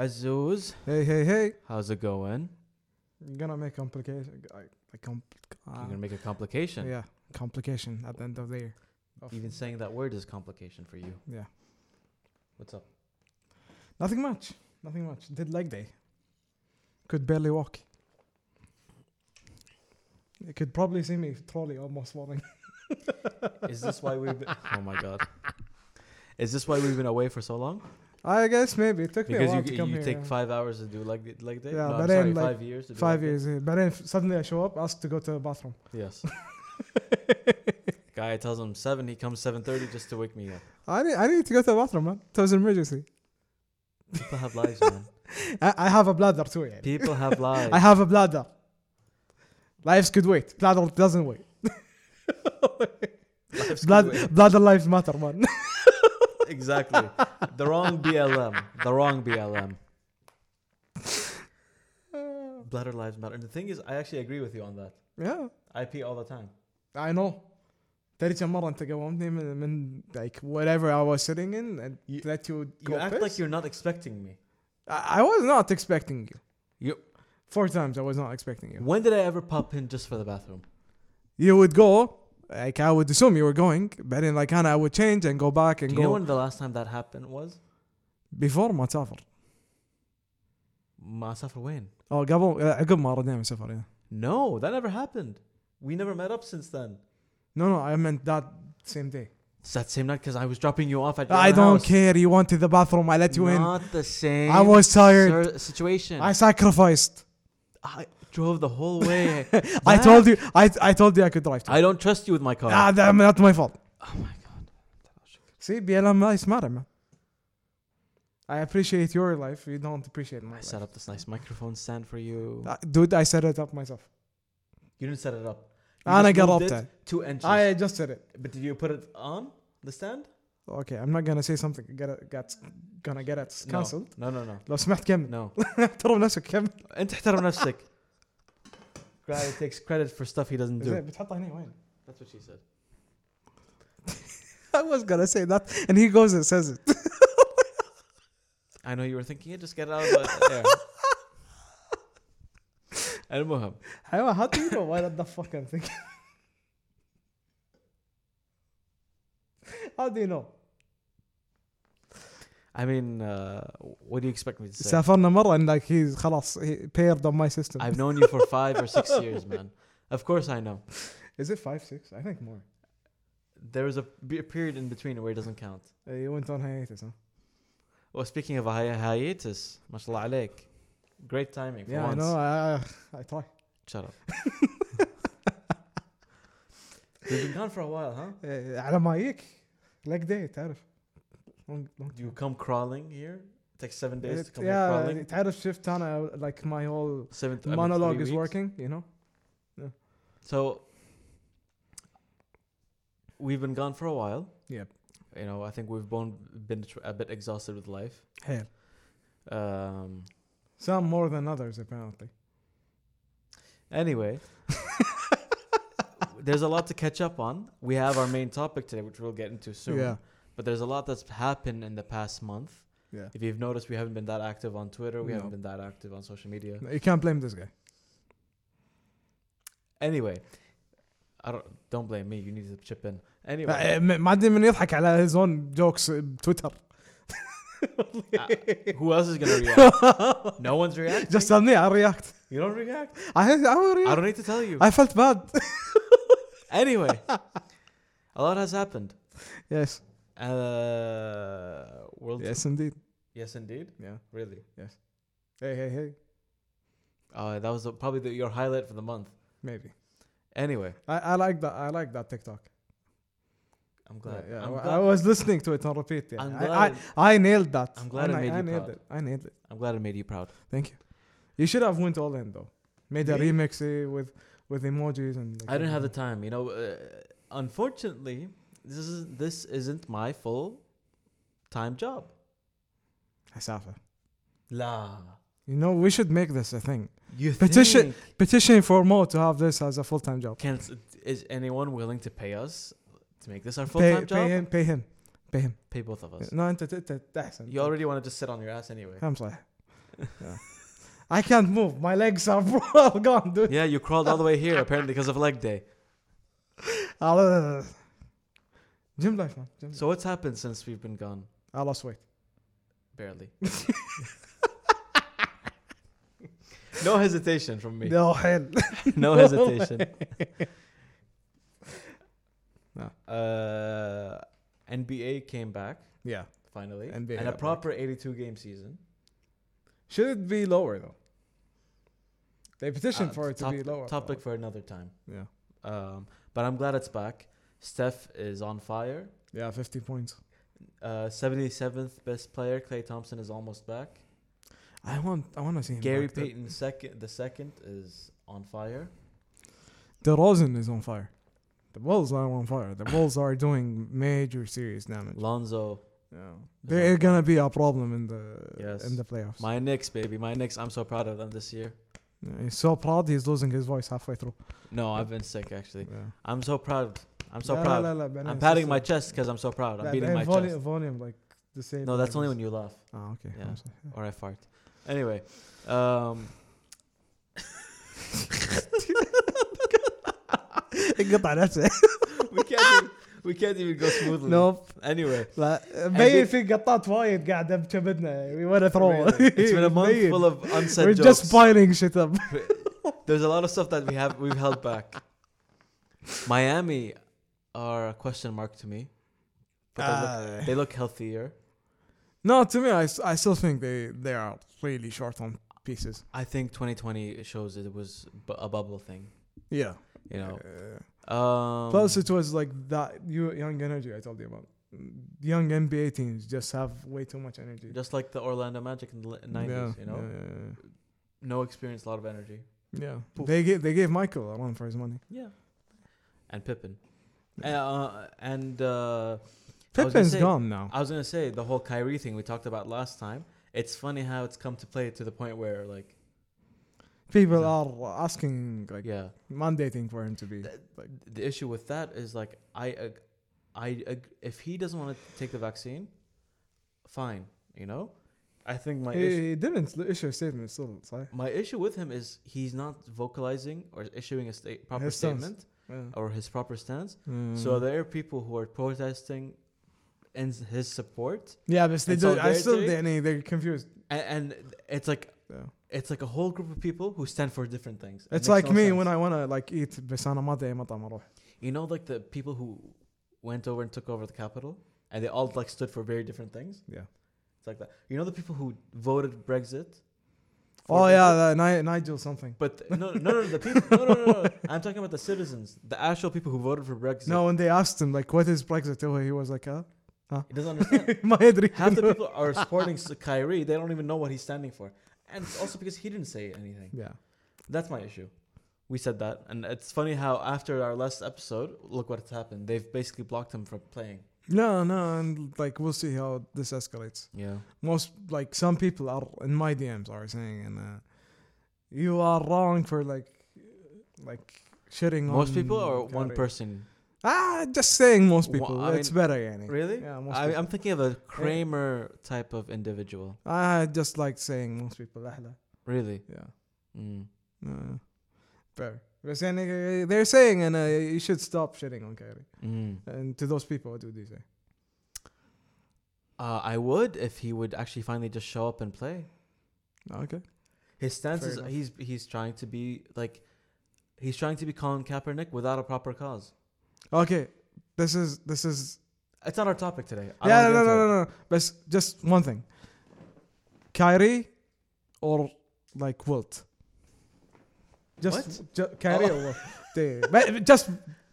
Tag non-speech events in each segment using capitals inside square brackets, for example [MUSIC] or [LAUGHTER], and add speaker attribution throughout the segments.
Speaker 1: boys.
Speaker 2: Hey, hey, hey.
Speaker 1: How's it going?
Speaker 2: You're gonna make complication. I, I compl- uh,
Speaker 1: You're gonna make a complication.
Speaker 2: Yeah, complication at the end of the year. Of-
Speaker 1: Even saying that word is complication for you.
Speaker 2: yeah.
Speaker 1: What's up?
Speaker 2: Nothing much. Nothing much. Did leg day. Could barely walk. You could probably see me trolley almost falling. [LAUGHS]
Speaker 1: Is this why we've been, oh my god? Is this why we've been away for so
Speaker 2: [LAUGHS]
Speaker 1: long?
Speaker 2: I guess maybe it took me a
Speaker 1: Because
Speaker 2: while
Speaker 1: you
Speaker 2: to
Speaker 1: g-
Speaker 2: come
Speaker 1: you
Speaker 2: here.
Speaker 1: take
Speaker 2: yeah.
Speaker 1: five hours to do like like day.
Speaker 2: Yeah,
Speaker 1: no,
Speaker 2: but
Speaker 1: I'm
Speaker 2: then,
Speaker 1: sorry,
Speaker 2: like,
Speaker 1: five years. To do
Speaker 2: Five
Speaker 1: leg day?
Speaker 2: years, yeah. but then f- suddenly I show up, asked to go to the bathroom.
Speaker 1: Yes.
Speaker 2: [LAUGHS]
Speaker 1: Guy tells him seven. He comes seven thirty just to wake me up.
Speaker 2: I need, I need to go to the bathroom, man. It was an emergency.
Speaker 1: People have lives, man.
Speaker 2: [LAUGHS] I, I have a bladder too. yeah.
Speaker 1: People have lives.
Speaker 2: I have a bladder. Lives could wait. Bladder doesn't wait.
Speaker 1: Lives could
Speaker 2: Blood,
Speaker 1: wait.
Speaker 2: bladder lives matter, man. [LAUGHS]
Speaker 1: exactly. The wrong BLM. The wrong BLM. Bladder lives matter. And the thing is, I actually agree with you on that.
Speaker 2: yeah,
Speaker 1: I pee all the time.
Speaker 2: I know. تدري كم مرة أنت قومتني من من like whatever I was sitting in and
Speaker 1: You-
Speaker 2: let you
Speaker 1: You
Speaker 2: go
Speaker 1: act
Speaker 2: piss?
Speaker 1: like you're not expecting me.
Speaker 2: I, I was not expecting you.
Speaker 1: You-
Speaker 2: Four times I was not expecting you.
Speaker 1: When did I ever pop in just for the bathroom?
Speaker 2: You would go, like I would assume you were going, but then like Hannah, I would change and go back and
Speaker 1: Do you
Speaker 2: go
Speaker 1: know when the last time that happened was?
Speaker 2: before ما تسافر.
Speaker 1: ما سافر وين?
Speaker 2: أو Oh, قبل عقب ما ردنا من السفر yeah.
Speaker 1: No, that never happened. We never met up since then.
Speaker 2: No, no, I meant that same day.
Speaker 1: It's that same night because I was dropping you off at your
Speaker 2: I
Speaker 1: own
Speaker 2: don't
Speaker 1: house.
Speaker 2: care. You wanted the bathroom. I let you in.
Speaker 1: Not the same.
Speaker 2: I was tired.
Speaker 1: cir- situation.
Speaker 2: I
Speaker 1: I,
Speaker 2: sacrificed.
Speaker 1: drove the whole way.
Speaker 2: [LAUGHS] I
Speaker 1: That- Oh.
Speaker 2: told you. I I told you I could drive. too.
Speaker 1: I don't trust you with my car.
Speaker 2: Ah, that, not my fault.
Speaker 1: oh my god.
Speaker 2: See, BLM is matter, man. I appreciate your life. You don't appreciate my
Speaker 1: I
Speaker 2: life.
Speaker 1: set up this nice microphone stand for you.
Speaker 2: Ah, dude, I set it up myself.
Speaker 1: You didn't set it up. You
Speaker 2: And I
Speaker 1: just
Speaker 2: got
Speaker 1: moved
Speaker 2: off
Speaker 1: it
Speaker 2: that.
Speaker 1: two inches.
Speaker 2: I adjusted it.
Speaker 1: but did you put it on the stand?
Speaker 2: Okay, I'm not gonna say something. Get got gonna get it
Speaker 1: No.
Speaker 2: cancelled.
Speaker 1: No, no, no,
Speaker 2: لو سمحت كمل. [LAUGHS]
Speaker 1: no.
Speaker 2: احترم نفسك كمل.
Speaker 1: انت احترم [LAUGHS] نفسك. Guy takes credit for stuff he doesn't
Speaker 2: زين
Speaker 1: do.
Speaker 2: بتحطها هنا وين؟
Speaker 1: That's what she said.
Speaker 2: [LAUGHS] I was gonna say that and he goes and says it.
Speaker 1: I know you were thinking it. Just get it out of [LAUGHS] the air.
Speaker 2: [LAUGHS]
Speaker 1: المهم
Speaker 2: حيوان how do you know why that the fucking thing? how do you know?
Speaker 1: I mean, uh, what do you expect me to say?
Speaker 2: سافرنا مرة and like he's خلاص he paired on my system.
Speaker 1: I've known you for five or
Speaker 2: [LAUGHS]
Speaker 1: six years, man. Of course I know.
Speaker 2: Is it five six? I think more.
Speaker 1: There was a b- period in between where it doesn't count.
Speaker 2: Uh, you went on hiatus, huh?
Speaker 1: Well, speaking of a hi- hiatus, mashallah alaik. Great timing for
Speaker 2: Yeah, I
Speaker 1: once.
Speaker 2: know. I, I, I try.
Speaker 1: Shut
Speaker 2: [LAUGHS]
Speaker 1: up. We've been gone for a while, huh?
Speaker 2: Uh, على ما يجيك leg day تعرف. Long- long-
Speaker 1: Do you come crawling here? It takes seven days to
Speaker 2: It-
Speaker 1: come here
Speaker 2: yeah,
Speaker 1: crawling.
Speaker 2: تعرف شفت أنا like my whole
Speaker 1: Seven I mean,
Speaker 2: monologue
Speaker 1: three
Speaker 2: is
Speaker 1: weeks.
Speaker 2: working, you know.
Speaker 1: So we've been gone for a while.
Speaker 2: Yep.
Speaker 1: You know, I think we've bone been tr- a bit exhausted with life.
Speaker 2: Hell.
Speaker 1: Um.
Speaker 2: Some more than others apparently. [LAUGHS]
Speaker 1: Anyway, there's a lot to catch up on. We have our main topic today, which we'll get into soon.
Speaker 2: Yeah.
Speaker 1: But there's a lot that's happened in the past month.
Speaker 2: Yeah.
Speaker 1: If you've noticed, we haven't been that active on Twitter. We haven't
Speaker 2: No.
Speaker 1: been that active on social media.
Speaker 2: You can't blame this guy.
Speaker 1: Anyway, I don't don't blame me. You need to chip in. Anyway,
Speaker 2: آه، م- ما ادري من يضحك على his own jokes بتويتر.
Speaker 1: uh, who else is gonna [LAUGHS] react? no one's reacting.
Speaker 2: [LAUGHS] Just tell me, I react.
Speaker 1: you don't react.
Speaker 2: I I will
Speaker 1: I
Speaker 2: react.
Speaker 1: don't need to tell you.
Speaker 2: I felt bad. [LAUGHS]
Speaker 1: anyway, a lot has happened.
Speaker 2: yes.
Speaker 1: Uh, world.
Speaker 2: Yes, indeed.
Speaker 1: yes, indeed.
Speaker 2: Yeah.
Speaker 1: Really.
Speaker 2: Hey, hey, hey.
Speaker 1: Uh, that was the, probably the, your highlight for the month.
Speaker 2: Maybe.
Speaker 1: Anyway,
Speaker 2: I, I like that. I like that TikTok.
Speaker 1: I'm glad.
Speaker 2: Yeah, yeah.
Speaker 1: I'm,
Speaker 2: I-
Speaker 1: glad
Speaker 2: I was listening to it on repeat. Yeah.
Speaker 1: I'm
Speaker 2: I-
Speaker 1: glad.
Speaker 2: I, I nailed that.
Speaker 1: I'm glad
Speaker 2: And
Speaker 1: it
Speaker 2: I,
Speaker 1: made
Speaker 2: I
Speaker 1: you
Speaker 2: nailed
Speaker 1: proud.
Speaker 2: it. I nailed it.
Speaker 1: I'm glad I made you proud.
Speaker 2: Thank you. You should have went all in though. Made a
Speaker 1: Me?
Speaker 2: remix eh, with with emojis and.
Speaker 1: I didn't have the time. You know, uh, unfortunately, this is this isn't my full time job.
Speaker 2: [LAUGHS] Hasafa.
Speaker 1: La.
Speaker 2: You know, we should make this a thing.
Speaker 1: You
Speaker 2: Petition-
Speaker 1: think
Speaker 2: Petition for Mo to have this as a full time job.
Speaker 1: can s- is anyone willing to pay us to make this our full
Speaker 2: Pay,
Speaker 1: time
Speaker 2: pay
Speaker 1: job? Pay,
Speaker 2: him. Pay him. Pay him.
Speaker 1: both of us.
Speaker 2: No, أنت أنت أنت أحسن. [LAUGHS]
Speaker 1: You already want to just sit on your ass anyway.
Speaker 2: I'm sorry. I can't move. My legs are [LAUGHS] all gone, dude.
Speaker 1: Yeah, you crawled all the way here apparently because of leg day.
Speaker 2: Uh, Gym life, man. Gym life.
Speaker 1: So what's happened since we've been gone?
Speaker 2: I lost weight. [LAUGHS]
Speaker 1: Barely. no hesitation from me.
Speaker 2: No hell.
Speaker 1: [LAUGHS]
Speaker 2: [LAUGHS]
Speaker 1: No hesitation.
Speaker 2: No.
Speaker 1: Uh, NBA came back
Speaker 2: yeah.
Speaker 1: finally,
Speaker 2: NBA
Speaker 1: and a
Speaker 2: got back.
Speaker 1: proper 82 game season.
Speaker 2: Should it be lower though? They petitioned
Speaker 1: Uh,
Speaker 2: for it to
Speaker 1: top-
Speaker 2: be lower.
Speaker 1: Topic for another time.
Speaker 2: Yeah.
Speaker 1: Um, but I'm glad it's back. Steph is on fire.
Speaker 2: Yeah, 50 points.
Speaker 1: Uh, 77th best player. Clay Thompson is almost back.
Speaker 2: I want. I want to see him.
Speaker 1: Gary
Speaker 2: back there.
Speaker 1: Payton second. The second is on fire.
Speaker 2: DeRozan is on fire. The Bulls are on fire. The Bulls are doing major serious damage.
Speaker 1: Lonzo,
Speaker 2: Yeah.
Speaker 1: Is
Speaker 2: They're
Speaker 1: on
Speaker 2: gonna be a problem in the
Speaker 1: Yes.
Speaker 2: in the playoffs.
Speaker 1: my Knicks, baby, my Knicks. I'm so proud of them this year.
Speaker 2: Yeah, he's so proud he's losing his voice halfway through.
Speaker 1: No, I've been sick actually.
Speaker 2: Yeah.
Speaker 1: I'm so proud. I'm so
Speaker 2: لا- لا-
Speaker 1: proud.
Speaker 2: لا- لا، بعدين
Speaker 1: I'm patting
Speaker 2: sister.
Speaker 1: my chest because I'm so proud. I'm
Speaker 2: لا،
Speaker 1: beating
Speaker 2: بعدين
Speaker 1: my
Speaker 2: volume,
Speaker 1: chest.
Speaker 2: eh, volume like the same.
Speaker 1: No, that's only when you laugh
Speaker 2: Ah, okay.
Speaker 1: Yeah.
Speaker 2: I'm sorry.
Speaker 1: or I fart. Anyway, um,
Speaker 2: انقطع [LAUGHS] نفسه.
Speaker 1: [LAUGHS] we can't even, we can't even go smoothly.
Speaker 2: Nope.
Speaker 1: Anyway,
Speaker 2: لا
Speaker 1: And
Speaker 2: مبين
Speaker 1: it-
Speaker 2: في قطات وايد قاعده بكبدنا وي [LAUGHS] ونت ثرو
Speaker 1: really, it's been a
Speaker 2: [LAUGHS]
Speaker 1: month full of unsaid
Speaker 2: We're
Speaker 1: jokes. uh,
Speaker 2: just piling
Speaker 1: [LAUGHS]
Speaker 2: shit up.
Speaker 1: There's a lot of stuff that we have we've held back. Miami are a question mark to me. But they look-
Speaker 2: Ah.
Speaker 1: they look healthier.
Speaker 2: No, to me, I, s- I still think they, they are really short on pieces.
Speaker 1: I think 2020 shows that it was bu- a bubble thing.
Speaker 2: Yeah.
Speaker 1: You know.
Speaker 2: Uh,
Speaker 1: Um,
Speaker 2: plus, it was like that you, young energy I told you about. Young NBA teams just have way too much energy.
Speaker 1: just like the Orlando Magic in the l- 90s,
Speaker 2: Yeah,
Speaker 1: you know,
Speaker 2: yeah,
Speaker 1: no experience, a lot of energy.
Speaker 2: Yeah. yeah.
Speaker 1: Poof.
Speaker 2: They, gave, they gave Michael a run for his money.
Speaker 1: Yeah, and Pippen, uh, and uh, I was gonna
Speaker 2: Pippin's
Speaker 1: say-
Speaker 2: gone now.
Speaker 1: I was gonna say the whole Kyrie thing we talked about last time. It's funny how it's come to play to the point where like
Speaker 2: People
Speaker 1: Yeah.
Speaker 2: are asking, like,
Speaker 1: yeah,
Speaker 2: mandating for him to be.
Speaker 1: Th-
Speaker 2: like,
Speaker 1: the issue with that is like I ag- I ag- if he doesn't want to take the vaccine, fine, you know. I think my issue,
Speaker 2: he, he didn't issue a statement still, صحيح؟
Speaker 1: my issue with him is he's not vocalizing or issuing a sta- proper
Speaker 2: His stance.
Speaker 1: statement
Speaker 2: Yeah. Mm.
Speaker 1: or his proper stance. Oh. So there are people who are protesting in his support,
Speaker 2: Yeah, but they
Speaker 1: It's
Speaker 2: do, I still
Speaker 1: solidarity?
Speaker 2: يعني they're confused.
Speaker 1: and, and it's like
Speaker 2: Yeah.
Speaker 1: it's like a whole group of people who stand for different things.
Speaker 2: It's like me when I wanna like eat e بس انا ما ادري أي مطعم اروح.
Speaker 1: you know, like the people who went over and took over the capital, and they all like stood for very different things.
Speaker 2: Yeah.
Speaker 1: It's like that. You know, the people who voted Brexit. for
Speaker 2: Oh yeah,
Speaker 1: Brexit,
Speaker 2: the Ni- Nigel something.
Speaker 1: But th- no, no, no, no, the people. No, no, no, no. I'm talking about the citizens, the actual people who voted for Brexit.
Speaker 2: No, when they asked him like what is Brexit, Oh, he was like, huh? [LAUGHS]
Speaker 1: he doesn't understand.
Speaker 2: ما ادري.
Speaker 1: Half the people are supporting S- Kyrie. They don't even know what he's standing for, and it's also because he didn't say anything.
Speaker 2: [LAUGHS] Yeah.
Speaker 1: That's my issue. We said that, and it's funny how after our last episode, look what's happened. They've basically blocked him from playing.
Speaker 2: No, no, and like we'll see how this escalates.
Speaker 1: Yeah.
Speaker 2: Most like some people are in my DMs are saying and uh, you are wrong for like like shitting on
Speaker 1: Most people or one
Speaker 2: Kyrie.
Speaker 1: person?
Speaker 2: Ah, just saying most
Speaker 1: Wha-
Speaker 2: people.
Speaker 1: I
Speaker 2: it's
Speaker 1: mean-
Speaker 2: better يعني.
Speaker 1: Really?
Speaker 2: Yeah, most
Speaker 1: I,
Speaker 2: people.
Speaker 1: I'm thinking of a Kramer type of individual.
Speaker 2: I Ah, just like saying most people احلى.
Speaker 1: Really?
Speaker 2: Yeah.
Speaker 1: Mm.
Speaker 2: Uh, fair. But saying, uh, they're saying, and uh, you should stop shitting on Kyrie.
Speaker 1: Mm.
Speaker 2: And to those people, what would you say?
Speaker 1: Uh, I would if he would actually finally just show up and play.
Speaker 2: Okay.
Speaker 1: His stance
Speaker 2: Fair
Speaker 1: is
Speaker 2: enough.
Speaker 1: he's he's trying to be like he's trying to be Colin Kaepernick without a proper cause.
Speaker 2: Okay. This is this is
Speaker 1: It's not our topic today. I
Speaker 2: yeah
Speaker 1: don't
Speaker 2: no
Speaker 1: wanna
Speaker 2: no
Speaker 1: get
Speaker 2: no
Speaker 1: into
Speaker 2: no. But s- just one thing. Kyrie or like Wilt. Just ju- Kyrie or Wilt. They-
Speaker 1: [LAUGHS]
Speaker 2: but just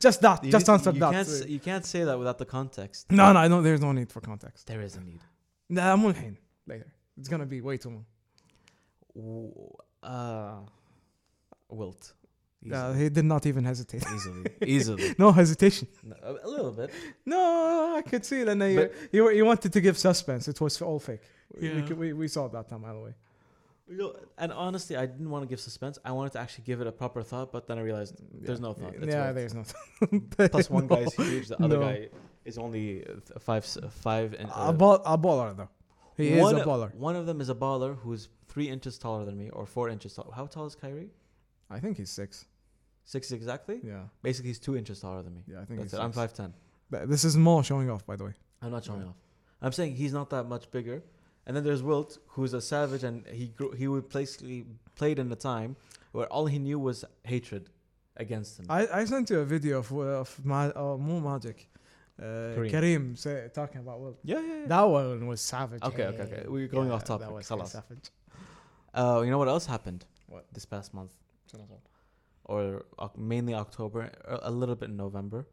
Speaker 2: just that.
Speaker 1: it. Oh. You
Speaker 2: just
Speaker 1: need-
Speaker 2: answer
Speaker 1: you
Speaker 2: that.
Speaker 1: Can't, s- you can't say that without the context.
Speaker 2: no no no. There's no need for context.
Speaker 1: There is a need.
Speaker 2: لا مو الحين. Later. It's gonna be way too long.
Speaker 1: W- Uh, wilt. Easily.
Speaker 2: Uh, he did not even hesitate. [LAUGHS]
Speaker 1: easily. easily.
Speaker 2: no hesitation.
Speaker 1: No, a a little bit.
Speaker 2: No, I could see. And you,
Speaker 1: But-
Speaker 2: you, you wanted to give suspense. It was all fake. We- We,
Speaker 1: Yeah.
Speaker 2: could, we, we saw it that time, by the way.
Speaker 1: You know, And honestly, I didn't want to give suspense. I wanted to actually give it a proper thought, but then I realized There's no thought. It's
Speaker 2: yeah,
Speaker 1: right.
Speaker 2: there's no thought.
Speaker 1: plus one
Speaker 2: [LAUGHS] No.
Speaker 1: guy is huge, the other
Speaker 2: No.
Speaker 1: guy is only uh, th- five s- five and.
Speaker 2: A ball, a baller though. He is
Speaker 1: one,
Speaker 2: a baller.
Speaker 1: One of them is a baller who's three inches taller than me or four inches tall. How tall is Kyrie?
Speaker 2: I think he's six.
Speaker 1: Six exactly.
Speaker 2: Yeah,
Speaker 1: Basically, he's two inches taller than me.
Speaker 2: yeah, I think
Speaker 1: That's
Speaker 2: he's
Speaker 1: it. I'm
Speaker 2: six.
Speaker 1: five ten.
Speaker 2: Th- This is more showing off, by the way.
Speaker 1: I'm not showing
Speaker 2: Yeah.
Speaker 1: off. I'm saying he's not that much bigger. And then there's Wilt, who's a savage, and he grew, he would basically played in a time where all he knew was hatred against him.
Speaker 2: I, I sent you a video of of Ma- uh, Mo Magic, uh,
Speaker 1: Kareem.
Speaker 2: Kareem, say, talking about Will.
Speaker 1: yeah, yeah, yeah.
Speaker 2: That one was savage.
Speaker 1: Okay, okay, okay. We're going off topic.
Speaker 2: That was
Speaker 1: Khalas.
Speaker 2: savage.
Speaker 1: Uh, you know what else happened?
Speaker 2: What?
Speaker 1: This past month, or oc- mainly October, or a little bit in November.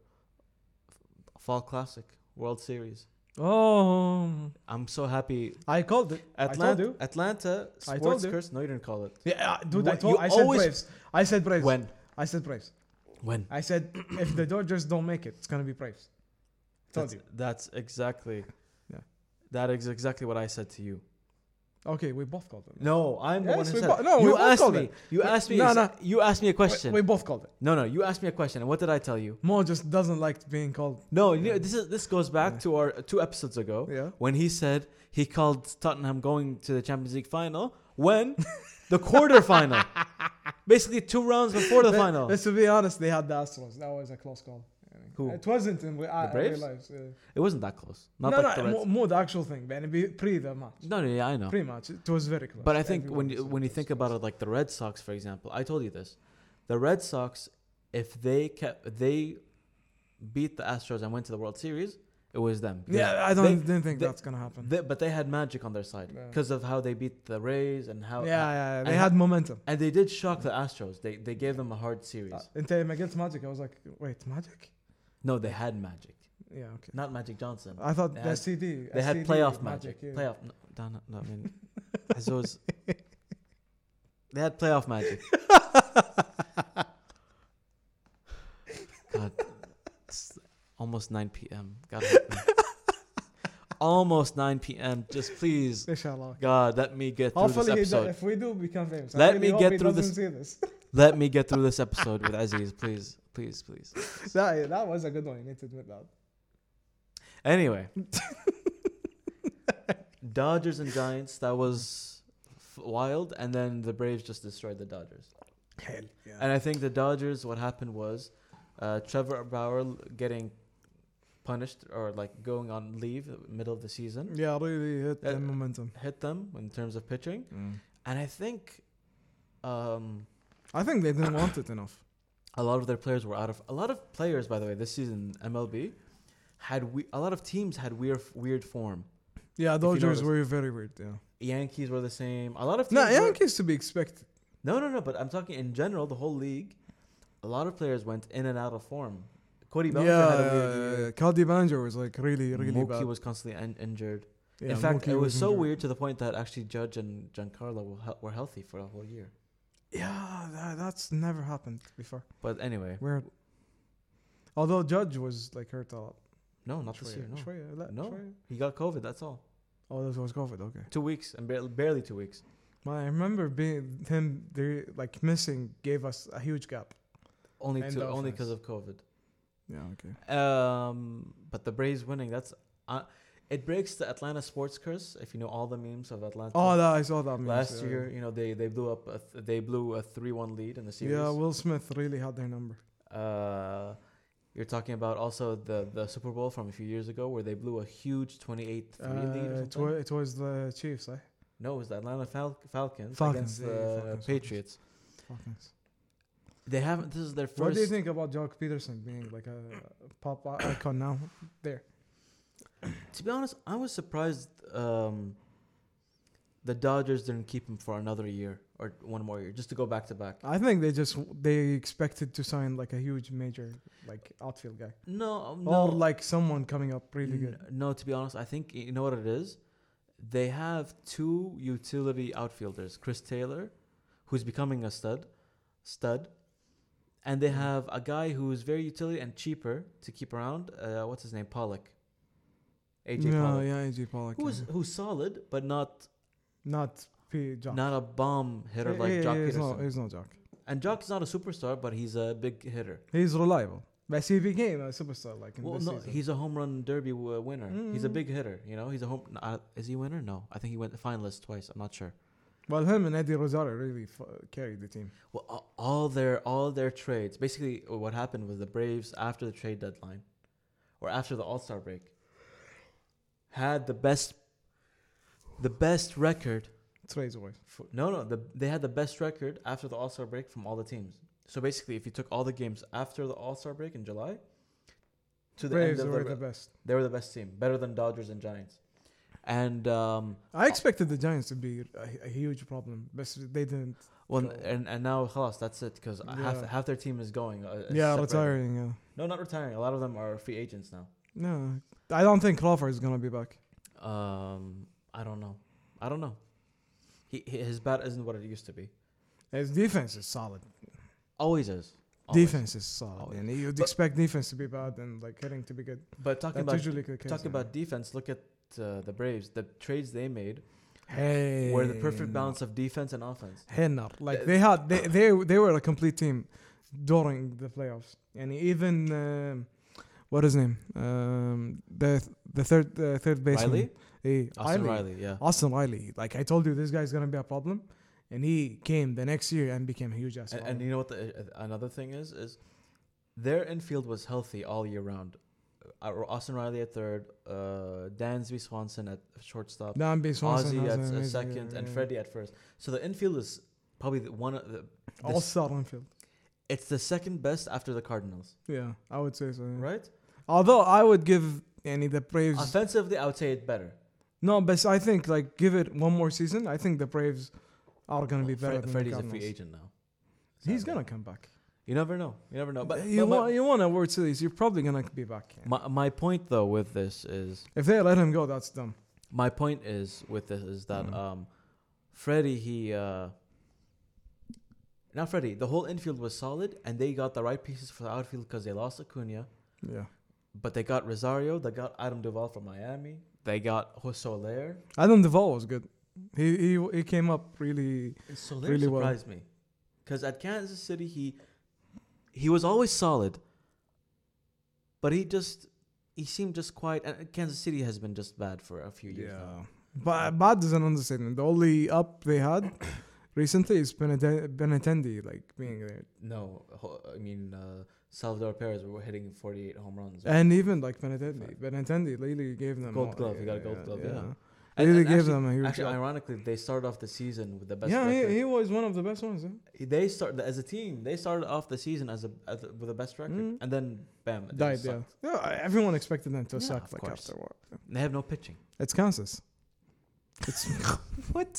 Speaker 1: F- Fall Classic, World Series.
Speaker 2: Oh,
Speaker 1: I'm so happy.
Speaker 2: I called it. I told
Speaker 1: Atlanta,
Speaker 2: you.
Speaker 1: Atlanta
Speaker 2: I told
Speaker 1: sports
Speaker 2: you.
Speaker 1: curse. No, you didn't call it.
Speaker 2: Yeah, uh, dude. I,
Speaker 1: What-
Speaker 2: told,
Speaker 1: you
Speaker 2: I said
Speaker 1: always-
Speaker 2: Braves. I said Braves.
Speaker 1: When?
Speaker 2: I said Braves.
Speaker 1: When?
Speaker 2: I said if the Dodgers don't make it, it's gonna be Braves. Told
Speaker 1: That's,
Speaker 2: you.
Speaker 1: that's exactly.
Speaker 2: Yeah.
Speaker 1: That is exactly what I said to you.
Speaker 2: Okay, we both called it.
Speaker 1: No, I'm the one
Speaker 2: Yes,
Speaker 1: who
Speaker 2: we
Speaker 1: said.
Speaker 2: bo- no, we
Speaker 1: you
Speaker 2: both
Speaker 1: asked
Speaker 2: called
Speaker 1: me.
Speaker 2: it.
Speaker 1: You
Speaker 2: We-
Speaker 1: asked me.
Speaker 2: no,
Speaker 1: ex-
Speaker 2: no.
Speaker 1: You asked me a question.
Speaker 2: We, we both called it.
Speaker 1: No, no. You asked me a question. And what did I tell you?
Speaker 2: Mo just doesn't like being called.
Speaker 1: No, you know, this is this goes back
Speaker 2: Yeah.
Speaker 1: to our uh, two episodes ago
Speaker 2: Yeah.
Speaker 1: when he said he called Tottenham going to the Champions League final when [LAUGHS] the
Speaker 2: [LAUGHS]
Speaker 1: quarterfinal, basically two rounds before the
Speaker 2: Let-
Speaker 1: final.
Speaker 2: Let's to be honest, they had the Astros. That was a close call.
Speaker 1: Who?
Speaker 2: It wasn't in re- uh,
Speaker 1: Braves?
Speaker 2: real life. yeah.
Speaker 1: It wasn't that close. Not
Speaker 2: no,
Speaker 1: like
Speaker 2: no,
Speaker 1: the Reds.
Speaker 2: more, more the actual thing, man. It'd be pre the match.
Speaker 1: No, no, yeah, I know.
Speaker 2: Pre match, it was very close.
Speaker 1: But I think
Speaker 2: Everyone
Speaker 1: when
Speaker 2: was
Speaker 1: you,
Speaker 2: very
Speaker 1: when you
Speaker 2: close,
Speaker 1: think
Speaker 2: close.
Speaker 1: about it, like the Red Sox, for example, I told you this: the Red Sox, if they kept they beat the Astros and went to the World Series, it was them. Because
Speaker 2: yeah, I don't
Speaker 1: they-
Speaker 2: didn't think
Speaker 1: they-
Speaker 2: that's gonna happen.
Speaker 1: they- but they had magic on their side
Speaker 2: Yeah.
Speaker 1: because of how they beat the Rays and how.
Speaker 2: yeah, yeah, yeah, they
Speaker 1: and
Speaker 2: had
Speaker 1: how-
Speaker 2: momentum.
Speaker 1: and they did shock the Astros. They they gave them a hard series.
Speaker 2: Uh, until I against Magic, I was like, wait, Magic?
Speaker 1: no, they had magic,
Speaker 2: Yeah, okay.
Speaker 1: not Magic Johnson.
Speaker 2: I thought
Speaker 1: They
Speaker 2: the
Speaker 1: had-
Speaker 2: CD.
Speaker 1: they had
Speaker 2: SCD
Speaker 1: playoff magic.
Speaker 2: yeah.
Speaker 1: Playoff. No, no, no, I
Speaker 2: [LAUGHS]
Speaker 1: mean, Azores. They had playoff magic. God, it's almost 9 p.m. God help me. Almost 9 p.m. Just please,
Speaker 2: Inshallah.
Speaker 1: God, let me get through
Speaker 2: Hopefully,
Speaker 1: this
Speaker 2: he do-
Speaker 1: episode.
Speaker 2: if we do become famous, I
Speaker 1: Let
Speaker 2: really
Speaker 1: me
Speaker 2: hope
Speaker 1: get
Speaker 2: he
Speaker 1: through
Speaker 2: doesn't See this.
Speaker 1: Let me get through this episode with Aziz, please, please, please.
Speaker 2: [LAUGHS] that, that was a good one. You need to admit that.
Speaker 1: Anyway, [LAUGHS] Dodgers and Giants. That was f- wild, and then the Braves just destroyed the Dodgers.
Speaker 2: Hell, yeah.
Speaker 1: And I think the Dodgers, what happened was uh, Trevor Bauer l- getting punished or like going on leave middle of the season
Speaker 2: yeah, really hit
Speaker 1: Uh, mm.
Speaker 2: the momentum.
Speaker 1: hit them in terms of pitching. And I think um,
Speaker 2: I think they didn't want it enough.
Speaker 1: a lot of their players were out of. A lot of players, by the way, this season MLB had we a lot of teams had weird weird form.
Speaker 2: Yeah,
Speaker 1: you
Speaker 2: Dodgers
Speaker 1: notice.
Speaker 2: were very weird. Yeah.
Speaker 1: Yankees were the same. A lot of teams.
Speaker 2: No,
Speaker 1: were-
Speaker 2: Yankees to be expected.
Speaker 1: no, no, no. But I'm talking in general, the whole league. A lot of players went in and out of form. Cody
Speaker 2: Yeah,
Speaker 1: Bellinger had a weird year.
Speaker 2: yeah, Cody Bellinger was like really, really
Speaker 1: Mookie
Speaker 2: bad.
Speaker 1: was constantly in- injured.
Speaker 2: Yeah,
Speaker 1: in fact,
Speaker 2: Mookie
Speaker 1: it was, so
Speaker 2: injured.
Speaker 1: weird to the point that actually Judge and Giancarlo were, hel- were healthy for a whole year.
Speaker 2: Yeah, that, that's never happened before.
Speaker 1: But anyway,
Speaker 2: Weird. Although Judge was like hurt a lot.
Speaker 1: no, not this year.
Speaker 2: شوية-
Speaker 1: No.
Speaker 2: شوية، لا،
Speaker 1: No.
Speaker 2: شوية.
Speaker 1: He got COVID. That's all.
Speaker 2: Oh, this was COVID. Okay.
Speaker 1: Two weeks and barely, barely two weeks.
Speaker 2: Man, I remember being him. They like missing gave us a huge gap.
Speaker 1: Only
Speaker 2: And
Speaker 1: two,
Speaker 2: the
Speaker 1: only because of COVID.
Speaker 2: Yeah. Okay.
Speaker 1: Um, but the Braves winning. That's uh, it breaks the Atlanta sports curse. If you know all the memes of Atlanta.
Speaker 2: Oh, that I saw that meme,
Speaker 1: Last
Speaker 2: yeah.
Speaker 1: year, you know they, they blew up a th- they blew a three one lead in the series.
Speaker 2: Yeah, Will Smith really had their number.
Speaker 1: Uh, you're talking about also the, the Super Bowl from a few years ago where they blew a huge 28 3 lead or
Speaker 2: Uh, it,
Speaker 1: something.
Speaker 2: was, it was the Chiefs, eh?
Speaker 1: no, it was the Atlanta Fal- Falcons,
Speaker 2: Falcons,
Speaker 1: against
Speaker 2: yeah,
Speaker 1: the
Speaker 2: yeah, Falcons,
Speaker 1: Patriots.
Speaker 2: Falcons.
Speaker 1: They haven't, this is their first.
Speaker 2: What do you think about Jock Peterson being like a pop i- icon now?
Speaker 1: To be honest, I was surprised um, the Dodgers didn't keep him for another year or one more year just to go back to back.
Speaker 2: I think they just they expected to sign like a huge major like outfield guy
Speaker 1: No, no.
Speaker 2: or like someone coming up really
Speaker 1: N-
Speaker 2: good.
Speaker 1: No, to be honest, I think you know what it is. They have two utility outfielders, Chris Taylor, who's becoming a stud, stud, and they
Speaker 2: Mm.
Speaker 1: have a guy who's very utility and cheaper to keep around. Uh, what's his name? Pollock. AJ
Speaker 2: yeah,
Speaker 1: Pollock.
Speaker 2: yeah, AJ Pollock.
Speaker 1: Who's
Speaker 2: yeah.
Speaker 1: who's solid, but not
Speaker 2: not P Jock?
Speaker 1: not a bomb hitter like Jock
Speaker 2: he's
Speaker 1: Peterson.
Speaker 2: Not, he's not Jock.
Speaker 1: and Jock is not a superstar, but he's a big hitter.
Speaker 2: He's reliable. But he became a superstar like in
Speaker 1: Well,
Speaker 2: this
Speaker 1: no,
Speaker 2: season.
Speaker 1: he's a home run derby w- uh, winner. He's a
Speaker 2: Mm.
Speaker 1: big hitter. You know, he's a home. Uh, is he winner? No, I think he went finalist twice. I'm not sure.
Speaker 2: well, him and Eddie Rosario really f- carried the team.
Speaker 1: Well, a- all their all their trades. Basically, uh, what happened was the Braves after the trade deadline, or after the All Star break, had the best, the best record.
Speaker 2: Trades away.
Speaker 1: For, no, no, the, they had the best record after the All Star break from all the teams. So basically, if you took all the games after the All Star break in July, to the end
Speaker 2: Braves
Speaker 1: of the,
Speaker 2: were
Speaker 1: re-
Speaker 2: the best.
Speaker 1: they were the best team, better than Dodgers and Giants, and um,
Speaker 2: I expected the Giants to be a, a huge problem, but they didn't.
Speaker 1: Well,
Speaker 2: So-
Speaker 1: and, and now خلاص that's it because half
Speaker 2: Yeah.
Speaker 1: half their team is going. Uh, is
Speaker 2: yeah,
Speaker 1: separated.
Speaker 2: retiring. Yeah.
Speaker 1: No, not retiring. A lot of them are free agents now.
Speaker 2: No, I don't think Crawford is gonna be back.
Speaker 1: Um, I don't know. I don't know. He he- his bat isn't what it used to be.
Speaker 2: His defense is solid.
Speaker 1: Always is. Always.
Speaker 2: Defense is solid,
Speaker 1: Always.
Speaker 2: and you'd
Speaker 1: But-
Speaker 2: expect defense to be bad and like hitting to be good.
Speaker 1: But talking
Speaker 2: That's
Speaker 1: about
Speaker 2: usually the case.
Speaker 1: talking
Speaker 2: yeah.
Speaker 1: about defense, look at uh, the Braves. The trades they made
Speaker 2: hey,
Speaker 1: were the perfect
Speaker 2: no.
Speaker 1: balance Uh, of defense and offense.
Speaker 2: Hennar. Like they had they, they they were a complete team during the playoffs. And even um, what is his name? Um, the the third the third baseman.
Speaker 1: Riley,
Speaker 2: Hey,
Speaker 1: Austin Riley, yeah.
Speaker 2: Austin Riley. Like I told you, this guy's gonna be a problem. And he came the next year and became a huge
Speaker 1: And,
Speaker 2: ass. problem.
Speaker 1: and you know what? The, uh, another thing is, is their infield was healthy all year round. Uh, Austin Riley at third, uh, Dansby Swanson at shortstop,
Speaker 2: Danby Swanson
Speaker 1: Ozzy
Speaker 2: has
Speaker 1: at
Speaker 2: an
Speaker 1: s-
Speaker 2: amazing uh,
Speaker 1: at second,
Speaker 2: year,
Speaker 1: and
Speaker 2: yeah.
Speaker 1: Freddie at first. So the infield is probably the one. Of the, the
Speaker 2: all
Speaker 1: s-
Speaker 2: star infield.
Speaker 1: it's the second best after the Cardinals,
Speaker 2: Yeah, I would say so. yeah.
Speaker 1: right?
Speaker 2: Although I would give any the Braves
Speaker 1: Offensively, I would say it better.
Speaker 2: no, but I think like give it one more season. I think the Braves are gonna be
Speaker 1: Fre-
Speaker 2: better than
Speaker 1: Freddie's
Speaker 2: the
Speaker 1: a free agent
Speaker 2: Cardinals.
Speaker 1: now.
Speaker 2: He's
Speaker 1: Sadly.
Speaker 2: gonna come back.
Speaker 1: You never know. You never know. But,
Speaker 2: you
Speaker 1: but my-
Speaker 2: want you want a World Series, you're probably gonna be back.
Speaker 1: my my point though with this is
Speaker 2: If they let him go, that's dumb.
Speaker 1: my point is with this is that
Speaker 2: Mhm.
Speaker 1: um Freddie he uh not Freddie the whole infield was solid and they got the right pieces for the outfield because they lost Acuna
Speaker 2: Yeah,
Speaker 1: but they got Rosario they got Adam Duval from Miami they got Jose Soler
Speaker 2: Adam Duvall was good. He he he came up really.
Speaker 1: Soler
Speaker 2: Really well.
Speaker 1: surprised me because at Kansas City he he was always solid but he just he seemed just quiet and Kansas City has been just bad for a few years now.
Speaker 2: but bad is an understatement. The only up they had [COUGHS] recently is Benete- Benetendi, like being there,
Speaker 1: No, ho- I mean uh, Salvador Perez were hitting 48 home runs.
Speaker 2: and even like Benetendi, Benetendi really gave them
Speaker 1: Gold
Speaker 2: all-
Speaker 1: glove, he got a gold glove, yeah. And-
Speaker 2: Really
Speaker 1: and
Speaker 2: gave
Speaker 1: actually-
Speaker 2: them a huge.
Speaker 1: Actually,
Speaker 2: up.
Speaker 1: ironically, they started off the season with the best.
Speaker 2: yeah,
Speaker 1: record.
Speaker 2: he, he was one of the best ones. Yeah.
Speaker 1: they start as a team. They started off the season as a as a- with the best record,
Speaker 2: Mm.
Speaker 1: and then bam, they
Speaker 2: Died,
Speaker 1: just
Speaker 2: yeah.
Speaker 1: sucked.
Speaker 2: yeah. Everyone expected them to
Speaker 1: Yeah,
Speaker 2: suck
Speaker 1: of
Speaker 2: like
Speaker 1: course.
Speaker 2: after a while.
Speaker 1: They have no pitching.
Speaker 2: It's Kansas.
Speaker 1: [LAUGHS]
Speaker 2: It's what?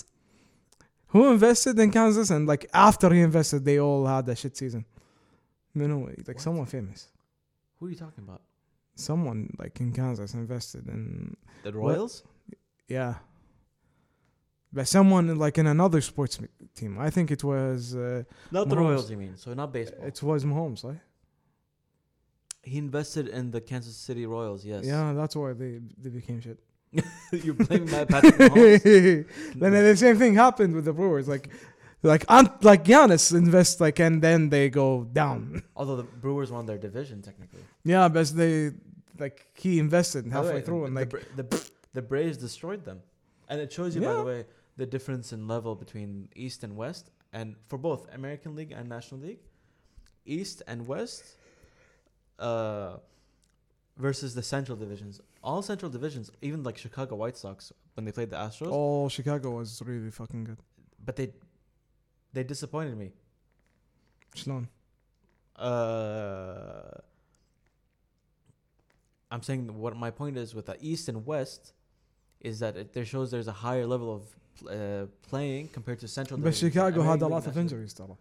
Speaker 2: Who invested in Kansas and like after he invested, they all had a shit season. No, no, like
Speaker 1: What?
Speaker 2: someone famous,
Speaker 1: Who are you talking about?
Speaker 2: someone like in Kansas invested in
Speaker 1: The
Speaker 2: What?
Speaker 1: Royals?
Speaker 2: yeah. But someone like in another sports m- team, I think it was uh,
Speaker 1: Not the
Speaker 2: Mahomes.
Speaker 1: Royals, you mean? So not baseball.
Speaker 2: it was Mahomes, right?
Speaker 1: he invested in the Kansas City Royals. Yes.
Speaker 2: Yeah, that's why they they became shit.
Speaker 1: [LAUGHS] you blame
Speaker 2: [LAUGHS]
Speaker 1: Matt Patrick Mahomes.
Speaker 2: then the same thing happened with the Brewers, like. Like, Ant- like Giannis invests, like, and then they go down. [LAUGHS]
Speaker 1: Although the Brewers won their division technically.
Speaker 2: Yeah, but they like he invested
Speaker 1: By the
Speaker 2: halfway
Speaker 1: way,
Speaker 2: through and
Speaker 1: Oh, the,
Speaker 2: like
Speaker 1: Bra- the, Bra- the Braves destroyed them, and it shows you by the
Speaker 2: Yeah.
Speaker 1: way the difference in level between East and West, and for both American League and National League, East and West, uh, versus the Central divisions. All Central divisions, even like Chicago White Sox when they played the Astros,
Speaker 2: oh Chicago was really fucking good.
Speaker 1: but they they disappointed me.
Speaker 2: Shalom.
Speaker 1: Uh, I'm saying that what my point is with the East and West is that it there shows there's a higher level of pl- uh, playing compared to Central.
Speaker 2: But
Speaker 1: Division.
Speaker 2: Chicago had a
Speaker 1: American
Speaker 2: lot
Speaker 1: League
Speaker 2: of
Speaker 1: National-
Speaker 2: injuries though.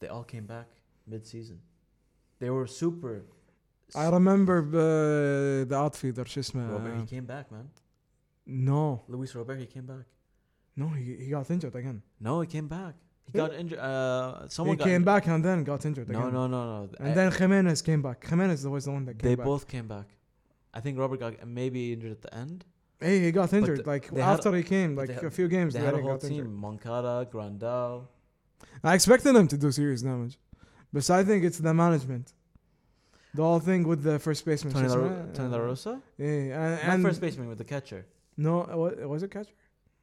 Speaker 1: They all came back mid-season. They were super.
Speaker 2: I remember uh, the outfielder
Speaker 1: Robert, he
Speaker 2: Shisma.
Speaker 1: came back, man.
Speaker 2: No.
Speaker 1: Luis Robert, he came back.
Speaker 2: No, he, he got injured again.
Speaker 1: No, he came back. He
Speaker 2: Yeah.
Speaker 1: got injured. Uh, someone
Speaker 2: he
Speaker 1: got
Speaker 2: came
Speaker 1: injured.
Speaker 2: back and then got injured
Speaker 1: No,
Speaker 2: again.
Speaker 1: no, no, no.
Speaker 2: And then Jimenez came back. Jimenez was the one that came
Speaker 1: they
Speaker 2: back.
Speaker 1: both came back. I think Robert got maybe injured at the end.
Speaker 2: Hey, he got injured.
Speaker 1: the-
Speaker 2: Like
Speaker 1: they had-
Speaker 2: after he came,
Speaker 1: but
Speaker 2: like
Speaker 1: they had-
Speaker 2: a few games
Speaker 1: They had a
Speaker 2: later, he
Speaker 1: whole
Speaker 2: got injured.
Speaker 1: team: Moncada, Grandal.
Speaker 2: I expected him to do serious damage, but I think it's the management. The whole thing with the first baseman.
Speaker 1: Tony
Speaker 2: شو
Speaker 1: La,
Speaker 2: اسمه؟
Speaker 1: Tony La Russa?
Speaker 2: Yeah, and,
Speaker 1: Not
Speaker 2: and
Speaker 1: first baseman with the catcher.
Speaker 2: No, wa- was it catcher?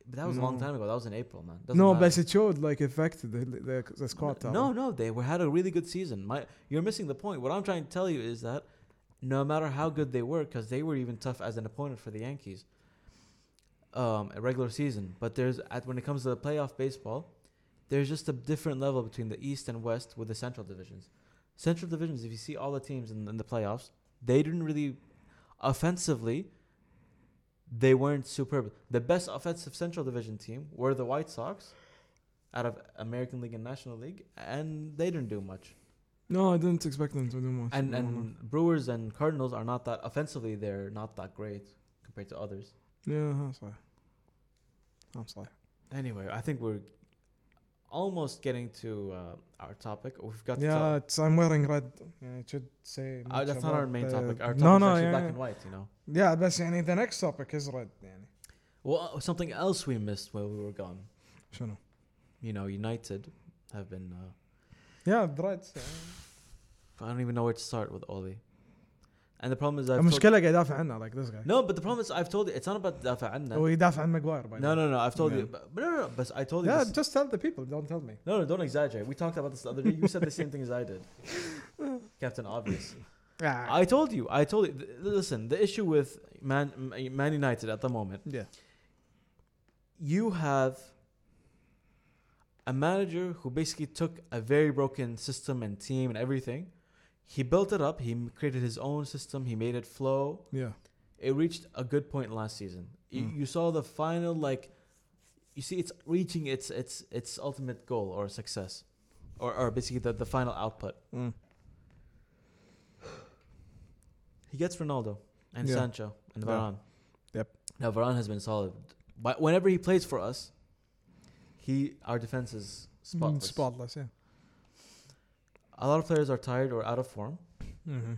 Speaker 1: But that was a long
Speaker 2: No.
Speaker 1: time ago. That was in April, man. Doesn't
Speaker 2: No,
Speaker 1: matter.
Speaker 2: but it showed like affected the the, the squad.
Speaker 1: N- No, no, they were had a really good season. My, you're missing the point. What I'm trying to tell you is that no matter how good they were, because they were even tough as an opponent for the Yankees, um, a regular season. But there's at when it comes to the playoff baseball, there's just a different level between the East and West with the Central divisions. Central divisions, if you see all the teams in, in the playoffs, they didn't really offensively. They weren't superb. The best offensive Central Division team were the White Sox, out of American League and National League, and they didn't do much.
Speaker 2: no, I didn't expect them to do much.
Speaker 1: And
Speaker 2: No,
Speaker 1: and Brewers and Cardinals are not that offensively. They're not that great compared to others.
Speaker 2: no. yeah, I'm sorry. I'm sorry.
Speaker 1: Anyway, I think we're almost getting to uh, our topic. We've got
Speaker 2: Yeah,
Speaker 1: To
Speaker 2: it's, I'm wearing red. Yeah, it should say.
Speaker 1: uh,
Speaker 2: much
Speaker 1: that's not our
Speaker 2: about
Speaker 1: main
Speaker 2: the-
Speaker 1: topic. Our topic
Speaker 2: no,
Speaker 1: is
Speaker 2: no,
Speaker 1: actually
Speaker 2: yeah,
Speaker 1: black
Speaker 2: yeah.
Speaker 1: and white. You know.
Speaker 2: Yeah, but يعني the next topic is red. يعني
Speaker 1: Well, uh, something else we missed while we were gone.
Speaker 2: شنو؟
Speaker 1: You know, United have been. Uh,
Speaker 2: Yeah, the red.
Speaker 1: I don't even know where to start with Oli. And the problem is I've told-
Speaker 2: المشكلة قاعد يدافع عنها like this guy.
Speaker 1: no, but the problem is I've told you it's not about دافع عنا.
Speaker 2: هو يدافع عن ماجواير by the
Speaker 1: No,
Speaker 2: way.
Speaker 1: no, no. I've told
Speaker 2: Yeah.
Speaker 1: you, but, but no, no, no. But I told you.
Speaker 2: Yeah,
Speaker 1: this-
Speaker 2: just tell the people. Don't tell me.
Speaker 1: No, no, don't exaggerate. We talked about this the other day. You said the same thing as I
Speaker 2: [LAUGHS]
Speaker 1: did. Captain Obvious.
Speaker 2: Yeah.
Speaker 1: I told you. I told you. th- Listen, the issue with Man, Man United at the moment,
Speaker 2: Yeah.
Speaker 1: you have a manager who basically took a very broken system and team and everything. He built it up. He m- created his own system. He made it flow.
Speaker 2: Yeah.
Speaker 1: It reached a good point last season. You,
Speaker 2: Mm.
Speaker 1: you saw the final like, you see, it's reaching its its its ultimate goal or success, or or basically the, the final output.
Speaker 2: Mm.
Speaker 1: He gets Ronaldo and
Speaker 2: Yeah.
Speaker 1: Sancho and
Speaker 2: Yeah.
Speaker 1: Varane.
Speaker 2: Yep.
Speaker 1: Now Varane has been solid, but whenever he plays for us, he our defense is
Speaker 2: Mm,
Speaker 1: spotless.
Speaker 2: Spotless. Yeah.
Speaker 1: A lot of players are tired or out of form,
Speaker 2: Mm-hmm.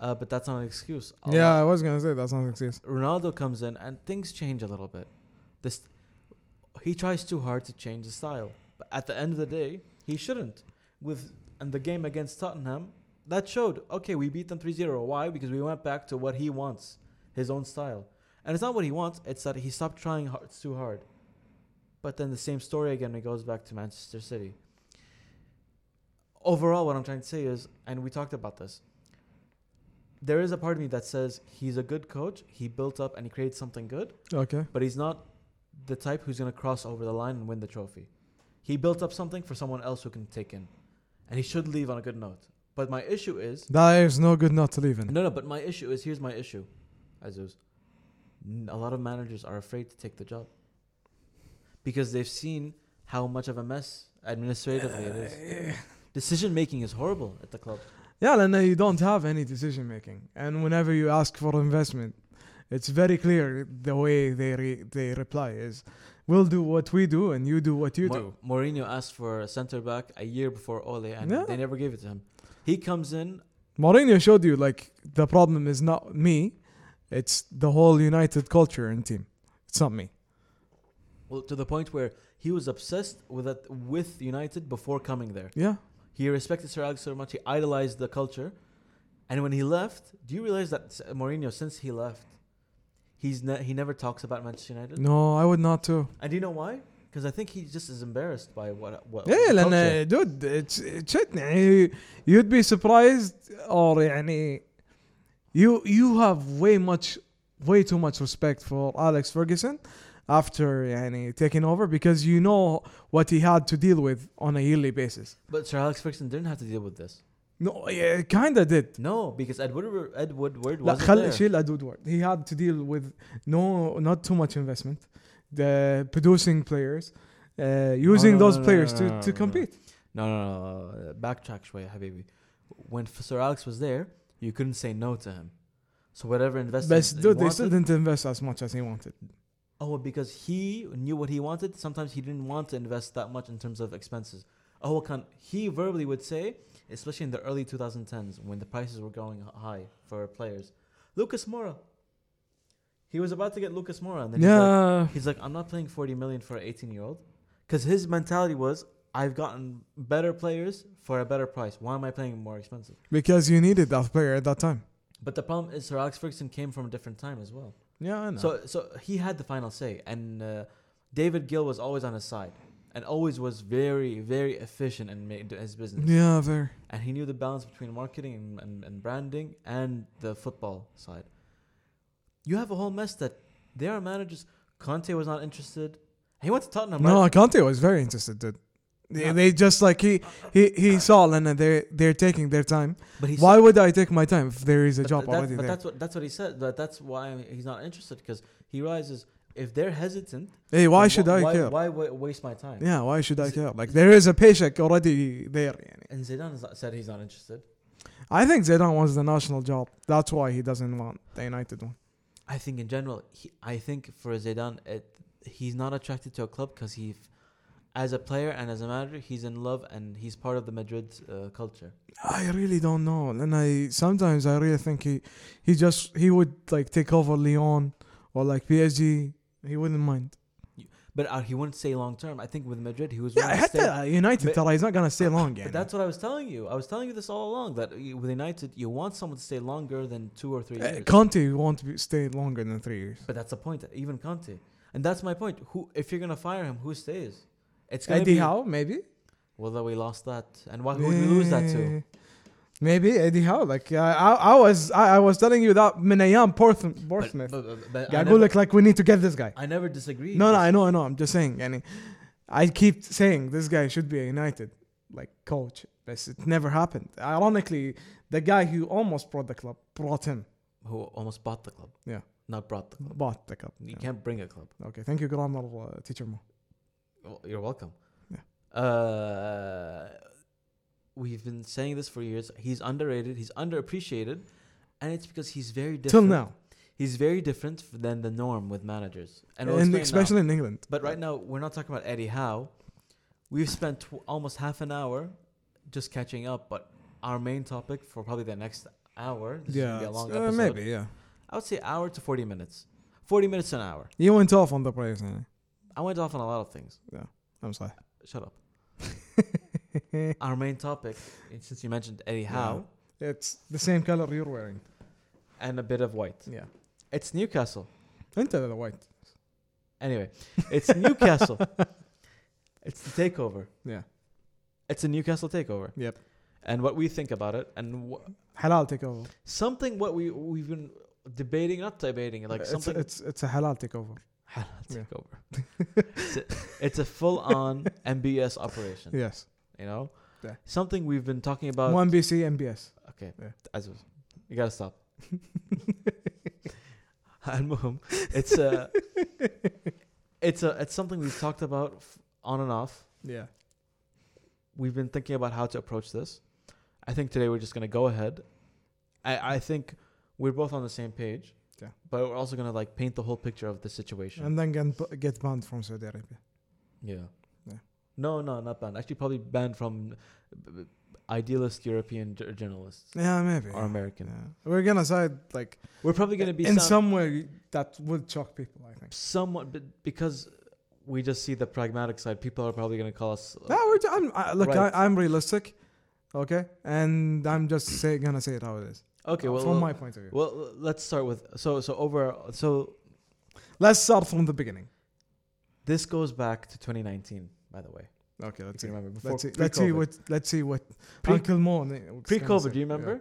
Speaker 1: uh, but that's not an excuse. A
Speaker 2: Yeah,
Speaker 1: lot-
Speaker 2: I was gonna say that's not success.
Speaker 1: Ronaldo comes in and things change a little bit. This he tries too hard to change the style, but at the end of the day, he shouldn't. With and the game against Tottenham, that showed okay, we beat them 3-0. Why? Because we went back to what he wants, his own style. And it's not what he wants, it's that he stopped trying hard, too hard. But then the same story again, it goes back to Manchester City. Overall, what I'm trying to say is, and we talked about this, there is a part of me that says he's a good coach. He built up and he created something good,
Speaker 2: Okay.
Speaker 1: but he's not the type who's going to cross over the line and win the trophy. He built up something for someone else who can take in, and he should leave on a good note. But my issue is
Speaker 2: That is no good not to leave in.
Speaker 1: no, no. But my issue is here's my issue, Azuz. N- A lot of managers are afraid to take the job because they've seen how much of a mess administratively it is.
Speaker 2: Uh,
Speaker 1: Decision making is horrible at the club.
Speaker 2: Yeah, لأن you don't have any decision making, and whenever you ask for investment, it's very clear the way they re- they reply is, "We'll do what we do, and you do what you
Speaker 1: Mo-
Speaker 2: do."
Speaker 1: Mourinho asked for a centre back a year before Ole, and
Speaker 2: Yeah.
Speaker 1: they never gave it to him. He comes in.
Speaker 2: Mourinho showed you like the problem is not me, it's the whole United culture and team. It's not me.
Speaker 1: Well, to the point where he was obsessed with that, with United before coming there.
Speaker 2: Yeah.
Speaker 1: He respected Sir Alex so much. He idolized the culture, and when he left, do you realize that S- Mourinho, since he left, he's ne- he never talks about Manchester United.
Speaker 2: No, I would not too.
Speaker 1: And do you know why? Because I think he just is embarrassed by what uh, what.
Speaker 2: Yeah, uh,
Speaker 1: the
Speaker 2: لأن
Speaker 1: culture.
Speaker 2: dude, it's it's shit. يعني you'd be surprised or يعني you you have way much way too much respect for Alex Ferguson after يعني taking over because you know what he had to deal with on a yearly basis.
Speaker 1: But Sir Alex Ferguson didn't have to deal with this.
Speaker 2: No, yeah, kinda did.
Speaker 1: No, because Ed Woodward, Ed Woodward
Speaker 2: لا
Speaker 1: was
Speaker 2: خل شيل اد وورد he had to deal with no not too much investment the producing players uh, using
Speaker 1: no,
Speaker 2: those
Speaker 1: no, no,
Speaker 2: players
Speaker 1: no,
Speaker 2: to,
Speaker 1: no,
Speaker 2: to
Speaker 1: no.
Speaker 2: compete
Speaker 1: No, no, no. uh, Backtrack شوي حبيبي. When F- Sir Alex was there, you couldn't say no to him. So whatever investment
Speaker 2: but
Speaker 1: he
Speaker 2: dude they
Speaker 1: wanted,
Speaker 2: still didn't invest as much as he wanted
Speaker 1: oh, because he knew what he wanted. Sometimes he didn't want to invest that much in terms of expenses. Oh, can he verbally would say, especially in the early 2010s when the prices were going h- high for players. Lucas Mora. He was about to get Lucas Mora, and then he's like-
Speaker 2: yeah
Speaker 1: He's like, I'm not playing 40 million for an 18 year old. Because his mentality was, I've gotten better players for a better price. Why am I playing more expensive?
Speaker 2: because you needed that player at that time.
Speaker 1: But the problem is Sir Alex Ferguson came from a different time as well.
Speaker 2: Yeah, I know.
Speaker 1: So so he had the final say, and uh, David Gill was always on his side, and always was very very efficient in ma- in his business,
Speaker 2: yeah, very.
Speaker 1: and he knew the balance between marketing and, and, and branding and the football side. You have a whole mess that there are managers. Conte was not interested. He went to Tottenham.
Speaker 2: No,
Speaker 1: right?
Speaker 2: Conte was very interested, dude. They,
Speaker 1: Yeah.
Speaker 2: they just like he he he saw Lena. They they're taking their time.
Speaker 1: but he
Speaker 2: Why would I take my time if there is a
Speaker 1: But
Speaker 2: job
Speaker 1: that's-
Speaker 2: already
Speaker 1: but
Speaker 2: there?
Speaker 1: that's what that's what he said. That that's why he's not interested because he realizes if they're hesitant,
Speaker 2: Hey, why
Speaker 1: then
Speaker 2: should
Speaker 1: wh-
Speaker 2: I
Speaker 1: why,
Speaker 2: care?
Speaker 1: Why wa- waste my time?
Speaker 2: Yeah, why should I
Speaker 1: Is it-
Speaker 2: care? Like there is a paycheck already there. يعني.
Speaker 1: And Zidane is not- said he's not interested.
Speaker 2: I think Zidane wants the national job. That's why he doesn't want the United one.
Speaker 1: I think in general, he, I think for Zidane, it, he's not attracted to a club because he, as a player and as a manager, he's in love and he's part of the Madrid uh, culture.
Speaker 2: I really don't know. And I sometimes I really think he he just he would like take over Lyon or like PSG. He wouldn't mind.
Speaker 1: But uh, he wouldn't say long term. I think with Madrid, he was
Speaker 2: Yeah,
Speaker 1: willing to
Speaker 2: حتى
Speaker 1: stay.
Speaker 2: uh, United ترى he's not gonna stay long.
Speaker 1: But
Speaker 2: يعني.
Speaker 1: that's what I was telling you. I was telling you this all along that you- with United, you want someone to stay longer than two or three
Speaker 2: Uh,
Speaker 1: years.
Speaker 2: Conte won't be, stay longer than three years.
Speaker 1: But that's the point. Even Conte, and that's my point. Who, if you're gonna fire him, who stays? It's gonna
Speaker 2: Eddie
Speaker 1: be
Speaker 2: Howe, maybe.
Speaker 1: Well, that we lost that, and why who would we lose that to?
Speaker 2: Eh, Maybe Eddie Howe. Like I, I, I was, I, I was telling you that من أيام Portsmouth.
Speaker 1: But,
Speaker 2: Portsmouth.
Speaker 1: but- but- but I,
Speaker 2: قاعد أقول
Speaker 1: never,
Speaker 2: لك like we need to get this guy.
Speaker 1: I never disagreed.
Speaker 2: No, no, I know, I know. I'm just saying. يعني, I keep saying this guy should be a United like coach, but it never happened. Ironically, the guy who almost brought the club brought him,
Speaker 1: who almost bought the club.
Speaker 2: Yeah.
Speaker 1: Not brought the club.
Speaker 2: bought the club.
Speaker 1: You
Speaker 2: Yeah.
Speaker 1: can't bring a club.
Speaker 2: Okay, thank you, grammar uh, teacher. Mo.
Speaker 1: Well, You're welcome.
Speaker 2: Yeah.
Speaker 1: Uh, we've been saying this for years. He's underrated. He's underappreciated, and it's because he's very different.
Speaker 2: Till now,
Speaker 1: he's very different than the norm with managers, and,
Speaker 2: and,
Speaker 1: we'll explain now.
Speaker 2: especially in England.
Speaker 1: But right now, we're not talking about Eddie Howe. We've spent tw- almost half an hour just catching up, but our main topic for probably the next hour, this yeah, is gonna
Speaker 2: yeah,
Speaker 1: be a long
Speaker 2: it's- uh,
Speaker 1: episode.
Speaker 2: maybe yeah.
Speaker 1: I would say hour to 40 minutes. 40 minutes to an hour.
Speaker 2: You went off on the players. man.
Speaker 1: I went off on a lot of things.
Speaker 2: I'm sorry.
Speaker 1: Shut
Speaker 2: [LAUGHS]
Speaker 1: up. Our main topic, and since you mentioned Eddie Howe,
Speaker 2: It's the same color you're wearing.
Speaker 1: and a bit of white.
Speaker 2: Yeah.
Speaker 1: It's Newcastle.
Speaker 2: Into the white.
Speaker 1: Anyway,
Speaker 2: [LAUGHS]
Speaker 1: it's Newcastle. It's the takeover.
Speaker 2: Yeah.
Speaker 1: It's a Newcastle takeover.
Speaker 2: Yep.
Speaker 1: And what we think about it, and wh-
Speaker 2: Halal takeover.
Speaker 1: something what we we've been debating, not debating, like
Speaker 2: it's,
Speaker 1: something [LAUGHS]
Speaker 2: It's it's a halal takeover.
Speaker 1: halal
Speaker 2: Yeah.
Speaker 1: takeover.
Speaker 2: [LAUGHS]
Speaker 1: it's, a, it's a full-on MBS operation.
Speaker 2: Yes.
Speaker 1: You know,
Speaker 2: Yeah.
Speaker 1: something we've been talking about.
Speaker 2: One BC MBS.
Speaker 1: Okay,
Speaker 2: Yeah.
Speaker 1: as was- you gotta
Speaker 2: [LAUGHS]
Speaker 1: stop. المهم, it's
Speaker 2: [LAUGHS]
Speaker 1: a it's a it's something we've talked about f- on and off.
Speaker 2: Yeah.
Speaker 1: We've been thinking about how to approach this. I think today we're just gonna go ahead. I I think we're both on the same page.
Speaker 2: Yeah.
Speaker 1: But we're also gonna like paint the whole picture of the situation.
Speaker 2: And then get, get banned from Saudi Arabia.
Speaker 1: Yeah.
Speaker 2: Yeah.
Speaker 1: No, no, not banned. Actually, probably banned from b- b- idealist European jour- journalists
Speaker 2: Yeah, maybe.
Speaker 1: or American.
Speaker 2: Yeah. We're gonna side like
Speaker 1: We're probably going to be
Speaker 2: in
Speaker 1: sound-
Speaker 2: some way that would shock people. I think.
Speaker 1: somewhat b- because we just see the pragmatic side. People are probably going to call us. uh,
Speaker 2: No, we're. ju- I'm, I, look,
Speaker 1: Right.
Speaker 2: I, I'm realistic, okay, and I'm just say, gonna say it how it is.
Speaker 1: okay, well,
Speaker 2: from
Speaker 1: well,
Speaker 2: my point of view.
Speaker 1: well, l- let's start with so so over so
Speaker 2: Let's start from the beginning.
Speaker 1: this goes back to 2019, by the way.
Speaker 2: Okay,
Speaker 1: If
Speaker 2: let's
Speaker 1: you
Speaker 2: see.
Speaker 1: remember before
Speaker 2: Let's see, let's see
Speaker 1: pre-COVID.
Speaker 2: what let's see what
Speaker 1: Pre-
Speaker 2: Uncle Mo na- was gonna say.
Speaker 1: pre-COVID. Do you remember?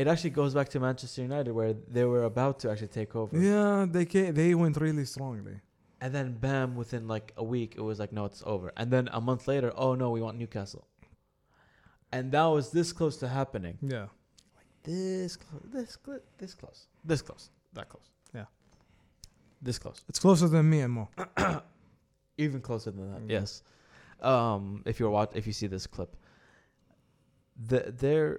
Speaker 1: It actually goes back to Manchester United where they were about to actually take over.
Speaker 2: Yeah, yeah they ca they went really strongly.
Speaker 1: And then bam, within like a week, it was like, no, it's over. And then a month later, oh no, we want Newcastle. And that was this close to happening.
Speaker 2: Yeah,
Speaker 1: This close, this close, this close, this close, that close.
Speaker 2: Yeah.
Speaker 1: This close.
Speaker 2: it's closer than me and Mo.
Speaker 1: Even closer than that.
Speaker 2: Mhm.
Speaker 1: Yes. Um, if you're watch, if you see this clip, the they're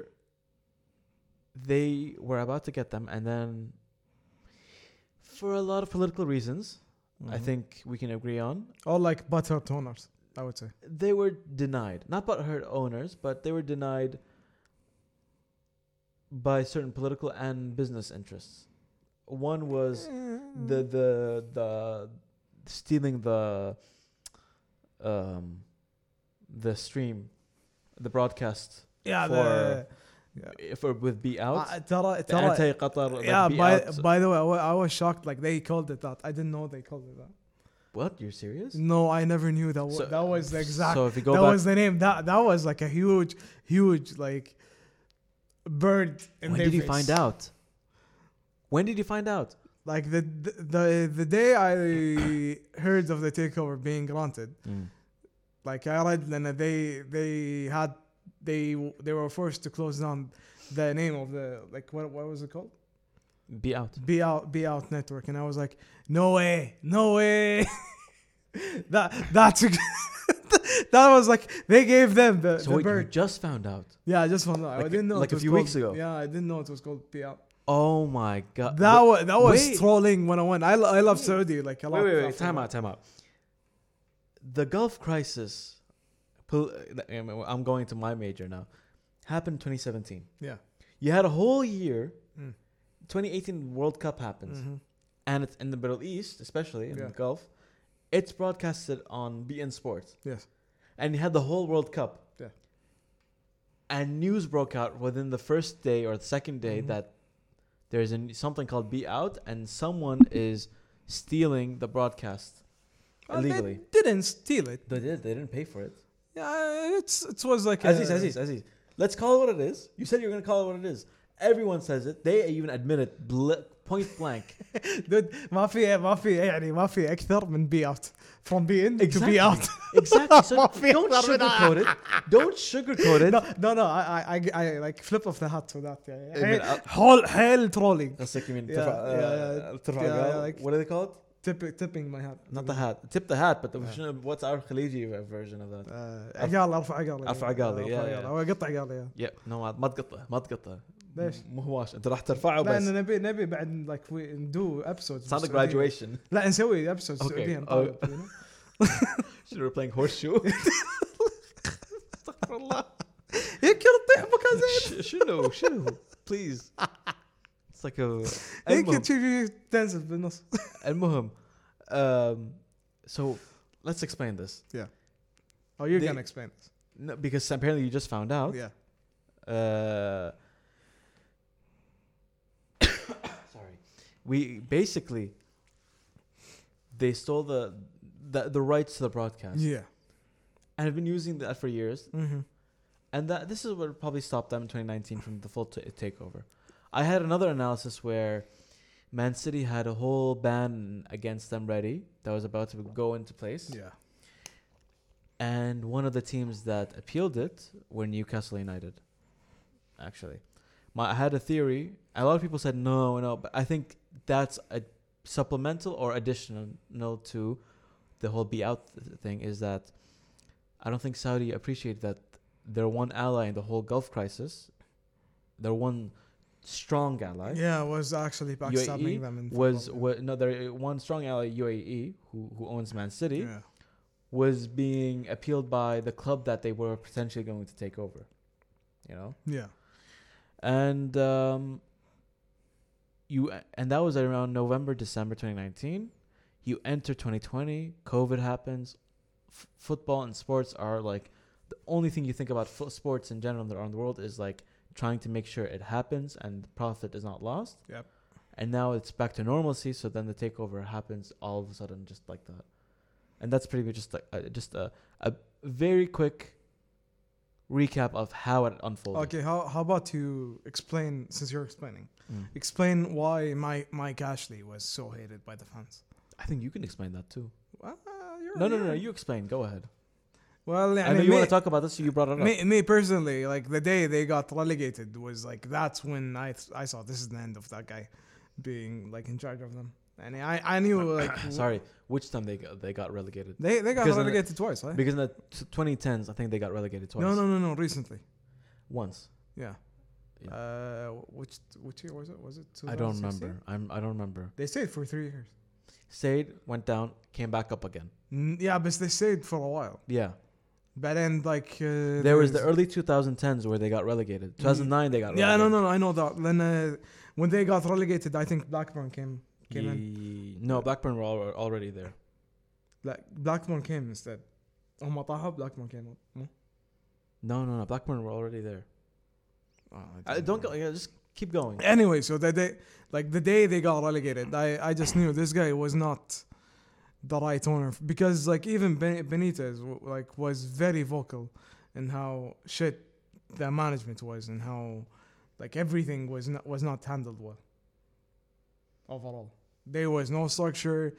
Speaker 1: they were about to get them, and then for a lot of political reasons, I
Speaker 2: Mhm.
Speaker 1: think we can agree on,
Speaker 2: or like butter toners. I would say.
Speaker 1: they were denied not by her owners but they were denied by certain political and business interests one was
Speaker 2: Hmm.
Speaker 1: the the the stealing the um the stream, the broadcast
Speaker 2: Yeah,
Speaker 1: For-
Speaker 2: the-
Speaker 1: if it with be out.
Speaker 2: آه، ترى ترى
Speaker 1: anti Qatar.
Speaker 2: yeah,
Speaker 1: be
Speaker 2: by,
Speaker 1: out.
Speaker 2: by the way, I wa- I was shocked. Like they called it that. I didn't know they called it that.
Speaker 1: what? You're serious?
Speaker 2: No, I never knew that. wa-
Speaker 1: So-
Speaker 2: that was the exact.
Speaker 1: So if you go
Speaker 2: that
Speaker 1: back,
Speaker 2: was the name. That that was like a huge, huge like bird. In
Speaker 1: when
Speaker 2: their
Speaker 1: did you
Speaker 2: face.
Speaker 1: find out? When did you find out?
Speaker 2: Like the the the day
Speaker 1: [COUGHS]
Speaker 2: I heard of the takeover being granted, like I read, and they they had they they were forced to close down the name of the like what what was it called?
Speaker 1: Be out.
Speaker 2: Be out be out network, and I was like, no way, no way. [LAUGHS] that that's a, [LAUGHS] that was like they gave them the,
Speaker 1: So
Speaker 2: the
Speaker 1: wait, you
Speaker 2: bird.
Speaker 1: just found out.
Speaker 2: Yeah, I just found out. I
Speaker 1: Like-
Speaker 2: didn't know.
Speaker 1: like
Speaker 2: it
Speaker 1: a
Speaker 2: was
Speaker 1: few
Speaker 2: called-
Speaker 1: weeks ago.
Speaker 2: Yeah, I didn't know it was called PL.
Speaker 1: Oh my god.
Speaker 2: That
Speaker 1: Wait,
Speaker 2: was that was
Speaker 1: wait.
Speaker 2: trolling 101. I, lo- I love
Speaker 1: Wait.
Speaker 2: Saudi like a lot.
Speaker 1: wait, wait, wait.
Speaker 2: after
Speaker 1: Time
Speaker 2: that.
Speaker 1: out. Time out. The Gulf crisis. pol- I'm going to my major now. Happened 2017.
Speaker 2: Yeah.
Speaker 1: You had a whole year.
Speaker 2: Mm.
Speaker 1: 2018 World Cup happens,
Speaker 2: Mhm.
Speaker 1: and it's in the Middle East, especially in
Speaker 2: Yeah.
Speaker 1: the Gulf. It's broadcasted on BN Sports.
Speaker 2: Yes.
Speaker 1: and you had the whole World Cup.
Speaker 2: Yeah.
Speaker 1: And news broke out within the first day or the second day
Speaker 2: Mhm.
Speaker 1: that there's an, something called Be Out, and someone is stealing the broadcast
Speaker 2: Well,
Speaker 1: illegally.
Speaker 2: Oh, They didn't steal it.
Speaker 1: They did. They didn't pay for it.
Speaker 2: Yeah, it's it was like
Speaker 1: Aziz,
Speaker 2: a-
Speaker 1: Aziz, Aziz. Let's call it what it is. You said you were going to call it what it is. Everyone says it. They even admit it bl- point blank.
Speaker 2: دود ما في ما في يعني ما في اكثر من بي اوت from بي ان [LAUGHS] to
Speaker 1: Exactly.
Speaker 2: بي [LAUGHS] اوت
Speaker 1: exactly. So
Speaker 2: ما في
Speaker 1: don't
Speaker 2: أكثر من-
Speaker 1: sugarcoat it. Don't sugarcoat it.
Speaker 2: no no no I I I, I like flip off the hat to that يعني
Speaker 1: I mean,
Speaker 2: حيل- حول حيل trolling
Speaker 1: قصدك يمين
Speaker 2: Yeah,
Speaker 1: ترفع-
Speaker 2: yeah,
Speaker 1: uh, ترفع
Speaker 2: yeah,
Speaker 1: القلم.
Speaker 2: like-
Speaker 1: What do they call it?
Speaker 2: tipping tipping my hat
Speaker 1: Not the hat. Tip the hat, but the, شنو- what's our Khaliji version of that?
Speaker 2: آه، عقال ارفع عقالي
Speaker 1: أرفع عقالي،
Speaker 2: أرفع
Speaker 1: yeah,
Speaker 2: عقالي.
Speaker 1: yeah. Mm.
Speaker 2: او اقطع عقالي
Speaker 1: Yeah, no ما ما تقطه ما تقطه.
Speaker 2: ليش؟
Speaker 1: مو هواش انت راح ترفعه
Speaker 2: لان
Speaker 1: بس.
Speaker 2: نبي نبي بعد لايك وي ندو ابسود
Speaker 1: It's not a graduation.
Speaker 2: لا نسوي ابسود
Speaker 1: Okay.
Speaker 2: سعوديه
Speaker 1: Oh.
Speaker 2: نطالب you know? [LAUGHS]
Speaker 1: Should we playing horseshoe? استغفر الله.
Speaker 2: يمكن تطيح مكان زين
Speaker 1: ش- شنو شنو؟ Please. It's like a
Speaker 2: يمكن
Speaker 1: المهم
Speaker 2: تشوف تنزل بالنص
Speaker 1: المهم um, so let's explain this
Speaker 2: او يو
Speaker 1: They-
Speaker 2: كان اكسبلين
Speaker 1: no, because apparently you just found out.
Speaker 2: yeah
Speaker 1: Uh, [COUGHS] sorry. We basically they stole the the, the rights to the broadcast
Speaker 2: yeah
Speaker 1: and have been using that for years.
Speaker 2: Mhm.
Speaker 1: And that this is what probably stopped them in 2019 from the full t- takeover. I had another analysis where Man City had a whole ban against them ready that was about to go into place.
Speaker 2: yeah
Speaker 1: And one of the teams that appealed it were Newcastle United. Actually, my I had a theory. A lot of people said no, no, but I think that's a supplemental or additional to the whole be out th- thing. Is that I don't think Saudi appreciate that their one ally in the whole Gulf crisis, their one strong ally,
Speaker 2: Yeah, was actually backstabbing
Speaker 1: UAE
Speaker 2: them. In
Speaker 1: E was,
Speaker 2: football.
Speaker 1: was no their one strong ally UAE who who owns Man City
Speaker 2: yeah.
Speaker 1: was being appealed by the club that they were potentially going to take over, you know,
Speaker 2: yeah,
Speaker 1: and um, you and that was around November December 2019. You enter 2020, COVID happens, F- football and sports are like the only thing you think about fo- sports in general around the world is like trying to make sure it happens and profit is not lost.
Speaker 2: Yep.
Speaker 1: And now it's back to normalcy. So then the takeover happens all of a sudden, just like that. And that's pretty much just like uh, just a a very quick recap of how it unfolded.
Speaker 2: Okay, how how about you explain since you're explaining,
Speaker 1: Mm.
Speaker 2: explain why my Mike Ashley was so hated by the fans.
Speaker 1: I think you can explain that too.
Speaker 2: Well, you're,
Speaker 1: No, no, no, no.
Speaker 2: you're-
Speaker 1: You explain. Go ahead.
Speaker 2: Well,
Speaker 1: I know you
Speaker 2: me,
Speaker 1: want to talk about this, so you brought it up.
Speaker 2: me, me personally, like the day they got relegated was like that's when I th- I saw this is the end of that guy being like in charge of them, and I I
Speaker 1: [COUGHS]
Speaker 2: knew like
Speaker 1: Sorry, which time they got, they got relegated?
Speaker 2: they they got
Speaker 1: Because in the-
Speaker 2: relegated twice, right?
Speaker 1: Because in the t- 2010s, I think they got relegated twice.
Speaker 2: No, no, no, no, recently.
Speaker 1: once.
Speaker 2: Yeah.
Speaker 1: Yeah.
Speaker 2: Uh, which which year was it? Was it?
Speaker 1: I don't
Speaker 2: 2016?
Speaker 1: remember. I'm I don't remember.
Speaker 2: They stayed for three years.
Speaker 1: Stayed, went down, came back up again.
Speaker 2: N- Yeah, but they stayed for a while.
Speaker 1: Yeah,
Speaker 2: But then, like, uh,
Speaker 1: there was the early 2010s where they got relegated. 2009 they got.
Speaker 2: Mm-hmm. Yeah, no,
Speaker 1: relegated.
Speaker 2: no, no, I know that. Then uh, when they got relegated, I think Blackburn came. came in.
Speaker 1: Ye- no, Blackburn were al- already there.
Speaker 2: Like Blackburn came instead. هم طاحوا بلاك مان كانوا مو؟
Speaker 1: No, no, no. Blackburn were already there. Uh, don't go. Yeah, just keep going.
Speaker 2: Anyway, so the day, like the day they got relegated, I, I just knew this guy was not the right owner because like even Ben- Benitez w- like was very vocal in how shit the management was and how like everything was not was not handled well overall. There was no structure.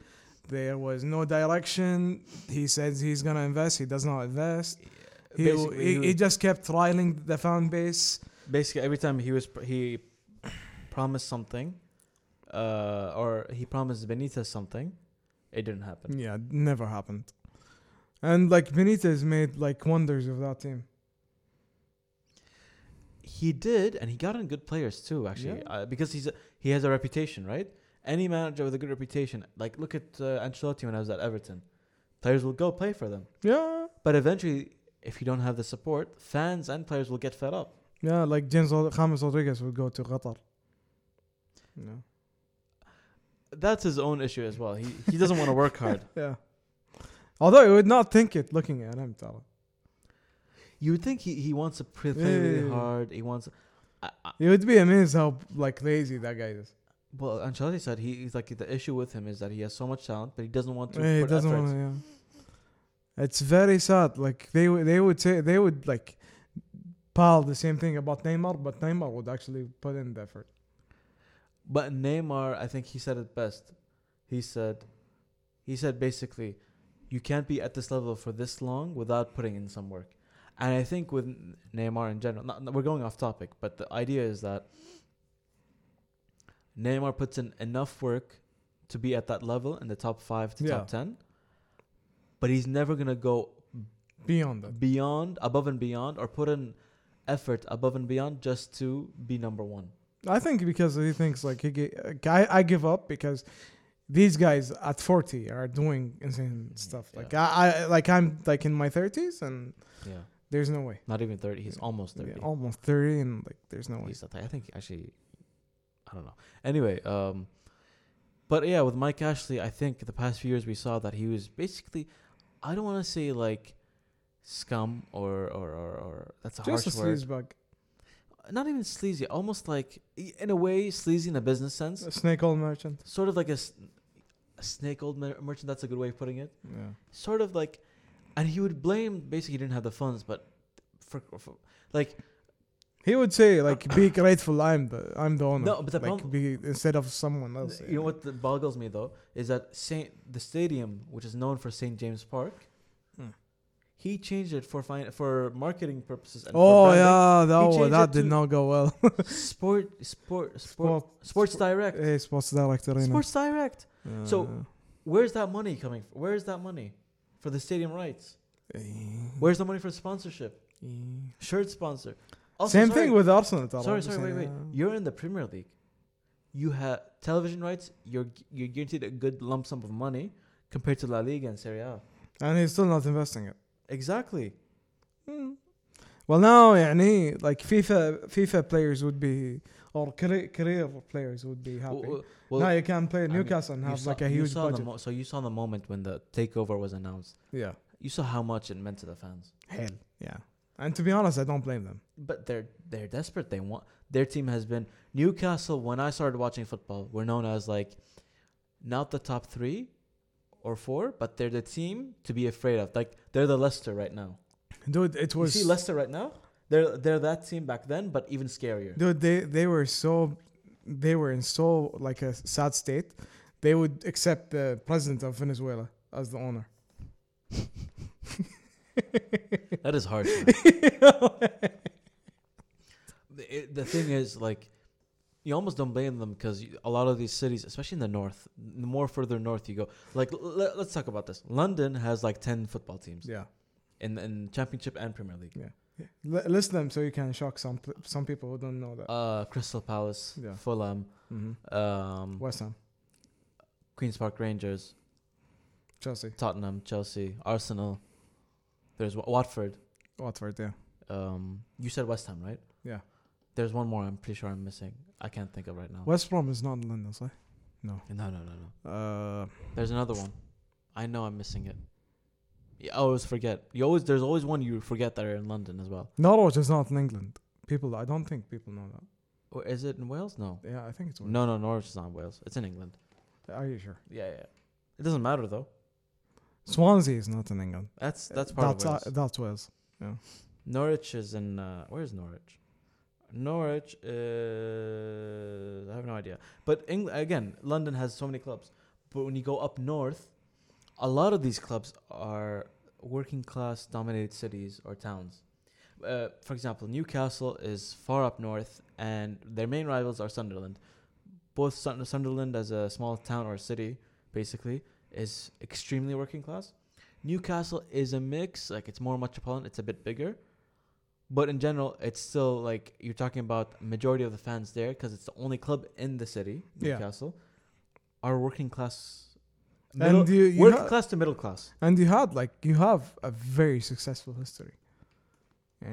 Speaker 2: There was no direction. He says he's gonna invest. He does not invest. He,
Speaker 1: Basically,
Speaker 2: he,
Speaker 1: he
Speaker 2: he
Speaker 1: was-
Speaker 2: just kept trialing the fan base.
Speaker 1: Basically, every time he was pr- he promised something, uh, or he promised Benitez something, it didn't happen.
Speaker 2: Yeah, never happened. And like Benitez made like wonders of that team.
Speaker 1: He did, and he got in good players too. Actually,
Speaker 2: Yeah.
Speaker 1: uh, because he's a, he has a reputation, right? Any manager with a good reputation, like look at uh, Ancelotti when I was at Everton, players will go play for them.
Speaker 2: Yeah,
Speaker 1: But eventually, if you don't have the support, fans and players will get fed up.
Speaker 2: yeah. Like James Rod- James Rodriguez would go to Qatar. Yeah,
Speaker 1: That's his own issue as well. He he doesn't want to work
Speaker 2: [LAUGHS]
Speaker 1: hard.
Speaker 2: yeah. Although you would not think it looking at him, Tara.
Speaker 1: You would think he, he wants to play, play really
Speaker 2: Yeah.
Speaker 1: hard. He wants. I, I,
Speaker 2: You would be amazed how like lazy that guy is.
Speaker 1: well, Ancelotti said he, he's like the issue with him is that he has so much talent, but he doesn't want to
Speaker 2: Yeah, he
Speaker 1: put
Speaker 2: doesn't
Speaker 1: effort.
Speaker 2: want to. Yeah. It's very sad. Like they would, they would say they would like pile the same thing about Neymar, but Neymar would actually put in the effort.
Speaker 1: But Neymar, I think he said it best. He said, he said basically, you can't be at this level for this long without putting in some work. And I think with N- Neymar in general, not, not- we're going off topic, but the idea is that Neymar puts in enough work to be at that level in the top five to
Speaker 2: Yeah.
Speaker 1: top ten, but he's never gonna go
Speaker 2: Beyond that,
Speaker 1: beyond, above and beyond, or put in effort above and beyond just to be number one.
Speaker 2: I think because he thinks like he gi- like, I, I give up because these guys at 40 are doing insane
Speaker 1: Mm,
Speaker 2: stuff. Like I, I like I'm like in my 30s and
Speaker 1: Yeah,
Speaker 2: there's no way.
Speaker 1: not even thirty. He's almost
Speaker 2: Yeah,
Speaker 1: thirty.
Speaker 2: almost 30 and like there's no way.
Speaker 1: He's not that- I think actually, I don't know. Anyway, um, but yeah, with Mike Ashley, I think the past few years we saw that he was basically, I don't want to say like scum or or or, or that's a
Speaker 2: Just a
Speaker 1: harsh word.
Speaker 2: sleazebug.
Speaker 1: Not even sleazy, almost like i- in a way sleazy in a business sense,
Speaker 2: A snake oil merchant.
Speaker 1: sort of like a, s- a snake old mer- merchant. That's a good way of putting it.
Speaker 2: Yeah.
Speaker 1: Sort of like, and he would blame basically he didn't have the funds, but for, for like
Speaker 2: He would
Speaker 1: [COUGHS]
Speaker 2: say like be grateful I'm the I'm the owner.
Speaker 1: No, but the
Speaker 2: like,
Speaker 1: problem-
Speaker 2: be, instead of someone else.
Speaker 1: You know what that boggles me though is that Saint the stadium, which is known for Saint James Park,
Speaker 2: Hmm.
Speaker 1: he changed it for fin- for marketing purposes. And
Speaker 2: Oh
Speaker 1: for branding.
Speaker 2: yeah, that
Speaker 1: He
Speaker 2: wa-
Speaker 1: changed
Speaker 2: that
Speaker 1: it
Speaker 2: did
Speaker 1: to-
Speaker 2: not go well.
Speaker 1: Sport,
Speaker 2: [LAUGHS]
Speaker 1: sport, sport,
Speaker 2: Sport-
Speaker 1: [LAUGHS] Sports Direct,
Speaker 2: hey, eh, sports director. you know.
Speaker 1: Sports Direct.
Speaker 2: Uh,
Speaker 1: so- Where's that money coming? From? Where's that money for the stadium rights?
Speaker 2: eh,
Speaker 1: Where's the money for sponsorship?
Speaker 2: eh.
Speaker 1: Shirt sponsor. Also,
Speaker 2: Same
Speaker 1: sorry,
Speaker 2: thing with Arsenal. Tara.
Speaker 1: Sorry,
Speaker 2: I'm
Speaker 1: sorry, wait,
Speaker 2: saying,
Speaker 1: wait.
Speaker 2: uh,
Speaker 1: You're in the Premier League. You have television rights. You're gu- you're guaranteed a good lump sum of money compared to La Liga and Serie A.
Speaker 2: and he's still not investing it.
Speaker 1: Exactly.
Speaker 2: Well, now يعني like FIFA FIFA players would be or career, career players would be happy.
Speaker 1: Well,
Speaker 2: now you can play
Speaker 1: mean,
Speaker 2: Newcastle and
Speaker 1: you
Speaker 2: have
Speaker 1: saw-
Speaker 2: like a
Speaker 1: you
Speaker 2: huge
Speaker 1: saw the
Speaker 2: budget.
Speaker 1: mo- so you saw the moment when the takeover was announced.
Speaker 2: yeah,
Speaker 1: You saw how much it meant to the fans.
Speaker 2: hell yeah. And to be honest, I don't blame them.
Speaker 1: But they're they're desperate. They want their team has been Newcastle. When I started watching football, were known as like not the top three or four, but they're the team to be afraid of. Like they're the Leicester right now.
Speaker 2: Dude, it was
Speaker 1: you see Leicester right now. They're they're that team back then, but even scarier.
Speaker 2: dude. They they were so they were in so like a sad state. They would accept the president of Venezuela as the
Speaker 1: [LAUGHS]
Speaker 2: owner. [LAUGHS]
Speaker 1: That is harsh.
Speaker 2: [LAUGHS]
Speaker 1: man. The- it- the thing is like you almost don't blame them because a lot of these cities especially in the north the more further north you go like l- l- let's talk about this london has like 10 football teams
Speaker 2: yeah.
Speaker 1: in, in championship and premier league
Speaker 2: L- list them so you can shock some pl- some people who don't know that.
Speaker 1: uh crystal palace
Speaker 2: Yeah.
Speaker 1: fulham
Speaker 2: mm-hmm.
Speaker 1: um
Speaker 2: West Ham,
Speaker 1: queens park rangers
Speaker 2: Chelsea,
Speaker 1: tottenham chelsea arsenal there's Wa- watford
Speaker 2: Watford. Yeah.
Speaker 1: um you said west ham right
Speaker 2: Yeah.
Speaker 1: there's one more i'm pretty sure i'm missing i can't think of right now
Speaker 2: West Brom is not in London, so.
Speaker 1: no no no no
Speaker 2: Uh,
Speaker 1: there's another one i know i'm missing it Yeah, I always forget. You always there's always one you forget that are in London as well.
Speaker 2: Norwich is not in England. People, I don't think people know that.
Speaker 1: Or Oh, is it in Wales? No.
Speaker 2: Yeah, I think it's. Wales.
Speaker 1: No, no, Norwich is not in Wales. It's in England.
Speaker 2: Are you sure?
Speaker 1: Yeah, yeah. It doesn't matter though.
Speaker 2: Swansea is not in England.
Speaker 1: That's that's part
Speaker 2: that's
Speaker 1: of Wales.
Speaker 2: uh, that's Wales.
Speaker 1: Norwich is in uh, where is Norwich? Norwich is I have no idea. But Eng- again, London has so many clubs. But when you go up north, a lot of these clubs are working class dominated cities or towns. Uh, for example, Newcastle is far up north, and their main rivals are Sunderland. Both Sun- Sunderland, as a small town or city, basically, is extremely working class. Newcastle is a mix, like it's more metropolitan, it's a bit bigger, but in general, it's still like you're talking about majority of the fans there because it's the only club in the city,
Speaker 2: Yeah.
Speaker 1: Newcastle, are working class,
Speaker 2: And
Speaker 1: middle,
Speaker 2: you- you
Speaker 1: working
Speaker 2: ha-
Speaker 1: class to middle class.
Speaker 2: And you had like you have a very successful history. Uh,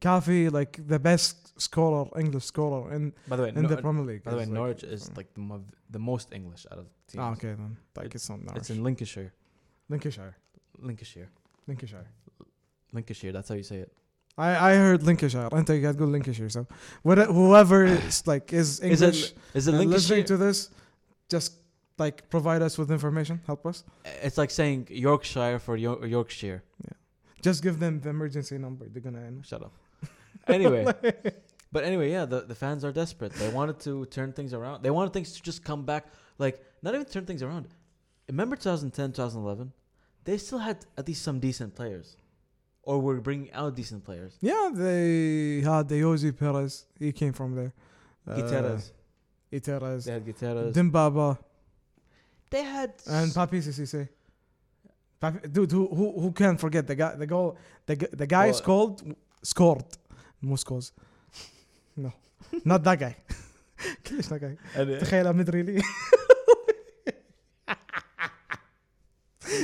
Speaker 2: Caffey, like the best scorer, English scorer in,
Speaker 1: By the way,
Speaker 2: in
Speaker 1: Nor-
Speaker 2: the Premier League.
Speaker 1: uh, by the way,
Speaker 2: is, like, mm.
Speaker 1: Norwich is like the, mov- the most English out of the teams.
Speaker 2: Ah, okay then. Like it's not Norwich.
Speaker 1: It's in Lincolnshire,
Speaker 2: Lincolnshire.
Speaker 1: Lincolnshire,
Speaker 2: Lincolnshire.
Speaker 1: Lincolnshire. That's how you say it.
Speaker 2: I, I heard Lincolnshire. I think I'd go Lincolnshire. So what- whoever is like is English
Speaker 1: is it is it
Speaker 2: and listening
Speaker 1: Lincolnshire?
Speaker 2: to this, just like provide us with information, help us.
Speaker 1: it's like saying Yorkshire for Yo- Yorkshire.
Speaker 2: Just give them the emergency number. They're gonna end.
Speaker 1: Shut up. [LAUGHS]
Speaker 2: [LAUGHS]
Speaker 1: Anyway, but anyway, yeah, the, the fans are desperate. They wanted to turn things around. They wanted things to just come back. Like, not even turn things around. Remember 2010, 2011? They still had at least some decent players. Or were bringing out decent players.
Speaker 2: Yeah, they had Jose Perez. He came from there.
Speaker 1: Guterres.
Speaker 2: Uh, Guterres.
Speaker 1: They had Guterres.
Speaker 2: Dimbaba
Speaker 1: they had...
Speaker 2: [LAUGHS]
Speaker 1: [LAUGHS]
Speaker 2: and Papi Cissé. Papi, dude, who, who who can forget the guy? The goal. The gu- the guy
Speaker 1: Well-
Speaker 2: scored scored. Mos scores. No, not that guy. [LAUGHS] كلش that
Speaker 1: [LAUGHS]
Speaker 2: guy.
Speaker 1: and, uh,
Speaker 2: تخيل مدري لي. [LAUGHS]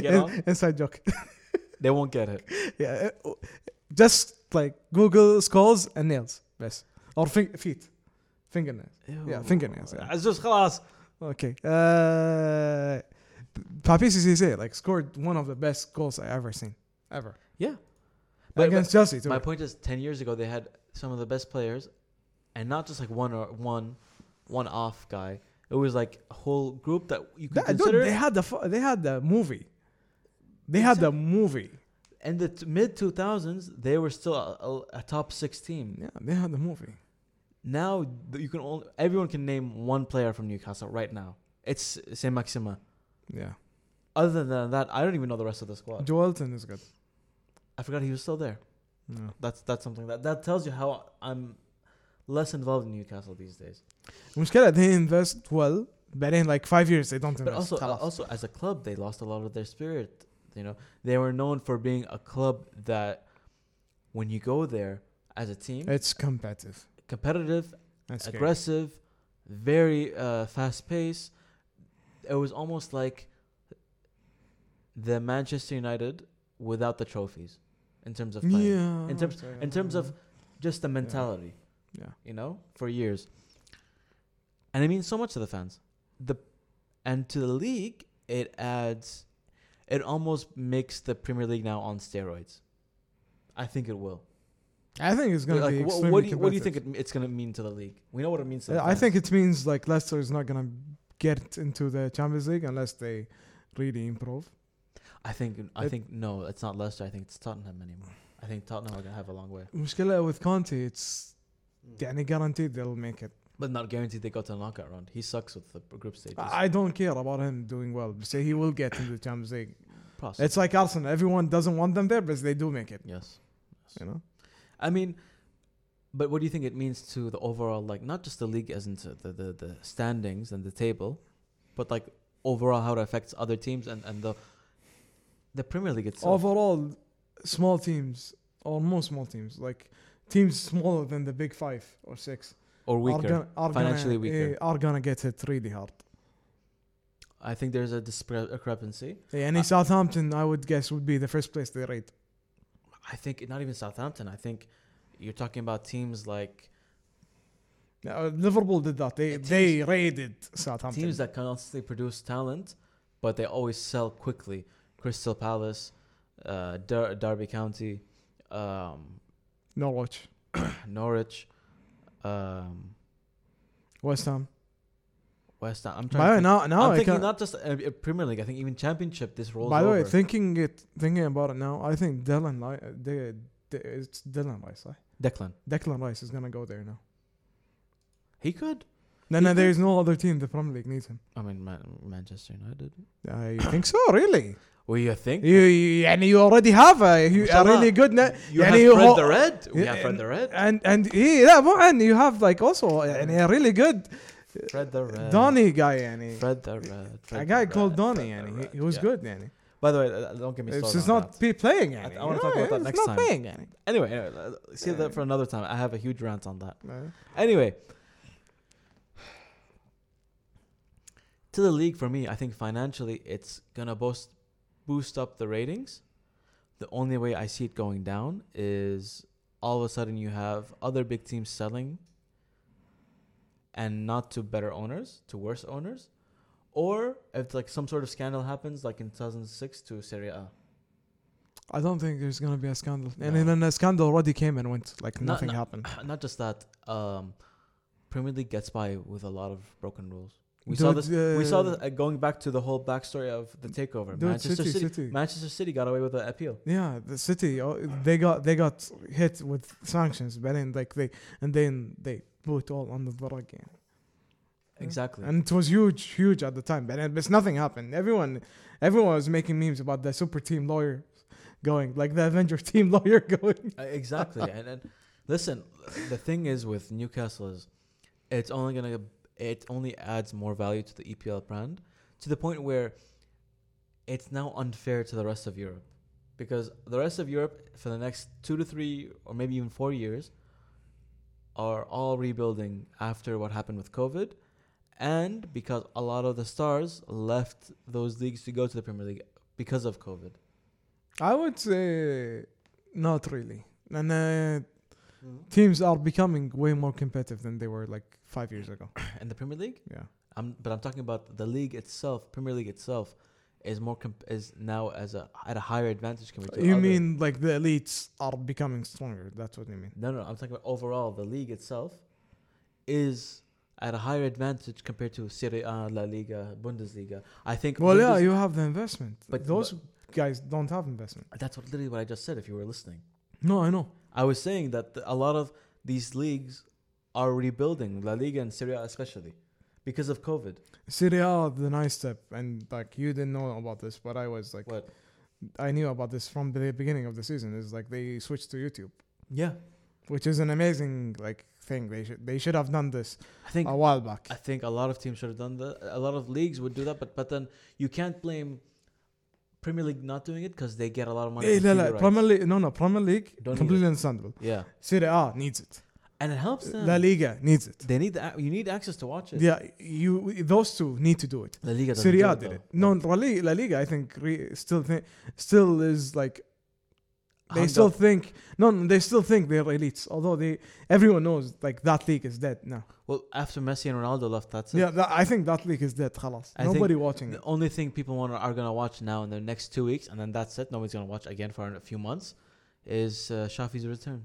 Speaker 1: get on?
Speaker 2: Inside joke.
Speaker 1: they won't get it.
Speaker 2: Yeah, uh, just like Google skulls and nails, بس. Or fing- feet, fingernails. Yeah, fingernails, yeah.
Speaker 1: It's just خلاص.
Speaker 2: Okay. Uh, Papi Cissé like scored one of the best goals I ever seen, ever.
Speaker 1: Yeah. But-
Speaker 2: against Chelsea too.
Speaker 1: My point is, ten years ago they had some of the best players, and not just like one or one, one off guy. It was like a whole group that you could
Speaker 2: That- dude,
Speaker 1: consider.
Speaker 2: they had the fu- they had the movie. They had the movie.
Speaker 1: and the t- mid two thousands, they were still a, a, a top six team.
Speaker 2: Yeah, they had the movie.
Speaker 1: Now th- you can only everyone can name one player from Newcastle right now. It's Saint Maxima.
Speaker 2: Yeah,
Speaker 1: Other than that, I don't even know the rest of the squad.
Speaker 2: Joelton is good.
Speaker 1: I forgot he was still there.
Speaker 2: Yeah.
Speaker 1: That's that's something that that tells you how I'm less involved in Newcastle these days.
Speaker 2: المشكلة they invest well, but in like five years they don't invest.
Speaker 1: But also, uh,
Speaker 2: خلاص.
Speaker 1: also as a club, they lost a lot of their spirit. You know, they were known for being a club that, when you go there as a team,
Speaker 2: it's competitive.
Speaker 1: competitive,
Speaker 2: That's scary.
Speaker 1: aggressive, very uh, fast pace. It was almost like the Manchester United without the trophies, in terms of playing,
Speaker 2: Yeah.
Speaker 1: in terms- in terms of just the mentality.
Speaker 2: Yeah.
Speaker 1: you know, for years. And it means so much to the fans. The and to the league, it adds it almost makes the Premier League now on steroids. I think it will.
Speaker 2: I think it's gonna
Speaker 1: Like,
Speaker 2: be
Speaker 1: wha-
Speaker 2: extremely
Speaker 1: what, do you, what do you think
Speaker 2: competitive.
Speaker 1: it, it's going to mean to the league? We know what it means. To the
Speaker 2: Uh, I
Speaker 1: fans.
Speaker 2: think it means like Leicester is not gonna get into the Champions League unless they really improve.
Speaker 1: I think. I
Speaker 2: it-
Speaker 1: think no, it's not Leicester. I think it's Tottenham anymore. I think Tottenham are going to have a long way,
Speaker 2: مشكلة with Conte it's
Speaker 1: Hmm.
Speaker 2: يعني guaranteed they'll make it.
Speaker 1: but not guaranteed they go to the knockout round. He sucks with the group stages.
Speaker 2: I I don't care about him doing well. Say he will get into the Champions
Speaker 1: [LAUGHS]
Speaker 2: League.
Speaker 1: Process.
Speaker 2: It's like Arsenal. Everyone doesn't want them there, but they do make it.
Speaker 1: yes.
Speaker 2: You know.
Speaker 1: I mean, but what do you think it means to the overall, like not just the league as in to the, the, the standings and the table, but like overall how it affects other teams and, and the the Premier League itself?
Speaker 2: Overall, small teams or most small teams, like teams smaller than the big five or six,
Speaker 1: or
Speaker 2: are
Speaker 1: weaker.
Speaker 2: gonna, are
Speaker 1: Financially
Speaker 2: gonna,
Speaker 1: weaker. Uh,
Speaker 2: eh, are gonna get hit really hard.
Speaker 1: I think there's a dispre- discrepancy.
Speaker 2: Eh, Any
Speaker 1: I-
Speaker 2: Southampton, I would guess, would be the first place they rate.
Speaker 1: I think not even Southampton. I think you're talking about teams like
Speaker 2: Uh, Liverpool did that. They
Speaker 1: Teams-
Speaker 2: they raided Southampton.
Speaker 1: teams that constantly produce talent, but they always sell quickly. Crystal Palace, uh, Dar- Derby County, um,
Speaker 2: Norwich,
Speaker 1: Norwich, um,
Speaker 2: West Ham.
Speaker 1: West Ham. I'm trying.
Speaker 2: By
Speaker 1: to
Speaker 2: the way,
Speaker 1: think.
Speaker 2: now, now
Speaker 1: I'm
Speaker 2: I
Speaker 1: thinking
Speaker 2: can't-
Speaker 1: not just uh, Premier League. I think even Championship. This rolls
Speaker 2: By the
Speaker 1: over.
Speaker 2: way, thinking it, thinking about it now, I think Dylan, Li- uh, De- De- it's Dylan Rice. Right?
Speaker 1: Declan.
Speaker 2: Declan Rice is gonna go there now.
Speaker 1: He could.
Speaker 2: No,
Speaker 1: He
Speaker 2: no,
Speaker 1: could-
Speaker 2: there is no other team in the Premier League needs him.
Speaker 1: I mean, Man- Manchester United.
Speaker 2: I think so, really.
Speaker 1: Well, you think?
Speaker 2: You, you, and you already have a, you, a
Speaker 1: Mashallah.
Speaker 2: really good net.
Speaker 1: You
Speaker 2: يعني
Speaker 1: have
Speaker 2: you
Speaker 1: Fred
Speaker 2: ho-
Speaker 1: the Red. We
Speaker 2: Yeah,
Speaker 1: have Fred the Red.
Speaker 2: And and yeah, لا مو and you have like also يعني a really good
Speaker 1: Fred the Red.
Speaker 2: Donny guy يعني
Speaker 1: Fred the Red. Fred
Speaker 2: a
Speaker 1: the
Speaker 2: guy called
Speaker 1: Red,
Speaker 2: Donny
Speaker 1: Fred the
Speaker 2: يعني he-
Speaker 1: Red,
Speaker 2: he was
Speaker 1: yeah.
Speaker 2: good يعني
Speaker 1: By the way, uh, don't get me started.
Speaker 2: this is
Speaker 1: on
Speaker 2: not
Speaker 1: that.
Speaker 2: be playing يعني
Speaker 1: I wanna talk
Speaker 2: Yeah,
Speaker 1: about that
Speaker 2: it's
Speaker 1: next
Speaker 2: not
Speaker 1: time.
Speaker 2: playing يعني
Speaker 1: Anyway, anyway, uh, see
Speaker 2: Yeah.
Speaker 1: that for another time. I have a huge rant on that. Anyway, to the league for me, I think financially it's gonna boost boost up the ratings. The only way I see it going down is all of a sudden you have other big teams selling and not to better owners, to worse owners, or if like some sort of scandal happens like in 2006 to Serie A. [CLEARS THROAT]
Speaker 2: I don't think there's gonna be a scandal and
Speaker 1: No.
Speaker 2: then a scandal already came and went like
Speaker 1: No,
Speaker 2: nothing
Speaker 1: no.
Speaker 2: happened
Speaker 1: Not just that, um, Premier League gets by with a lot of broken rules. [SIGHS] We
Speaker 2: Dude,
Speaker 1: saw this. we saw
Speaker 2: uh,
Speaker 1: this uh, going back to the whole backstory of the takeover.
Speaker 2: Dude,
Speaker 1: Manchester
Speaker 2: City,
Speaker 1: City,
Speaker 2: City.
Speaker 1: Manchester City got away with an appeal.
Speaker 2: yeah the city oh, they got they got hit with sanctions but then like they and then they put all on the drug يعني Yeah.
Speaker 1: Exactly.
Speaker 2: and it was huge, huge at the time. But, but nothing happened. Everyone, everyone was making memes about the super team lawyer going, like the Avenger team [LAUGHS] lawyer going.
Speaker 1: Uh, exactly. and, and listen, the thing is with Newcastle is, it's only gonna it only adds more value to the EPL brand to the point where it's now unfair to the rest of Europe because the rest of Europe for the next two to three or maybe even four years are all rebuilding after what happened with COVID. And because a lot of the stars left those leagues to go to the Premier League because of COVID.
Speaker 2: I would say not really. And uh,
Speaker 1: Hmm.
Speaker 2: teams are becoming way more competitive than they were like five years ago.
Speaker 1: And the Premier League?
Speaker 2: Yeah.
Speaker 1: I'm, but I'm talking about the league itself, Premier League itself, is more comp- is now as a at a higher advantage compared to.
Speaker 2: You
Speaker 1: other-
Speaker 2: mean like the elites are becoming stronger? That's what you mean.
Speaker 1: No, no. I'm talking about overall. The league itself is at a higher advantage compared to Serie A, La Liga, Bundesliga. I think.
Speaker 2: Well, yeah,
Speaker 1: Bundes-
Speaker 2: you have the investment, but
Speaker 1: But-
Speaker 2: those guys don't have investment.
Speaker 1: that's what, literally what I just said. If you were listening,
Speaker 2: No, I know.
Speaker 1: I was saying that the, a lot of these leagues are rebuilding, La Liga and Serie A especially, because of COVID.
Speaker 2: Serie A, the nice step, and like you didn't know about this, but I was like,
Speaker 1: What?
Speaker 2: I knew about this from the beginning of the season is like they switched to YouTube,
Speaker 1: Yeah,
Speaker 2: which is an amazing like thing. They should they should have done this
Speaker 1: I think
Speaker 2: a while back.
Speaker 1: I think a lot of teams should have done that. A lot of leagues would do that, but but then you can't blame Premier League not doing it because they get a lot of money.
Speaker 2: Eh,
Speaker 1: from TV
Speaker 2: لا, لا,
Speaker 1: rights.
Speaker 2: Premier League, no, no, Premier League,
Speaker 1: Don't need
Speaker 2: completely understandable.
Speaker 1: yeah,
Speaker 2: Serie A needs it.
Speaker 1: and it helps them.
Speaker 2: La Liga needs it.
Speaker 1: They need the, ac- you need access to watch it.
Speaker 2: Yeah, you those two need to do it.
Speaker 1: La Liga doesn't
Speaker 2: Serie
Speaker 1: do
Speaker 2: A
Speaker 1: it,
Speaker 2: did it.
Speaker 1: though.
Speaker 2: No,
Speaker 1: Like,
Speaker 2: La Liga, La Liga I think re, still think still is like they
Speaker 1: hung
Speaker 2: still
Speaker 1: up.
Speaker 2: think no, no, they still think they're elites. Although they everyone knows like that league is dead now.
Speaker 1: well after Messi and Ronaldo left. That's it.
Speaker 2: Yeah, that, I think that league is dead. خلاص.
Speaker 1: I think
Speaker 2: Nobody watching it.
Speaker 1: The only thing people want are gonna watch now in the next two weeks, and then that's it. Nobody's gonna watch again for a few months. Is uh, Shafi's return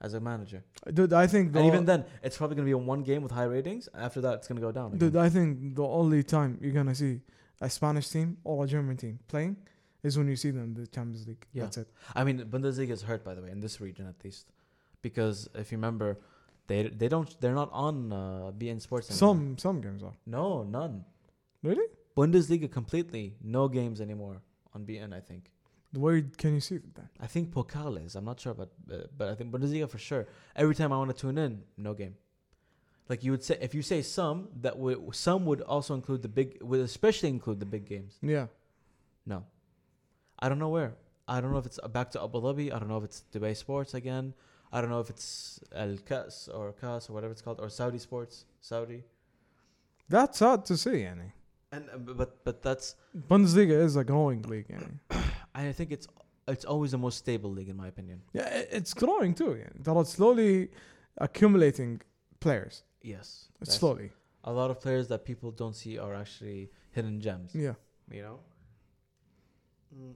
Speaker 1: as a manager,
Speaker 2: Dude, I think the
Speaker 1: and even then, it's probably gonna be one game with high ratings. and After that, it's gonna go down. again.
Speaker 2: dude, I think the only time you're gonna see a Spanish team or a German team playing is when you see them in the Champions League.
Speaker 1: Yeah.
Speaker 2: That's it.
Speaker 1: I mean, Bundesliga is hurt by the way in this region at least, because if you remember, they they don't they're not on uh, BN Sports. Anymore.
Speaker 2: Some some games are.
Speaker 1: no none
Speaker 2: Really?
Speaker 1: Bundesliga completely no games anymore on BN. I think
Speaker 2: Where can you see it then?
Speaker 1: I think Pokal is. I'm not sure, but uh, but I think Bundesliga for sure. Every time I want to tune in, no game. Like you would say, if you say some that would some would also include the big would especially include the big games.
Speaker 2: Yeah.
Speaker 1: No. I don't know where. I don't know if it's back to Abu Dhabi. I don't know if it's Dubai Sports again. I don't know if it's Al Kas or Kas or whatever it's called or Saudi Sports, Saudi.
Speaker 2: That's hard to see, Annie.
Speaker 1: And uh, but but that's
Speaker 2: Bundesliga is a growing league, Annie.
Speaker 1: I think it's it's always the most stable league in my opinion.
Speaker 2: Yeah, i- it's growing too, يعني. They're slowly accumulating players.
Speaker 1: Yes.
Speaker 2: It's
Speaker 1: That's-
Speaker 2: slowly.
Speaker 1: A lot of players that people don't see are actually hidden gems,
Speaker 2: Yeah.
Speaker 1: you know. Mm.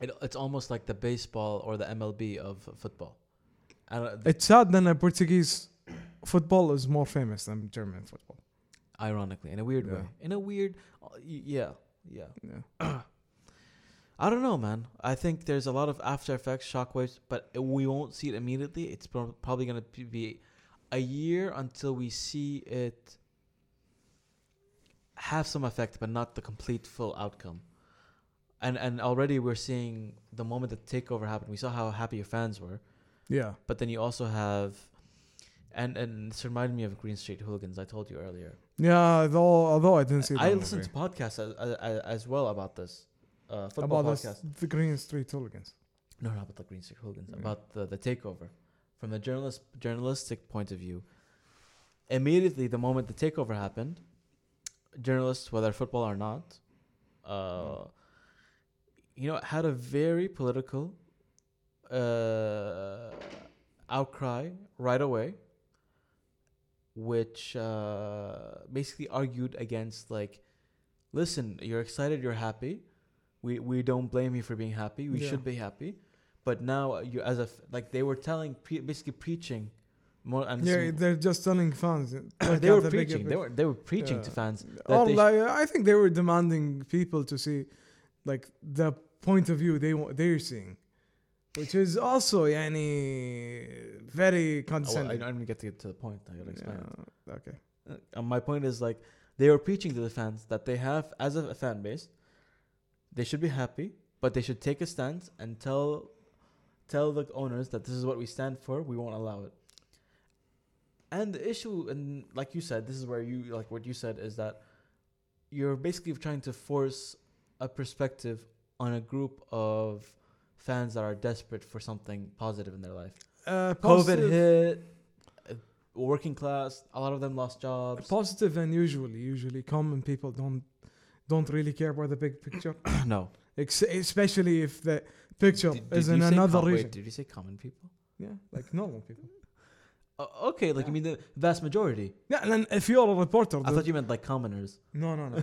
Speaker 1: It, it's almost like the baseball or the MLB of football. I, don't,
Speaker 2: It's sad that uh, Portuguese football is more famous than German football.
Speaker 1: ironically, in a weird
Speaker 2: Yeah.
Speaker 1: way. In a weird, uh, y- yeah, yeah.
Speaker 2: Yeah.
Speaker 1: I don't know, man. I think there's a lot of after effects, shockwaves, but we won't see it immediately. It's prob- probably going to be a year until we see it have some effect, but not the complete full outcome. And and already we're seeing the moment the takeover happened. We saw how happy your fans were,
Speaker 2: Yeah.
Speaker 1: but then you also have, and and this reminded me of Green Street Hooligans. I told you earlier.
Speaker 2: Yeah, although, although I didn't see that
Speaker 1: I
Speaker 2: movie.
Speaker 1: listened to podcasts as, as, as well about this uh, football
Speaker 2: about
Speaker 1: podcast.
Speaker 2: this, the Green Street Hooligans.
Speaker 1: No, not about the Green Street Hooligans.
Speaker 2: Yeah.
Speaker 1: About the, the takeover, from the journalist journalistic point of view. Immediately, the moment the takeover happened, journalists, whether football or not, uh, you know, had a very political uh, outcry right away, which uh, basically argued against like, listen, you're excited, you're happy. We, we don't blame you for being happy. We
Speaker 2: Yeah.
Speaker 1: should be happy, but now you as a f- like they were telling pre- basically preaching more and
Speaker 2: Yeah,
Speaker 1: some-
Speaker 2: they're just telling
Speaker 1: [CLEARS THROAT]
Speaker 2: fans. like,
Speaker 1: they were
Speaker 2: at the big
Speaker 1: preaching they
Speaker 2: event.
Speaker 1: were they were preaching to
Speaker 2: Yeah.
Speaker 1: fans
Speaker 2: Or
Speaker 1: that they sh-
Speaker 2: like, I think they were demanding people to see, like the point of view they wa- they're seeing, which is also yani
Speaker 1: Oh,
Speaker 2: very
Speaker 1: well, I, I
Speaker 2: condescending.
Speaker 1: don't even get to get to the point. I gotta explain. it.
Speaker 2: Yeah, okay.
Speaker 1: Uh, my point is like they were preaching to the fans that they have as a fan base, they should be happy, but they should take a stance and tell tell the owners that this is what we stand for. We won't allow it. And the issue, and like you said, this is where you like what you said is that you're basically trying to force a perspective on a group of fans that are desperate for something positive in their life.
Speaker 2: Uh,
Speaker 1: COVID
Speaker 2: positive,
Speaker 1: hit, uh, working class. A lot of them lost jobs.
Speaker 2: positive and usually usually common people don't don't really care about the big picture,
Speaker 1: [COUGHS] no,
Speaker 2: Ex- especially if the picture
Speaker 1: Did- did
Speaker 2: is
Speaker 1: you
Speaker 2: in
Speaker 1: say
Speaker 2: another
Speaker 1: com- wait,
Speaker 2: region.
Speaker 1: did you say common people?
Speaker 2: Yeah, like normal people.
Speaker 1: Uh, okay, like
Speaker 2: Yeah.
Speaker 1: you mean the vast majority?
Speaker 2: Yeah, and then if you're a reporter,
Speaker 1: I
Speaker 2: the-
Speaker 1: thought you meant like commoners.
Speaker 2: No, no, no.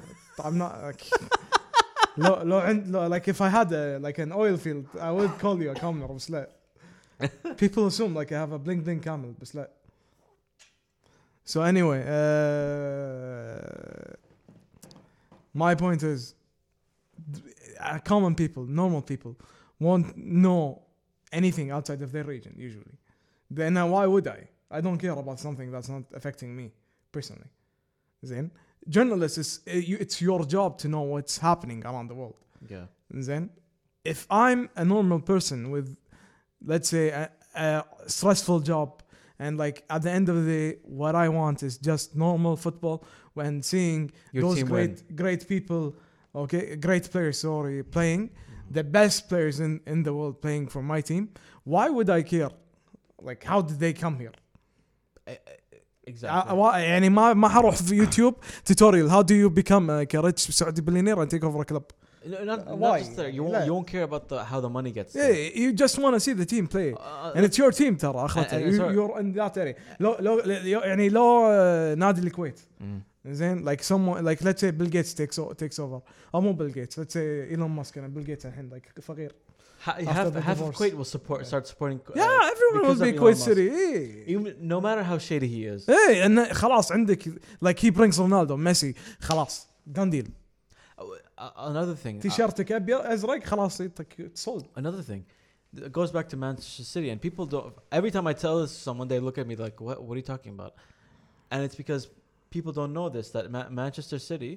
Speaker 2: I'm not like. [LAUGHS] لو لو عند لو like if I had a, like an oil field I would call you a commoner بس لا people assume like I have a bling bling camel بس لا so anyway uh, my point is uh, common people normal people won't know anything outside of their region usually then uh, why would I I don't care about something that's not affecting me personally زين journalists is uh, you, it's your job to know what's happening around the world
Speaker 1: Yeah,
Speaker 2: then if i'm a normal person with let's say a, a stressful job and like at the end of the day what i want is just normal football when seeing
Speaker 1: your
Speaker 2: those
Speaker 1: team
Speaker 2: great
Speaker 1: win.
Speaker 2: great people okay great players sorry playing the best players in in the world playing for my team why would i care like how did they come here
Speaker 1: Eh, Exactly. طيب.
Speaker 2: آه، وا- يعني ما ما حروح في يوتيوب توتوريال هاو دو يو بيكم كريتش سعودي بليونير اند تيك اوفر كلب
Speaker 1: No, not, not
Speaker 2: why?
Speaker 1: just that. You
Speaker 2: لا.
Speaker 1: won't, you won't care about the, how the money gets. spent.
Speaker 2: يو جاست وانا سي ذا تيم بلاي
Speaker 1: Uh,
Speaker 2: and it's your team ترى اخرتها
Speaker 1: And- and sorry.
Speaker 2: يور ان ذات اري لو لو يعني لو آه، نادي الكويت
Speaker 1: mm.
Speaker 2: زين like someone like let's say Bill Gates takes o- takes over او مو Bill Gates let's say Elon Musk and Bill Gates الحين like فقير
Speaker 1: Ha-
Speaker 2: after
Speaker 1: half,
Speaker 2: the
Speaker 1: half of
Speaker 2: divorce.
Speaker 1: Kuwait will support
Speaker 2: Yeah.
Speaker 1: start supporting. uh,
Speaker 2: yeah everyone
Speaker 1: because
Speaker 2: will
Speaker 1: of
Speaker 2: be
Speaker 1: Elon
Speaker 2: Kuwait
Speaker 1: Musk.
Speaker 2: City ايه
Speaker 1: even- no matter how shady he is.
Speaker 2: ايه انه خلاص عندك like he brings Ronaldo ميسي خلاص done deal
Speaker 1: آه. Uh, another thing. uh,
Speaker 2: تيشيرتك ابيض ازرق خلاص يطك سولد
Speaker 1: another thing it goes back to manchester city and people don't every time i tell this to someone they look at me like what, what are you talking about and it's because people don't know this that Ma- manchester city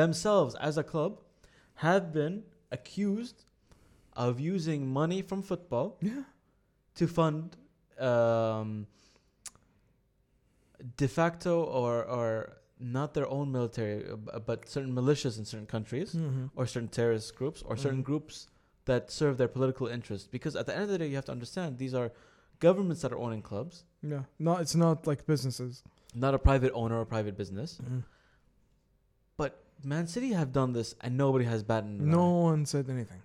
Speaker 1: themselves as a club have been accused of using money from football to fund um, de facto or, or not their own military uh, b- but certain militias in certain countries or certain terrorist groups or certain
Speaker 2: Mhm.
Speaker 1: groups that serve their political interest. Because at the end of the day, you have to understand these are governments that are owning clubs,
Speaker 2: Yeah. No, it's not like businesses.
Speaker 1: not a private owner or private business. But Man City have done this and nobody has batted an
Speaker 2: No one said anything.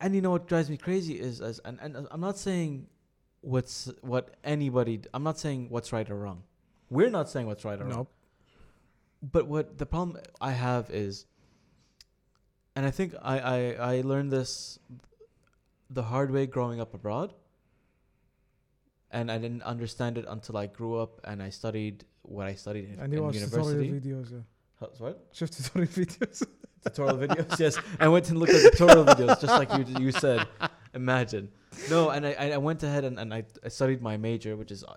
Speaker 1: and you know what drives me crazy is as and, and I'm not saying what's what anybody d- I'm not saying what's right or wrong. We're not saying what's right or wrong.
Speaker 2: Nope.
Speaker 1: But what the problem I have is and I think I I, I learned this the hard way growing up abroad. And I didn't understand it until I grew up and I studied what I studied in,
Speaker 2: and you
Speaker 1: in
Speaker 2: watch tutorial
Speaker 1: university.
Speaker 2: videos yeah.
Speaker 1: Huh, What?
Speaker 2: شفت tutorial [LAUGHS] videos
Speaker 1: tutorial videos. Yes, I went and looked at tutorial videos, just like you you said. Imagine. No, and I I I went ahead and, and I, I studied my major, which is uh,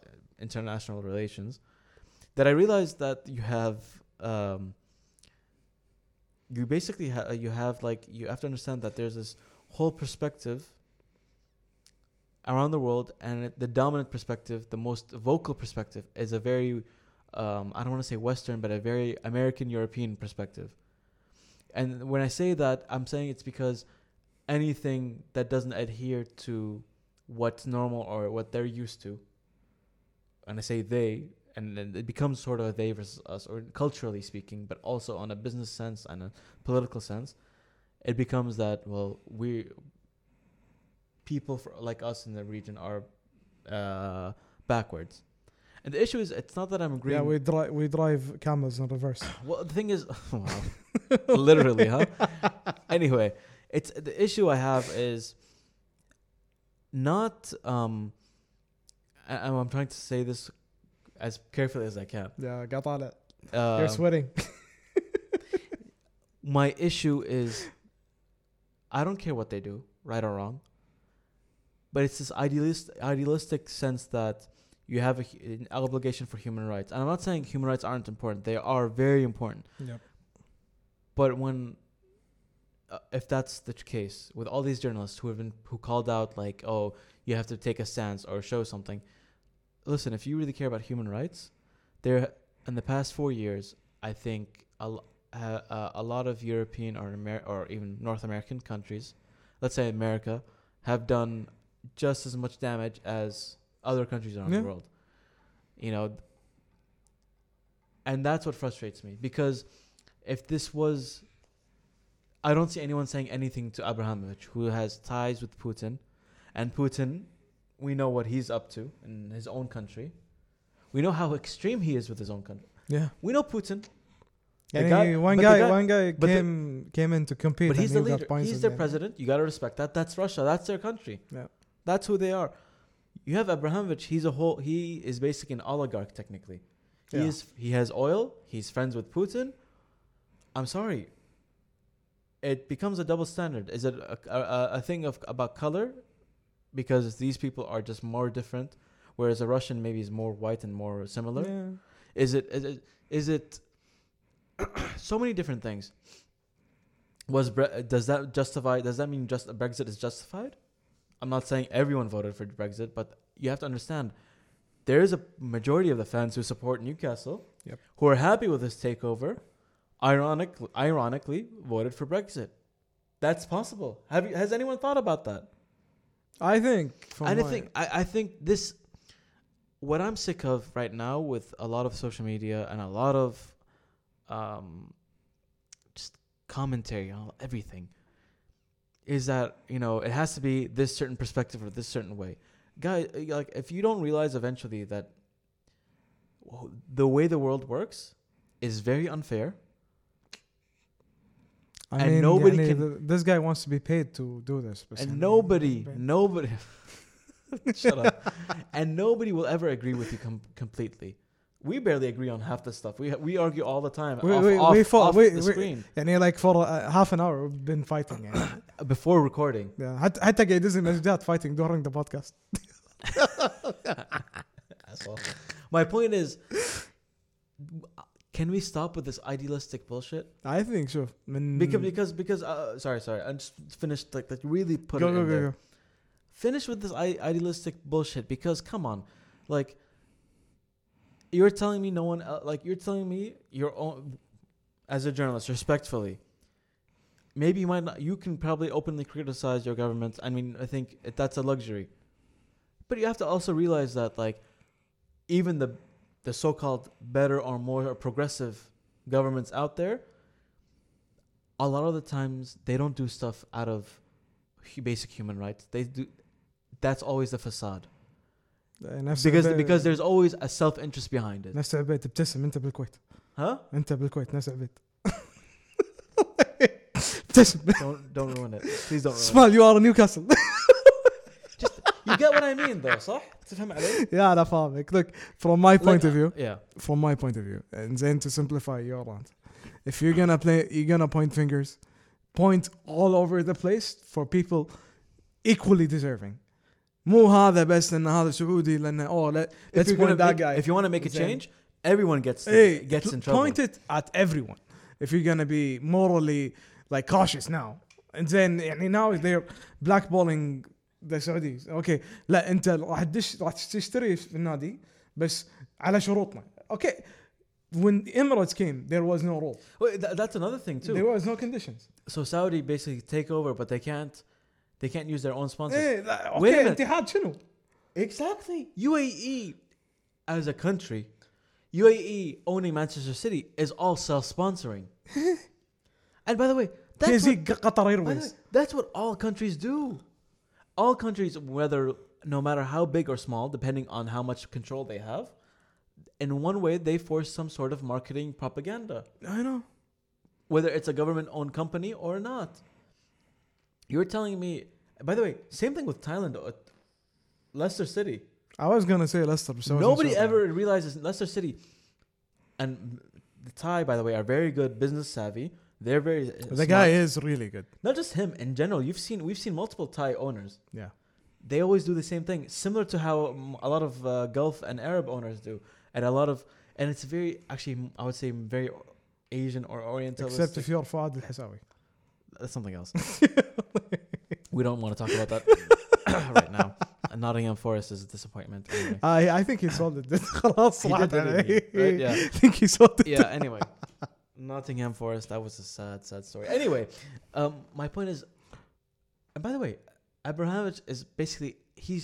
Speaker 1: international relations. That I realized that you have um. You basically ha- you have like you have to understand that there's this whole perspective around the world, and it, the dominant perspective, the most vocal perspective, is a very um, I don't want to say Western, but a very American European perspective. And when I say that, I'm saying it's because anything that doesn't adhere to what's normal or what they're used to, and I say they, and then it becomes sort of a they versus us, or culturally speaking, but also on a business sense and a political sense, it becomes that, well, we people for, like us in the region are uh, backwards. And the issue is, it's not that I'm agreeing.
Speaker 2: yeah we drive we drive camels in reverse
Speaker 1: Well, the thing is, [LAUGHS] wow. literally, huh? Anyway, it's the issue I have is not. Um, I, I'm I'm trying to say this as carefully as I can.
Speaker 2: yeah قاعد طالع
Speaker 1: Um,
Speaker 2: you're sweating [LAUGHS]
Speaker 1: my issue is, I don't care what they do, right or wrong. But it's this idealist, idealistic sense that you have a, hu- an obligation for human rights, and I'm not saying human rights aren't important; they are very important.
Speaker 2: yep.
Speaker 1: But when, uh, if that's the case, with all these journalists who have been who called out like, oh, you have to take a stance or show something. Listen, if you really care about human rights, there in the past four years, I think a l- uh, uh, a lot of European or Amer- or even North American countries, let's say America, have done just as much damage as other countries around
Speaker 2: Yeah.
Speaker 1: the world. You know, and that's what frustrates me because if this was I don't see anyone saying anything to Abramovich who has ties with Putin and Putin we know what he's up to in his own country. We know how extreme he is with his own country.
Speaker 2: yeah
Speaker 1: We know Putin, The
Speaker 2: يعني
Speaker 1: guy-
Speaker 2: one
Speaker 1: but the
Speaker 2: guy,
Speaker 1: guy-
Speaker 2: one guy
Speaker 1: but the-
Speaker 2: came came in to compete
Speaker 1: but he's the
Speaker 2: and he
Speaker 1: leader.
Speaker 2: got points
Speaker 1: He's
Speaker 2: in
Speaker 1: their
Speaker 2: the end.
Speaker 1: president. You got to respect that. That's Russia. That's their country.
Speaker 2: Yeah.
Speaker 1: That's who they are. You have Abramovich. He's a whole. He is basically an oligarch technically. He
Speaker 2: Yeah.
Speaker 1: is. He has oil. He's friends with Putin. I'm sorry. It becomes a double standard. Is it a, a, a- a thing of about color? Because these people are just more different, whereas a Russian maybe is more white and more similar.
Speaker 2: Yeah.
Speaker 1: Is it is it, is it [CLEARS THROAT] so many different things? Was Bre- does that justify? Does that mean just Brexit is justified? I'm not saying everyone voted for Brexit, but you have to understand there is a majority of the fans who support Newcastle
Speaker 2: Yep.
Speaker 1: who are happy with this takeover. Ironically, ironically, voted for Brexit. That's possible. Have you, has anyone thought about that?
Speaker 2: I think from
Speaker 1: And I
Speaker 2: my-
Speaker 1: think I, I think this what I'm sick of right now with a lot of social media and a lot of um just commentary on everything is that you know it has to be this certain perspective or this certain way guy like if you don't realize eventually that w- the way the world works is very unfair
Speaker 2: I
Speaker 1: and
Speaker 2: mean,
Speaker 1: nobody
Speaker 2: يعني
Speaker 1: can-
Speaker 2: th- this guy wants to be paid to do this بس
Speaker 1: and
Speaker 2: يعني-
Speaker 1: nobody,
Speaker 2: but-
Speaker 1: nobody, [LAUGHS] shut up. And nobody will ever agree with you com- completely. We barely agree on half the stuff. We we argue all the time.
Speaker 2: We-
Speaker 1: off,
Speaker 2: we-
Speaker 1: off,
Speaker 2: we fought-
Speaker 1: off
Speaker 2: we-
Speaker 1: the
Speaker 2: we-
Speaker 1: screen
Speaker 2: يعني like for uh, half an hour we've been fighting
Speaker 1: [CLEARS THROAT]
Speaker 2: يعني
Speaker 1: before
Speaker 2: [LAUGHS]
Speaker 1: recording.
Speaker 2: Yeah, حتى حتى قاعد يدز مسجات fighting during the podcast
Speaker 1: My point is, can we stop with this idealistic bullshit?
Speaker 2: I think شوف من
Speaker 1: Because because because uh, sorry sorry, I just finished like like really
Speaker 2: go
Speaker 1: put
Speaker 2: go
Speaker 1: it in there.
Speaker 2: go, go.
Speaker 1: finish with this I- idealistic bullshit because come on like you're telling me no one el like you're telling me your own as a journalist respectfully maybe you might not you can probably openly criticize your government i mean i think it- that's a luxury but you have to also realize that like even the the so-called better or more progressive governments out there a lot of the times they don't do stuff out of hu- basic human rights. They do. That's always the facade
Speaker 2: نفس
Speaker 1: because
Speaker 2: العبيد-
Speaker 1: because there's always a self interest behind it.
Speaker 2: نفس العبيد تبتسم انت بالكويت
Speaker 1: Huh?
Speaker 2: انت بالكويت نفس [LAUGHS] العبيد ابتسم [LAUGHS]
Speaker 1: Don't don't ruin it. Please don't ruin
Speaker 2: smile you are Newcastle [LAUGHS]
Speaker 1: You get what I mean though, صح؟ تفهم علي؟
Speaker 2: يا انا فاهمك look from my point of view
Speaker 1: Yeah.
Speaker 2: from my point of view and then to simplify your rant if you're gonna play you're gonna point fingers point all over the place for people equally deserving مو هذا بس لان هذا سعودي لان اوه لا
Speaker 1: If
Speaker 2: oh, let's
Speaker 1: you
Speaker 2: point
Speaker 1: want
Speaker 2: that guy
Speaker 1: if you want to make a
Speaker 2: Then-
Speaker 1: change, everyone gets
Speaker 2: hey,
Speaker 1: gets
Speaker 2: pl-
Speaker 1: in trouble.
Speaker 2: point it at everyone if you're gonna be morally like cautious now and then يعني now they're blackballing the Saudis okay لا انت راح تدش راح تشتري في النادي بس على شروطنا okay when Emirates came there was no rule
Speaker 1: Wait, tha- that's another thing too.
Speaker 2: there was no conditions
Speaker 1: so Saudi basically take over, but they can't they can't use their own sponsors.
Speaker 2: ايه لا
Speaker 1: Wait a
Speaker 2: اوكي
Speaker 1: minute.
Speaker 2: اتحاد شنو
Speaker 1: Exactly. UAE as a country, UAE owning Manchester City is all [LAUGHS] self-sponsoring. and by the way, that's
Speaker 2: تيزي
Speaker 1: what,
Speaker 2: قطر
Speaker 1: by the way,
Speaker 2: ايرويز
Speaker 1: that's what all countries do. All countries, whether no matter how big or small, depending on how much control they have, in one way they force some sort of marketing propaganda.
Speaker 2: I know
Speaker 1: whether it's a government owned company or not. You're telling me, by the way, same thing with Thailand, uh, Leicester City.
Speaker 2: I was gonna say Leicester بس I wasn't
Speaker 1: Nobody
Speaker 2: sure.
Speaker 1: ever realizes Leicester City and the Thai, by the way, are very good business savvy. They're very
Speaker 2: the guy is really good
Speaker 1: not just him in general. You've seen we've seen multiple Thai owners.
Speaker 2: yeah
Speaker 1: They always do the same thing, similar to how um, a lot of uh, Gulf and Arab owners do, and a lot of and it's very actually I would say very Asian or Oriental.
Speaker 2: except if you're Fuad الحساوي
Speaker 1: [LAUGHS] That's something else. we don't want to talk [LAUGHS] about that right now. Nottingham Forest is a disappointment. [LAUGHS] Anyway.
Speaker 2: I I think he sold it. [LAUGHS] خلاص
Speaker 1: He did
Speaker 2: راحت
Speaker 1: that, eh?
Speaker 2: عليه.
Speaker 1: didn't he? Right? Yeah.
Speaker 2: [LAUGHS] I think he sold it.
Speaker 1: Yeah. [LAUGHS] Anyway, Nottingham Forest. That was a sad, sad story. Anyway, um, my point is, and by the way, Abramovich is basically he's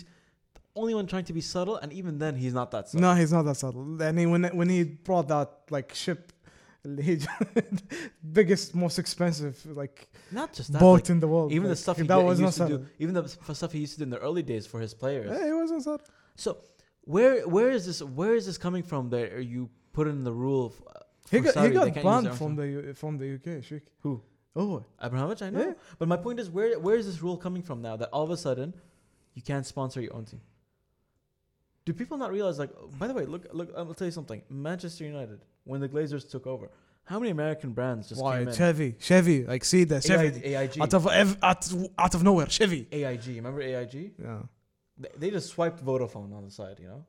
Speaker 1: the only one trying to be subtle, and even then he's not that subtle.
Speaker 2: No, he's not that subtle. I mean, when when he brought that like ship, he [LAUGHS] biggest, most expensive like
Speaker 1: Not just that.
Speaker 2: boat
Speaker 1: like,
Speaker 2: in the world.
Speaker 1: even the
Speaker 2: like,
Speaker 1: stuff he,
Speaker 2: that
Speaker 1: did- he
Speaker 2: was not
Speaker 1: used to do,
Speaker 2: subtle.
Speaker 1: even the f- stuff he used to do in the early days for his players.
Speaker 2: Yeah, it wasn't subtle.
Speaker 1: So where where is this where is this coming from? That you put in the rule of uh,
Speaker 2: He
Speaker 1: for
Speaker 2: got, he
Speaker 1: Saudi, they
Speaker 2: got
Speaker 1: can't use their
Speaker 2: banned
Speaker 1: own
Speaker 2: from
Speaker 1: song.
Speaker 2: the U- from the UK. Sheik.
Speaker 1: Who?
Speaker 2: Oh,
Speaker 1: Abramovich, I know.
Speaker 2: Yeah.
Speaker 1: But my point is, where where is this rule coming from now? That all of a sudden, you can't sponsor your own team. Do people not realize? Like, by the way, look, look. I'll tell you something. Manchester United, when the Glazers took over, how many American brands just
Speaker 2: why
Speaker 1: came in?
Speaker 2: Chevy, Chevy, like see the Chevy
Speaker 1: AI, AIG,
Speaker 2: out of ev- out, out of nowhere, Chevy.
Speaker 1: AIG. Remember AIG?
Speaker 2: Yeah.
Speaker 1: They, they just swiped Vodafone on the side. You know.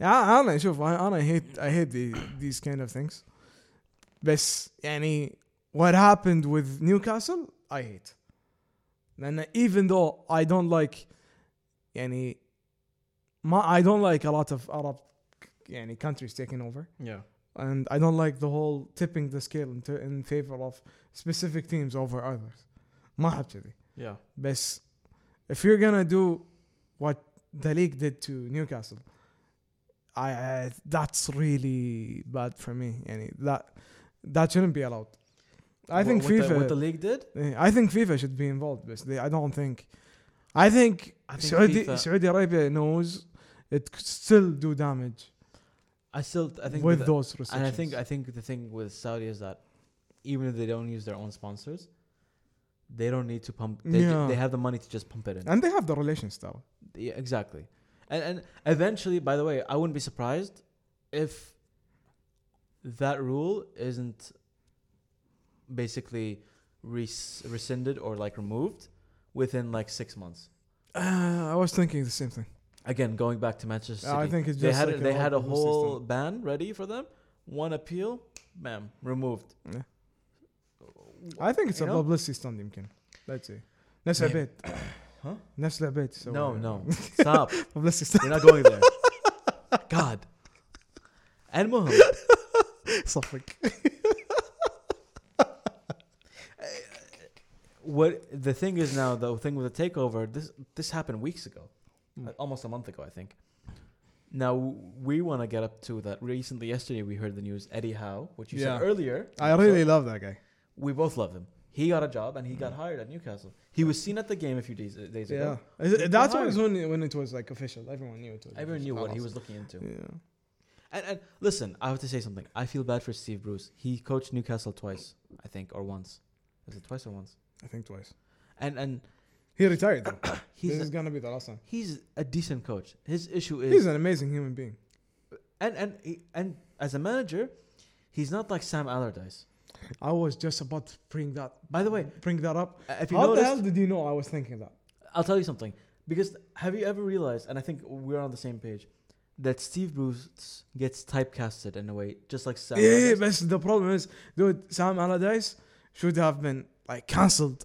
Speaker 2: Yeah, انا شوف انا انا hate I hate the, these kind of things بس يعني what happened with Newcastle I hate لان even though I don't like يعني ما I don't like a lot of Arab يعني countries taking over
Speaker 1: Yeah.
Speaker 2: and I don't like the whole tipping the scale in, in favor of specific teams over others ما احب كذي
Speaker 1: Yeah.
Speaker 2: بس if you're gonna do what the league did to Newcastle I, I that's really bad for me يعني that that shouldn't be allowed I
Speaker 1: What-
Speaker 2: think
Speaker 1: what
Speaker 2: FIFA eh,
Speaker 1: The, what the league did?
Speaker 2: I think FIFA should be involved but they, I don't think I think,
Speaker 1: I think
Speaker 2: Saudi
Speaker 1: FIFA
Speaker 2: Saudi Arabia knows it could still do damage
Speaker 1: I still. I think
Speaker 2: with
Speaker 1: that-
Speaker 2: those restrictions
Speaker 1: And I think I think the thing with Saudi is that even if they don't use their own sponsors, they don't need to pump. They, ju-
Speaker 2: Yeah.
Speaker 1: they have the money to just pump it in.
Speaker 2: and they have the relations though
Speaker 1: Yeah, exactly. And and eventually, by the way, I wouldn't be surprised if that rule isn't basically res- rescinded or like removed within like six months.
Speaker 2: uh, I was thinking the same thing
Speaker 1: Again, going back to Manchester City,
Speaker 2: I think it's
Speaker 1: they
Speaker 2: just
Speaker 1: had
Speaker 2: like
Speaker 1: they had a
Speaker 2: open system.
Speaker 1: whole ban ready for them. One appeal, bam, removed.
Speaker 2: I think it's
Speaker 1: You
Speaker 2: a
Speaker 1: know?
Speaker 2: publicity stunt يمكن let's see نفس
Speaker 1: Maybe.
Speaker 2: عبيد
Speaker 1: [COUGHS] Huh?
Speaker 2: نفس العبيد سوى-
Speaker 1: No, no. Stop.
Speaker 2: uh, [LAUGHS] publicity stunt
Speaker 1: You're not going there. God. And Muhammad.
Speaker 2: صفق
Speaker 1: What the thing is now, the thing with the takeover, this this happened weeks ago.
Speaker 2: Hmm.
Speaker 1: Uh, Almost a month ago, I think. Now we want to get up to that. Recently, yesterday we heard the news. Eddie Howe, which you said
Speaker 2: Yeah.
Speaker 1: earlier,
Speaker 2: [LAUGHS] I really love that guy
Speaker 1: we both love him. He got a job and he got hired at Newcastle. He was seen at the game a few days, uh, days
Speaker 2: yeah
Speaker 1: ago.
Speaker 2: that was when when it was like official everyone knew it was
Speaker 1: Everyone knew what he
Speaker 2: official.
Speaker 1: was looking into.
Speaker 2: yeah
Speaker 1: And, and listen, I have to say something. I feel bad for Steve Bruce. He coached Newcastle twice, I think, or once. Is it twice or once?
Speaker 2: I think twice
Speaker 1: And and
Speaker 2: He retired. Though. this is
Speaker 1: He's
Speaker 2: gonna be the last time.
Speaker 1: he's a decent coach. His issue is
Speaker 2: He's an amazing human being.
Speaker 1: and and he- and as a manager, he's not like Sam Allardyce.
Speaker 2: I was just about to bring that.
Speaker 1: By the way,
Speaker 2: bring that up.
Speaker 1: uh, if you
Speaker 2: How the
Speaker 1: noticed,
Speaker 2: hell did you know I was thinking that?
Speaker 1: I'll tell you something. Because have you ever realized, and I think we're on the same page, that Steve Bruce gets typecasted in a way, just like Sam.
Speaker 2: yeah, yeah,
Speaker 1: Allardyce?
Speaker 2: but the problem is, dude, Sam Allardyce should have been like cancelled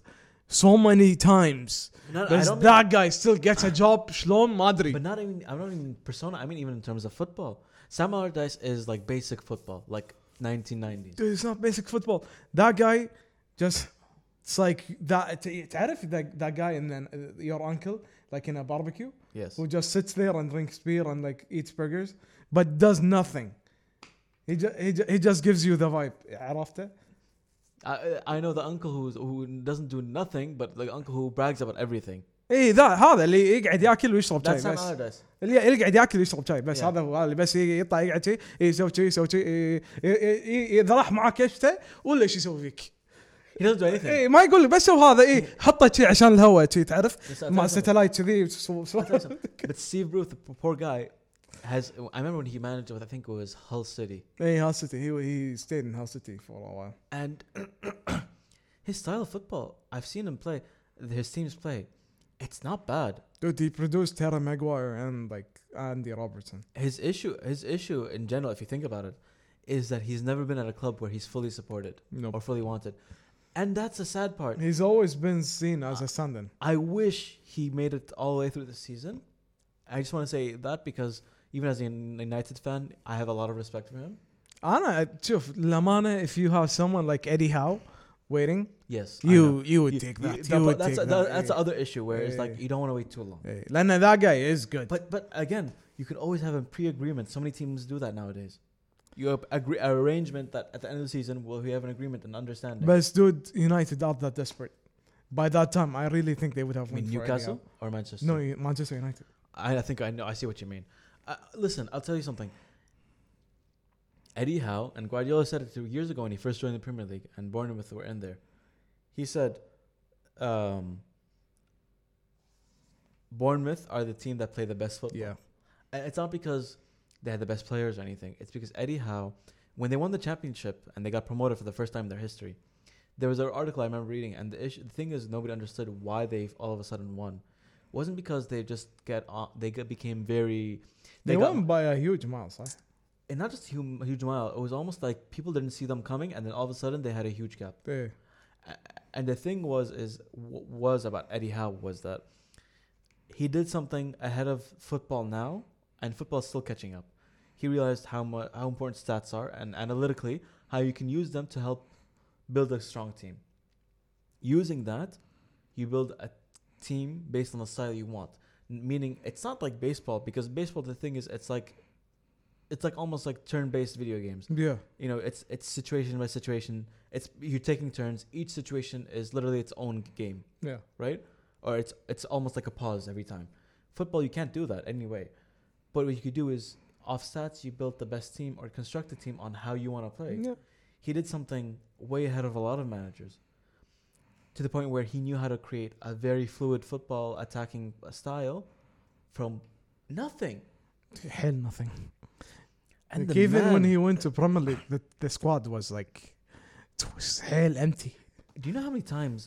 Speaker 2: so many times.
Speaker 1: No, no, I
Speaker 2: Does
Speaker 1: don't mean-
Speaker 2: that guy still gets a job? Shlom Madri.
Speaker 1: But not even I don't even persona. I mean even in terms of football. Sam Allardyce is like basic football, like 1990s.
Speaker 2: Dude, it's not basic football. That guy just it's like that تعرف that, that guy and then uh, your uncle like in a barbecue
Speaker 1: Yes.
Speaker 2: who just sits there and drinks beer and like eats burgers but does nothing. He just he, ju- he just gives you the vibe. عرفته؟
Speaker 1: I, I know the uncle who's, who doesn't do nothing, but the uncle who brags about everything.
Speaker 2: اي إيه، ذا هذا اللي يقعد ياكل ويشرب شاي
Speaker 1: That's Sam
Speaker 2: بس
Speaker 1: Allardyce.
Speaker 2: اللي يقعد ياكل ويشرب شاي بس
Speaker 1: Yeah.
Speaker 2: هذا هو هذا اللي بس يطلع يقعد شي يسوي شي إيه، يسوي شي إي- إي- إي- اذا راح معاك يشتى ولا ايش يسوي فيك؟
Speaker 1: He doesn't do anything.
Speaker 2: اي إيه، ما يقول لك بس سو هذا اي حطه شي عشان الهواء شي تعرف
Speaker 1: Yes, I'll
Speaker 2: مع
Speaker 1: tell you
Speaker 2: ستلايت كذي سو- سو-
Speaker 1: I'll tell you something. but Steve Bruce, the p- poor guy, has. I remember when he managed with I think it was Hull City,
Speaker 2: اي هال إيه، سيتي هي هي ستيد ان هال سيتي فور ا وايل
Speaker 1: and [CLEARS THROAT] his style of football. I've seen him play. His teams play. It's not bad.
Speaker 2: دود هي برودوس تيرا ماجواير اند لايك اندي روبرتسون
Speaker 1: His issue, his issue in general, if you think about it, is that he's never been at a club where he's fully supported or fully wanted, and that's the sad part.
Speaker 2: He's always been seen as a stand-in.
Speaker 1: I wish he made it all the way through the season. I just want to say that because even as a United fan, I have a lot of respect for him.
Speaker 2: انا شوف للامانه if you have someone like Eddie Howe waiting
Speaker 1: Yes, I
Speaker 2: you
Speaker 1: know.
Speaker 2: you would
Speaker 1: You-
Speaker 2: take
Speaker 1: you-
Speaker 2: that
Speaker 1: that-
Speaker 2: you would
Speaker 1: that's
Speaker 2: take
Speaker 1: that-
Speaker 2: that
Speaker 1: that's the other issue where it's
Speaker 2: Yeah,
Speaker 1: like
Speaker 2: yeah.
Speaker 1: you don't want to wait too long.
Speaker 2: إي. لان that guy is good
Speaker 1: But but again, you can always have a pre-agreement. So many teams do that nowadays. You have agree an arrangement that at the end of the season will we have an agreement and understanding.
Speaker 2: But dude, United are that desperate. By that time, I really think they would have
Speaker 1: I mean
Speaker 2: won for
Speaker 1: Newcastle
Speaker 2: Eddie
Speaker 1: or
Speaker 2: Howe.
Speaker 1: Manchester.
Speaker 2: No, you- Manchester United.
Speaker 1: I, I think I know. I see what you mean. Uh, listen, I'll tell you something. Eddie Howe and Guardiola said it two years ago when he first joined the Premier League, and Bournemouth were in there. He said, um, "Bournemouth are the team that play the best football."
Speaker 2: Yeah.
Speaker 1: And it's not because they had the best players or anything. It's because Eddie Howe, when they won the championship and they got promoted for the first time in their history, there was an article I remember reading, and the issue, the thing is, nobody understood why they all of a sudden won. It wasn't because they just get on, they got, became very.
Speaker 2: They,
Speaker 1: got-
Speaker 2: won by a huge amount, صح؟
Speaker 1: and not just hum, huge mile. It was almost like people didn't see them coming, and then all of a sudden they had a huge gap.
Speaker 2: They-
Speaker 1: A- and the thing was is w- was about Eddie Howe was that he did something ahead of football now, and football's still catching up. He realized how mu- how important stats are, and analytically how you can use them to help build a strong team. Using that, you build a team based on the style you want. N- Meaning, it's not like baseball because baseball. The thing is, it's like it's like almost like turn-based video games
Speaker 2: Yeah.
Speaker 1: you know it's it's situation by situation it's you're taking turns each situation is literally its own game
Speaker 2: Yeah.
Speaker 1: right or it's it's almost like a pause every time football you can't do that anyway but what you could do is off stats you build the best team or construct a team on how you want to play
Speaker 2: Yeah.
Speaker 1: he did something way ahead of a lot of managers to the point where he knew how to create a very fluid football attacking style from nothing
Speaker 2: Hell nothing.
Speaker 1: and
Speaker 2: Like,
Speaker 1: the
Speaker 2: even when
Speaker 1: man-
Speaker 2: he went to Premier League, the, the squad was like, it was hell empty.
Speaker 1: Do you know how many times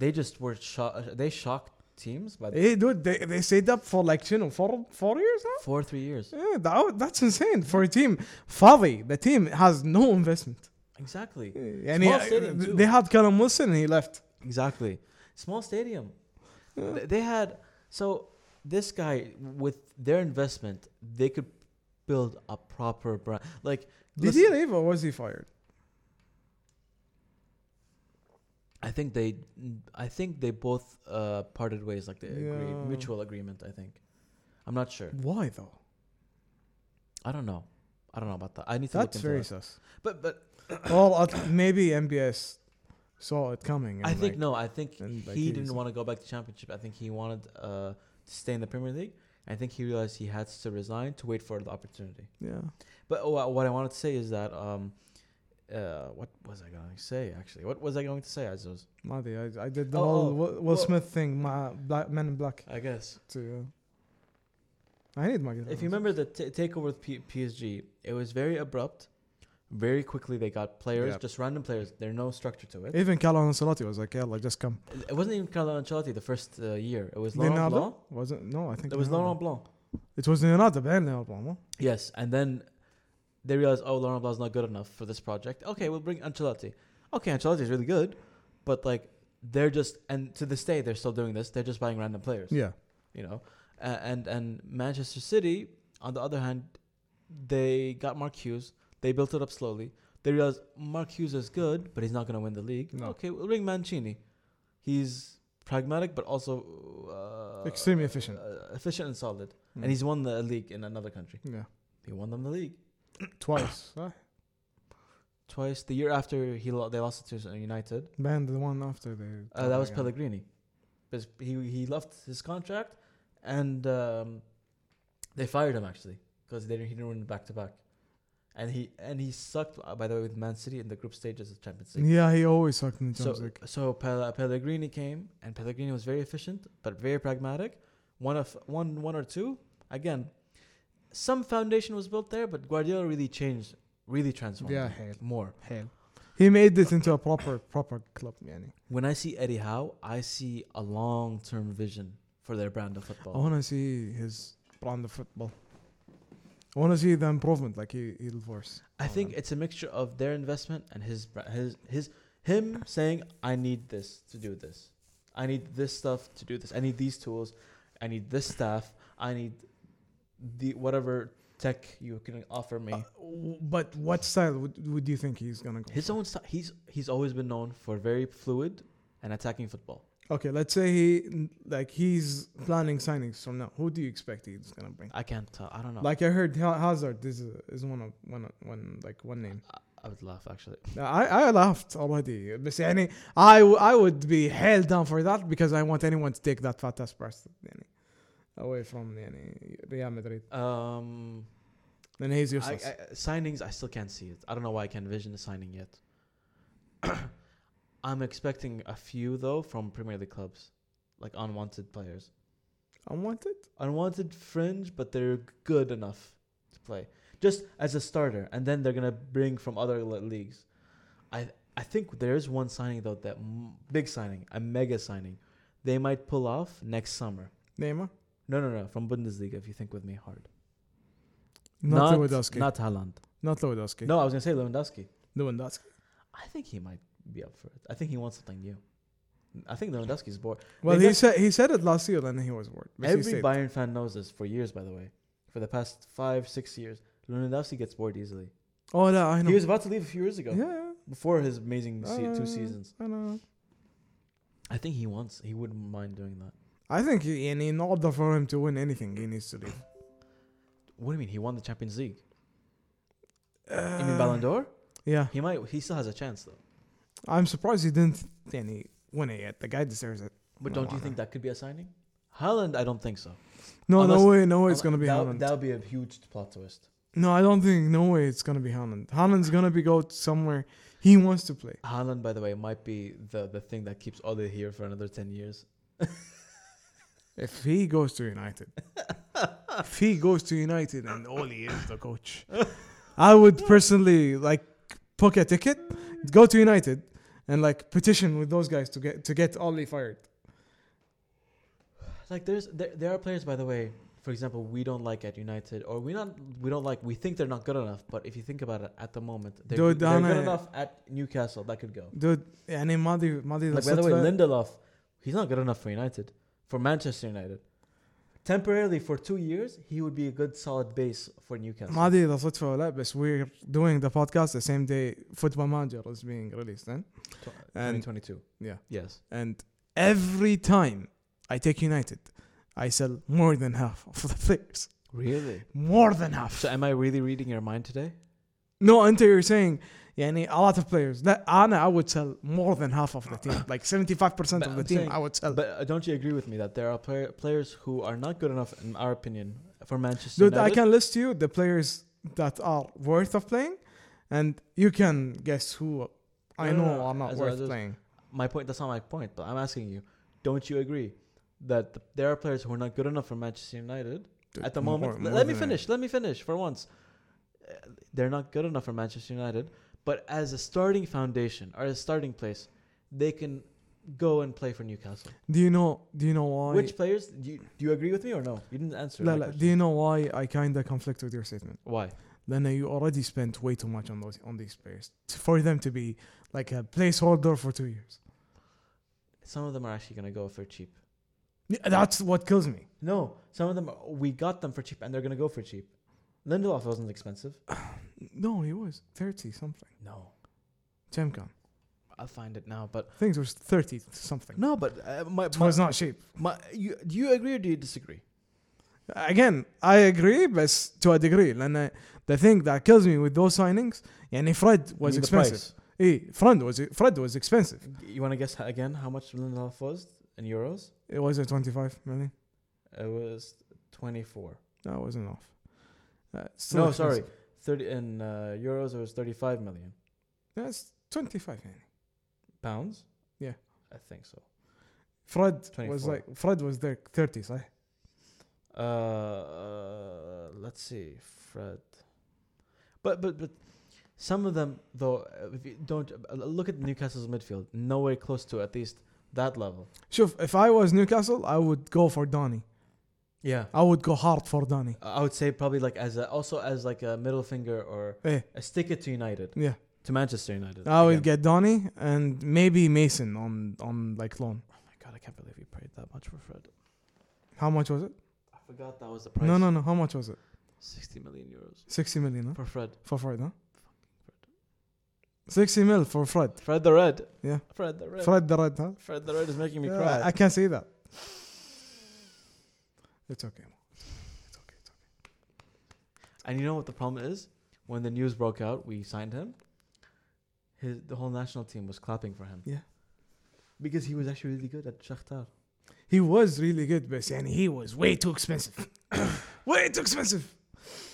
Speaker 1: they just were shocked? They shocked teams by the
Speaker 2: Hey, dude, they, they stayed up for like, you know, four, four years now?
Speaker 1: four or three years.
Speaker 2: Yeah, that, that's insane for a team. Favi, the team has no investment.
Speaker 1: Exactly,
Speaker 2: And he, uh,
Speaker 1: Small stadium, too.
Speaker 2: they had Callum Wilson and he left.
Speaker 1: exactly. Small stadium. Th- They had so this guy with their investment, they could build a proper brand. Like
Speaker 2: Did
Speaker 1: listen,
Speaker 2: he leave or was he fired?
Speaker 1: I think they, I think they both uh, parted ways. Like they agreed
Speaker 2: Yeah.
Speaker 1: mutual agreement. I think. I'm not sure.
Speaker 2: Why though?
Speaker 1: I don't know. I don't know about that. I need to look
Speaker 2: That's
Speaker 1: into
Speaker 2: very
Speaker 1: that.
Speaker 2: sus.
Speaker 1: But but
Speaker 2: well, uh, maybe MBS saw it coming. and
Speaker 1: I think
Speaker 2: like-
Speaker 1: no. I think
Speaker 2: and, like,
Speaker 1: he
Speaker 2: he's-
Speaker 1: didn't want to go back to championship. I think he wanted uh, to stay in the Premier League. I think he realized he had to resign to wait for the opportunity.
Speaker 2: Yeah.
Speaker 1: uh, But wha- what I wanted to say is that um, uh, what was I going to say actually? What was I going to say, Azuz?
Speaker 2: ما ادري I, I did the
Speaker 1: Oh,
Speaker 2: whole
Speaker 1: oh,
Speaker 2: Will, Will
Speaker 1: well-
Speaker 2: Smith thing مع Black, Men in Black
Speaker 1: I guess
Speaker 2: too. I need my
Speaker 1: if you remember the t- takeover with P- PSG, it was very abrupt. Very quickly, they got players,
Speaker 2: Yep.
Speaker 1: just random players. There's no structure to it.
Speaker 2: even Carlo Ancelotti was like يلا just come
Speaker 1: It wasn't even Carlo Ancelotti the first uh, year. It was Laurent Blanc.
Speaker 2: Leonardo wasn't no I think
Speaker 1: It was Laurent
Speaker 2: Leonardo.
Speaker 1: Blanc.
Speaker 2: it was Leonardo بعدين Leonardo huh?
Speaker 1: Yes, and then they realized, oh, Laurent Blanc's not good enough for this project. Okay, we'll bring Ancelotti. Okay, Ancelotti's really good, but like they're just and to this day they're still doing this. They're just buying random players.
Speaker 2: yeah
Speaker 1: you know, uh, and and Manchester City on the other hand, they got Mark Hughes. They built it up slowly. They realized Mark Hughes is good, but he's not going to win the league.
Speaker 2: No.
Speaker 1: Okay, we'll bring Mancini. He's pragmatic, but also uh,
Speaker 2: Extremely efficient.
Speaker 1: uh, efficient and solid.
Speaker 2: Mm.
Speaker 1: And he's won the league in another country.
Speaker 2: yeah
Speaker 1: He won them the league.
Speaker 2: twice صح
Speaker 1: twice. The year after he lo- they lost it to United,
Speaker 2: بعدين the one after they
Speaker 1: uh, that was Pellegrini. Because he he left his contract, and um, they fired him actually because they didn't, he didn't win back to back, and he and he sucked uh, by the way with Man City in the group stages of Champions League.
Speaker 2: yeah he always sucked in the
Speaker 1: So
Speaker 2: Champions League
Speaker 1: so Pel- uh, Pellegrini came, and Pellegrini was very efficient but very pragmatic. One of one one or two again. Some foundation was built there, but Guardiola really changed, really transformed
Speaker 2: Yeah,
Speaker 1: it
Speaker 2: hell.
Speaker 1: more.
Speaker 2: حيل he made it into a proper proper club يعني
Speaker 1: When I see Eddie Howe, I see a long term vision for their brand of
Speaker 2: I
Speaker 1: football.
Speaker 2: want to see his brand of football. I want to see the improvement, like he he'll force.
Speaker 1: I think it's a mixture of their investment and his bra- his his him saying, "I need this to do this. I need this stuff to do this. I need these tools. I need this staff. I need the whatever tech you can offer me."
Speaker 2: Uh, but what style would, would you think he's gonna go?
Speaker 1: His own st- he's he's always been known for very fluid and attacking football.
Speaker 2: Okay, let's say he like he's planning signings from now. Who do you expect he's gonna bring?
Speaker 1: I can't tell. I don't know.
Speaker 2: Like I heard Ha- Hazard is is one of one of- one like one name.
Speaker 1: I, I would laugh actually.
Speaker 2: I I laughed already. But يعني, I w- I would be held down for that because I want anyone to take that fat ass bastard يعني, away from يعني, Real Madrid.
Speaker 1: Um.
Speaker 2: And he's
Speaker 1: I, I,
Speaker 2: useless.
Speaker 1: signings, I still can't see it. I don't know why I can't envision a signing yet. [COUGHS] I'm expecting a few though from Premier League clubs, like unwanted players,
Speaker 2: Unwanted.
Speaker 1: unwanted fringe, but they're good enough to play just as a starter, and then they're gonna bring from other le- leagues. I I think there is one signing though that m- big signing, a mega signing, they might pull off next summer.
Speaker 2: Neymar.
Speaker 1: No, no, no, from Bundesliga. If you think with me hard,
Speaker 2: Not, Lewandowski. Not,
Speaker 1: not Haaland.
Speaker 2: Lewandowski.
Speaker 1: No, I was gonna say Lewandowski.
Speaker 2: Lewandowski.
Speaker 1: I think he might be up for it. I think he wants something new. I think Lewandowski's bored.
Speaker 2: Well,
Speaker 1: They
Speaker 2: he
Speaker 1: got-
Speaker 2: said he said it last year, and he was worried. But he
Speaker 1: Every
Speaker 2: stayed.
Speaker 1: Bayern fan knows this for years, by the way. For the past five, six years, Lewandowski gets bored easily.
Speaker 2: oh no, I know.
Speaker 1: He was about to leave a few years ago,
Speaker 2: yeah,
Speaker 1: before his amazing se-
Speaker 2: Uh,
Speaker 1: two seasons.
Speaker 2: I know.
Speaker 1: I think he wants. He wouldn't mind doing that.
Speaker 2: I think he, and in order for him to win anything, he needs to leave.
Speaker 1: What do you mean? He won the Champions League.
Speaker 2: Uh,
Speaker 1: you mean Ballon d'Or?
Speaker 2: Yeah,
Speaker 1: He might. He still has a chance though.
Speaker 2: I'm surprised he didn't. And he win it yet. The guy deserves it.
Speaker 1: But
Speaker 2: No,
Speaker 1: don't
Speaker 2: why
Speaker 1: you think
Speaker 2: not?
Speaker 1: that could be a signing? Haaland, I don't think so.
Speaker 2: No,
Speaker 1: Unless-
Speaker 2: no way, no way, it's gonna be
Speaker 1: that,
Speaker 2: Haaland.
Speaker 1: That would be a huge plot twist.
Speaker 2: no, I don't think. No way, it's gonna be Haaland. Haaland's gonna be go somewhere he wants to play.
Speaker 1: Haaland, by the way, might be the, the thing that keeps Ole here for another 10 years.
Speaker 2: If he goes to
Speaker 1: [LAUGHS]
Speaker 2: United, if he goes to United and Oli is the coach, I would personally like book a ticket, go to United, and like petition with those guys to get to get Oli fired.
Speaker 1: Like there's there, there are players by the way, for example, we don't like at United or we not we don't like we think they're not good enough, but if you think about it at the moment, they're,
Speaker 2: Dude,
Speaker 1: they're good
Speaker 2: Dana-
Speaker 1: enough at Newcastle. That could go.
Speaker 2: Dude, يعني ما ادري ما ادري إذا
Speaker 1: Like by the way,
Speaker 2: صدفة-
Speaker 1: Lindelof, he's not good enough for United. For Manchester United. Temporarily for two years, he would be a good solid base for
Speaker 2: ما
Speaker 1: Newcastle.
Speaker 2: ادري اذا صدفه ولا بس we're doing the podcast the same day Football Manager is being released then
Speaker 1: Twenty twenty two.
Speaker 2: yeah.
Speaker 1: Yes.
Speaker 2: and every time I take United I sell more than half of the players
Speaker 1: Really?
Speaker 2: more than half
Speaker 1: So um, am I really reading your mind today?
Speaker 2: No, until you're saying, يعني a lot of players. That Ana, I would sell more than half of the
Speaker 1: [COUGHS]
Speaker 2: team, like 75%
Speaker 1: But
Speaker 2: of the
Speaker 1: I'm
Speaker 2: team,
Speaker 1: saying-
Speaker 2: I would sell.
Speaker 1: But uh, don't you agree with me that there are player, players who are not good enough, in our opinion, for Manchester
Speaker 2: Dude,
Speaker 1: United?
Speaker 2: I can list you the players that are worth of playing, and you can guess who I
Speaker 1: No, no,
Speaker 2: know
Speaker 1: no,
Speaker 2: are not
Speaker 1: as-
Speaker 2: worth
Speaker 1: as-
Speaker 2: playing.
Speaker 1: My point. That's not my point. But I'm asking you. Don't you agree that th- there are players who are not good enough for Manchester United at the
Speaker 2: More-
Speaker 1: moment?
Speaker 2: more
Speaker 1: L- let me
Speaker 2: than I-
Speaker 1: finish. Let me finish for once. Uh, They're not good enough for Manchester United, but as a starting foundation or a starting place, they can go and play for Newcastle.
Speaker 2: Do you know? Do you know why?
Speaker 1: Which players do you, do you agree with me or no? You didn't answer.
Speaker 2: لا
Speaker 1: my
Speaker 2: لا.
Speaker 1: question.
Speaker 2: Do you know why I kinda conflict with your statement?
Speaker 1: Why?
Speaker 2: Then you already spent way too much on those on these players for them to be like a placeholder for two years.
Speaker 1: Some of them are actually gonna go for cheap.
Speaker 2: Yeah, That's what kills me.
Speaker 1: No, some of them we got them for cheap and they're gonna go for cheap. Lindelof wasn't expensive.
Speaker 2: No, he was thirty something.
Speaker 1: No,
Speaker 2: Jamcon.
Speaker 1: I'll find it now. But
Speaker 2: Things were thirty something.
Speaker 1: no, but uh, my,
Speaker 2: It
Speaker 1: my,
Speaker 2: was not cheap.
Speaker 1: my you, do you agree or do you disagree?
Speaker 2: Again, I agree, but to a degree. لأن the thing that kills me with those signings, يعني Fred was
Speaker 1: I mean, the
Speaker 2: expensive. إيه, Fred was Fred was expensive.
Speaker 1: price. You want to guess again how much Lindelof was in euros?
Speaker 2: It was at 25 million.
Speaker 1: It was twenty four.
Speaker 2: That wasn't off. Uh, still
Speaker 1: No, sorry,
Speaker 2: expensive.
Speaker 1: thirty in uh, euros. It was thirty five million
Speaker 2: That's 25 يعني.
Speaker 1: pounds.
Speaker 2: Yeah.
Speaker 1: I think so.
Speaker 2: Fred was
Speaker 1: 24.
Speaker 2: like Fred was there 30 صح؟
Speaker 1: Uh, uh, let's see, Fred. But but but some of them though, uh, if you don't uh, look at Newcastle's midfield, nowhere close to at least that level.
Speaker 2: شوف if I was Newcastle I would go for Donny.
Speaker 1: Yeah,
Speaker 2: I would go hard for Donny.
Speaker 1: I would say probably like as a, also as like a middle finger or
Speaker 2: إيه.
Speaker 1: a stick it to United
Speaker 2: Yeah.
Speaker 1: to Manchester United.
Speaker 2: I would
Speaker 1: again.
Speaker 2: get Donny and maybe Mason on on like loan.
Speaker 1: Oh my god, I can't believe you paid that much for Fred.
Speaker 2: How much was it?
Speaker 1: I forgot that was the price.
Speaker 2: No no no how much was it?
Speaker 1: sixty million euros
Speaker 2: 60 million huh?
Speaker 1: for Fred.
Speaker 2: for Fred huh? 60 mil for Fred.
Speaker 1: Fred the Red.
Speaker 2: Yeah.
Speaker 1: Fred the Red. Fred,
Speaker 2: Fred the red huh?
Speaker 1: the Red is making me
Speaker 2: Yeah,
Speaker 1: cry.
Speaker 2: I can't say that. It's okay.
Speaker 1: And you know what the problem is? When the news broke out, we signed him. His the whole national team was clapping for him.
Speaker 2: Yeah.
Speaker 1: Because he was actually really good at Shakhtar.
Speaker 2: He was really good, but and he was way too [COUGHS] expensive. way too expensive. Mm.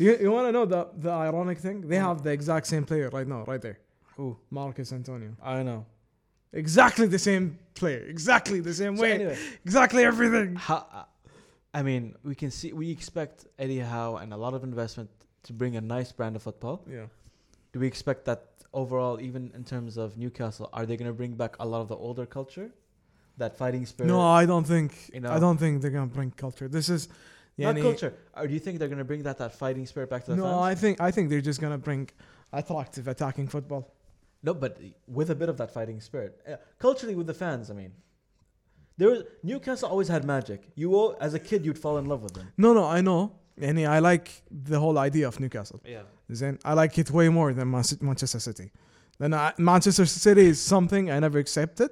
Speaker 2: You, you want to know the, the ironic thing? They have the exact same player right now, right there.
Speaker 1: Who?
Speaker 2: Marcus Antonio.
Speaker 1: I know.
Speaker 2: Exactly the same player. Exactly the same
Speaker 1: So
Speaker 2: way.
Speaker 1: anyway,
Speaker 2: Exactly everything.
Speaker 1: how, I mean, we can see we expect Eddie Howe and a lot of investment to bring a nice brand of football.
Speaker 2: Yeah.
Speaker 1: Do we expect that overall, even in terms of Newcastle, are they going to bring back a lot of the older culture, that fighting spirit?
Speaker 2: No, I don't think.
Speaker 1: You know-
Speaker 2: I don't think they're gonna bring culture. This is.
Speaker 1: not
Speaker 2: يعني-
Speaker 1: culture. Or do you think they're going to bring that that fighting spirit back to the
Speaker 2: No,
Speaker 1: fans?
Speaker 2: I think I think they're just gonna bring attractive attacking football.
Speaker 1: No, but with a bit of that fighting spirit, Uh, culturally with the fans. I mean, there was Newcastle always had magic. You all, as a kid, you'd fall in love with them.
Speaker 2: No, no, I know. And I like the whole idea of Newcastle.
Speaker 1: Yeah,
Speaker 2: زين I like it way more than Man- Manchester City. Then I, Manchester City is something I never accepted.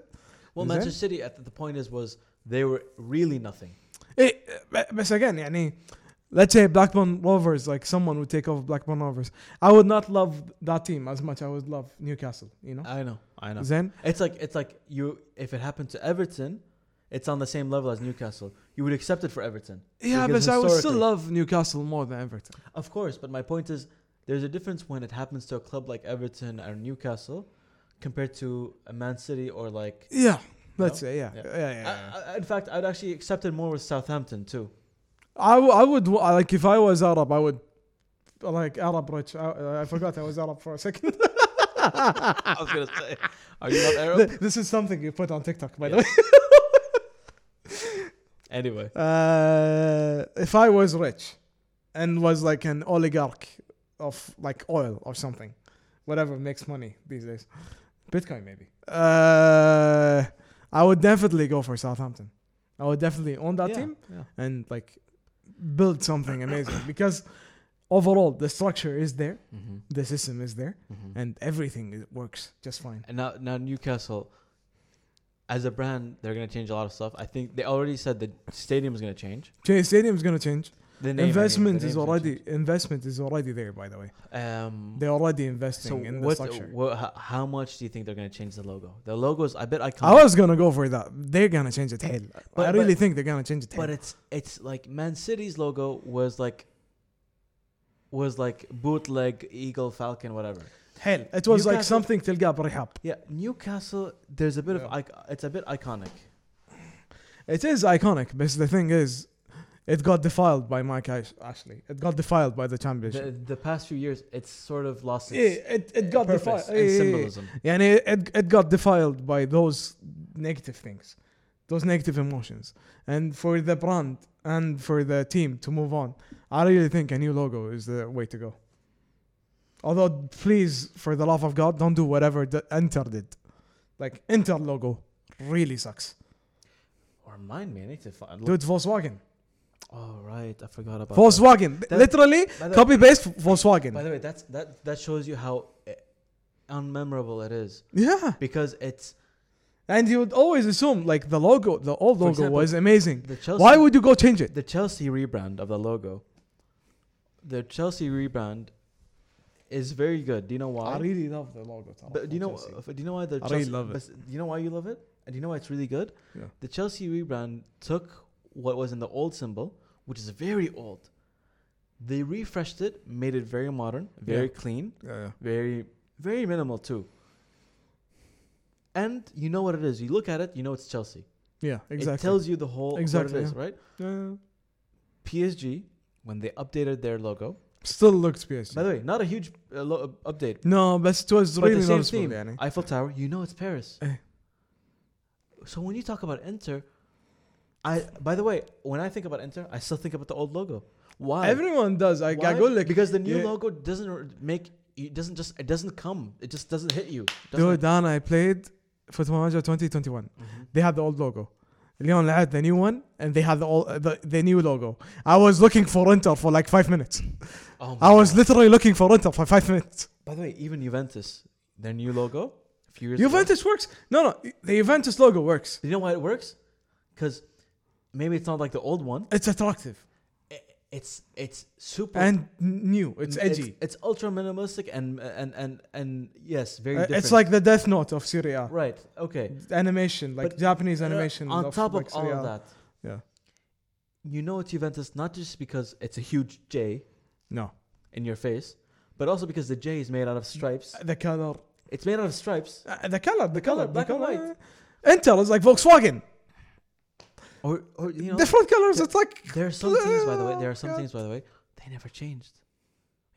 Speaker 1: well,
Speaker 2: Is
Speaker 1: Manchester City at the point is was they were really nothing.
Speaker 2: It, Eh, but again, يعني, let's say Blackburn Rovers, like someone would take over Blackburn Rovers. I would not love that team as much I would love Newcastle. You know,
Speaker 1: I know, I know.
Speaker 2: then
Speaker 1: It's like it's like you. If it happened to Everton, it's on the same level as Newcastle. You would accept it for Everton,
Speaker 2: yeah,
Speaker 1: Because
Speaker 2: but I would still
Speaker 1: historically-
Speaker 2: love Newcastle more than Everton.
Speaker 1: of course. But my point is, there's a difference when it happens to a club like Everton or Newcastle, compared to a Man City or like
Speaker 2: Yeah, let's
Speaker 1: No?
Speaker 2: say yeah, yeah,
Speaker 1: Yeah. Uh,
Speaker 2: yeah. yeah,
Speaker 1: I- I- in fact, I'd actually accept it more with Southampton too.
Speaker 2: I, w- I would wa- like if I was Arab, I would like Arab rich. I, I forgot I was Arab for a second.
Speaker 1: [LAUGHS] I was gonna say, [LAUGHS] are you
Speaker 2: [LAUGHS]
Speaker 1: not [LAUGHS] Arab?
Speaker 2: this is something you put on TikTok, by the way.
Speaker 1: Anyway,
Speaker 2: uh, if I was rich and was like an oligarch of like oil or something, whatever makes money these days, Bitcoin maybe, uh, I would definitely go for Southampton. I would definitely own that team and like build something amazing [COUGHS] because overall the structure is there,
Speaker 1: Mm-hmm.
Speaker 2: the system is there, and everything is- works just fine.
Speaker 1: And now, now Newcastle, as a brand, they're gonna change a lot of stuff. I think they already said the stadium is gonna change.
Speaker 2: Ch- Stadium is gonna change.
Speaker 1: The name, I mean, the
Speaker 2: Investment
Speaker 1: name's
Speaker 2: is
Speaker 1: gonna
Speaker 2: already investment is already there. By the way.
Speaker 1: change. Um,
Speaker 2: They're already investing
Speaker 1: so
Speaker 2: in
Speaker 1: what,
Speaker 2: the structure.
Speaker 1: what- ho- how much do you think they're gonna change the logo? The logos, I bet I
Speaker 2: I
Speaker 1: can't.
Speaker 2: was gonna go for that. They're gonna change it hell. I
Speaker 1: But-
Speaker 2: really
Speaker 1: but-
Speaker 2: think they're gonna change it hell.
Speaker 1: but it's it's like Man City's logo was like was like bootleg eagle falcon whatever.
Speaker 2: حيل it was like
Speaker 1: Newcastle-
Speaker 2: something تلقاه برحاب
Speaker 1: Yeah, Newcastle. There's a bit of
Speaker 2: Yeah.
Speaker 1: ic- it's a bit iconic.
Speaker 2: It is iconic, but the thing is, it got defiled by Mike Ash- Ashley. It got defiled by the championship.
Speaker 1: The, the past few years, it's sort of lost
Speaker 2: Yeah,
Speaker 1: its
Speaker 2: it, it got
Speaker 1: purpose
Speaker 2: defiled. Yeah,
Speaker 1: and
Speaker 2: yeah, yeah.
Speaker 1: symbolism.
Speaker 2: يعني it, it got defiled by those negative things, those negative emotions. And for the brand and for the team to move on, I really think a new logo is the way to go. Although, please, for the love of God, don't do whatever the Inter did. Like, Inter logo really sucks.
Speaker 1: Or mine, man. It's a fun.
Speaker 2: Do it Volkswagen.
Speaker 1: Oh right, I forgot about that.
Speaker 2: Volkswagen.
Speaker 1: That- uh,
Speaker 2: Literally,
Speaker 1: By the-
Speaker 2: copy paste
Speaker 1: By
Speaker 2: Volkswagen.
Speaker 1: the way, that's that that shows you how eh, unmemorable it is
Speaker 2: Yeah,
Speaker 1: because it's
Speaker 2: and you would always assume like the logo, the old
Speaker 1: For
Speaker 2: logo
Speaker 1: example,
Speaker 2: was amazing.
Speaker 1: the Chelsea.
Speaker 2: Why would you go change it?
Speaker 1: the Chelsea rebrand of the logo? The Chelsea rebrand is very good. Do you know why?
Speaker 2: really love the logo.
Speaker 1: But do you know uh, do you know why the
Speaker 2: I
Speaker 1: Chelsea,
Speaker 2: really love it.
Speaker 1: bes- Do you know why you love it? And do you know why it's really good?
Speaker 2: Yeah.
Speaker 1: The Chelsea rebrand took what was in the old symbol, which is very old. They refreshed it, made it very modern, very clean, very very minimal too. And you know what it is. You look at it, you know it's Chelsea.
Speaker 2: yeah, exactly.
Speaker 1: It tells you the whole exactly,
Speaker 2: Exactly,
Speaker 1: what it is,
Speaker 2: yeah.
Speaker 1: right?
Speaker 2: Yeah.
Speaker 1: PSG when they updated their logo.
Speaker 2: Still looks PSG.
Speaker 1: By the way, not a huge uh, lo- uh, update.
Speaker 2: no, but it was
Speaker 1: But
Speaker 2: really
Speaker 1: the same
Speaker 2: noticeable.
Speaker 1: theme,
Speaker 2: يعني.
Speaker 1: Eiffel Tower, you know it's Paris.
Speaker 2: Eh.
Speaker 1: So when you talk about Inter, I by the way, when I think about Inter, I still think about the old logo. Why?
Speaker 2: Everyone does. I
Speaker 1: Why?
Speaker 2: go like,
Speaker 1: because the new
Speaker 2: yeah.
Speaker 1: logo doesn't r- make it doesn't just it doesn't come. It just doesn't hit you.
Speaker 2: dude,
Speaker 1: Doesn't-
Speaker 2: Dan, I played Football Manager 2021.
Speaker 1: Mhm.
Speaker 2: They had the old logo. Leon had the new one, and they had the, old, the the new logo. I was looking for Inter for like five minutes.
Speaker 1: Oh my
Speaker 2: I was
Speaker 1: God.
Speaker 2: literally looking for Inter for five minutes.
Speaker 1: By the way, even Juventus, their new logo, a few years ago-
Speaker 2: Juventus works. No, no, the Juventus logo works.
Speaker 1: You know why it works? Because maybe it's not like the old one.
Speaker 2: It's attractive
Speaker 1: I- It's it's super
Speaker 2: and new. It's
Speaker 1: Mm,
Speaker 2: edgy.
Speaker 1: It's, ultra minimalistic and and and and yes, very.
Speaker 2: Uh,
Speaker 1: different.
Speaker 2: It's like the Death Note of Syria.
Speaker 1: right. Okay.
Speaker 2: Animation, like
Speaker 1: But, uh,
Speaker 2: Japanese animation.
Speaker 1: on top
Speaker 2: like,
Speaker 1: of all
Speaker 2: Serie A.
Speaker 1: of that.
Speaker 2: Yeah.
Speaker 1: You know it's Juventus not just because it's a huge J
Speaker 2: No,
Speaker 1: in your face, but also because the J is made out of stripes.
Speaker 2: the color,
Speaker 1: It's made out of stripes.
Speaker 2: uh, the color, the, color,
Speaker 1: black
Speaker 2: the
Speaker 1: and
Speaker 2: color. Intel is like Volkswagen.
Speaker 1: Or or you know
Speaker 2: Different colors.
Speaker 1: the-
Speaker 2: It's like
Speaker 1: there are some things by the way. There are some
Speaker 2: God.
Speaker 1: things by the way. They never changed.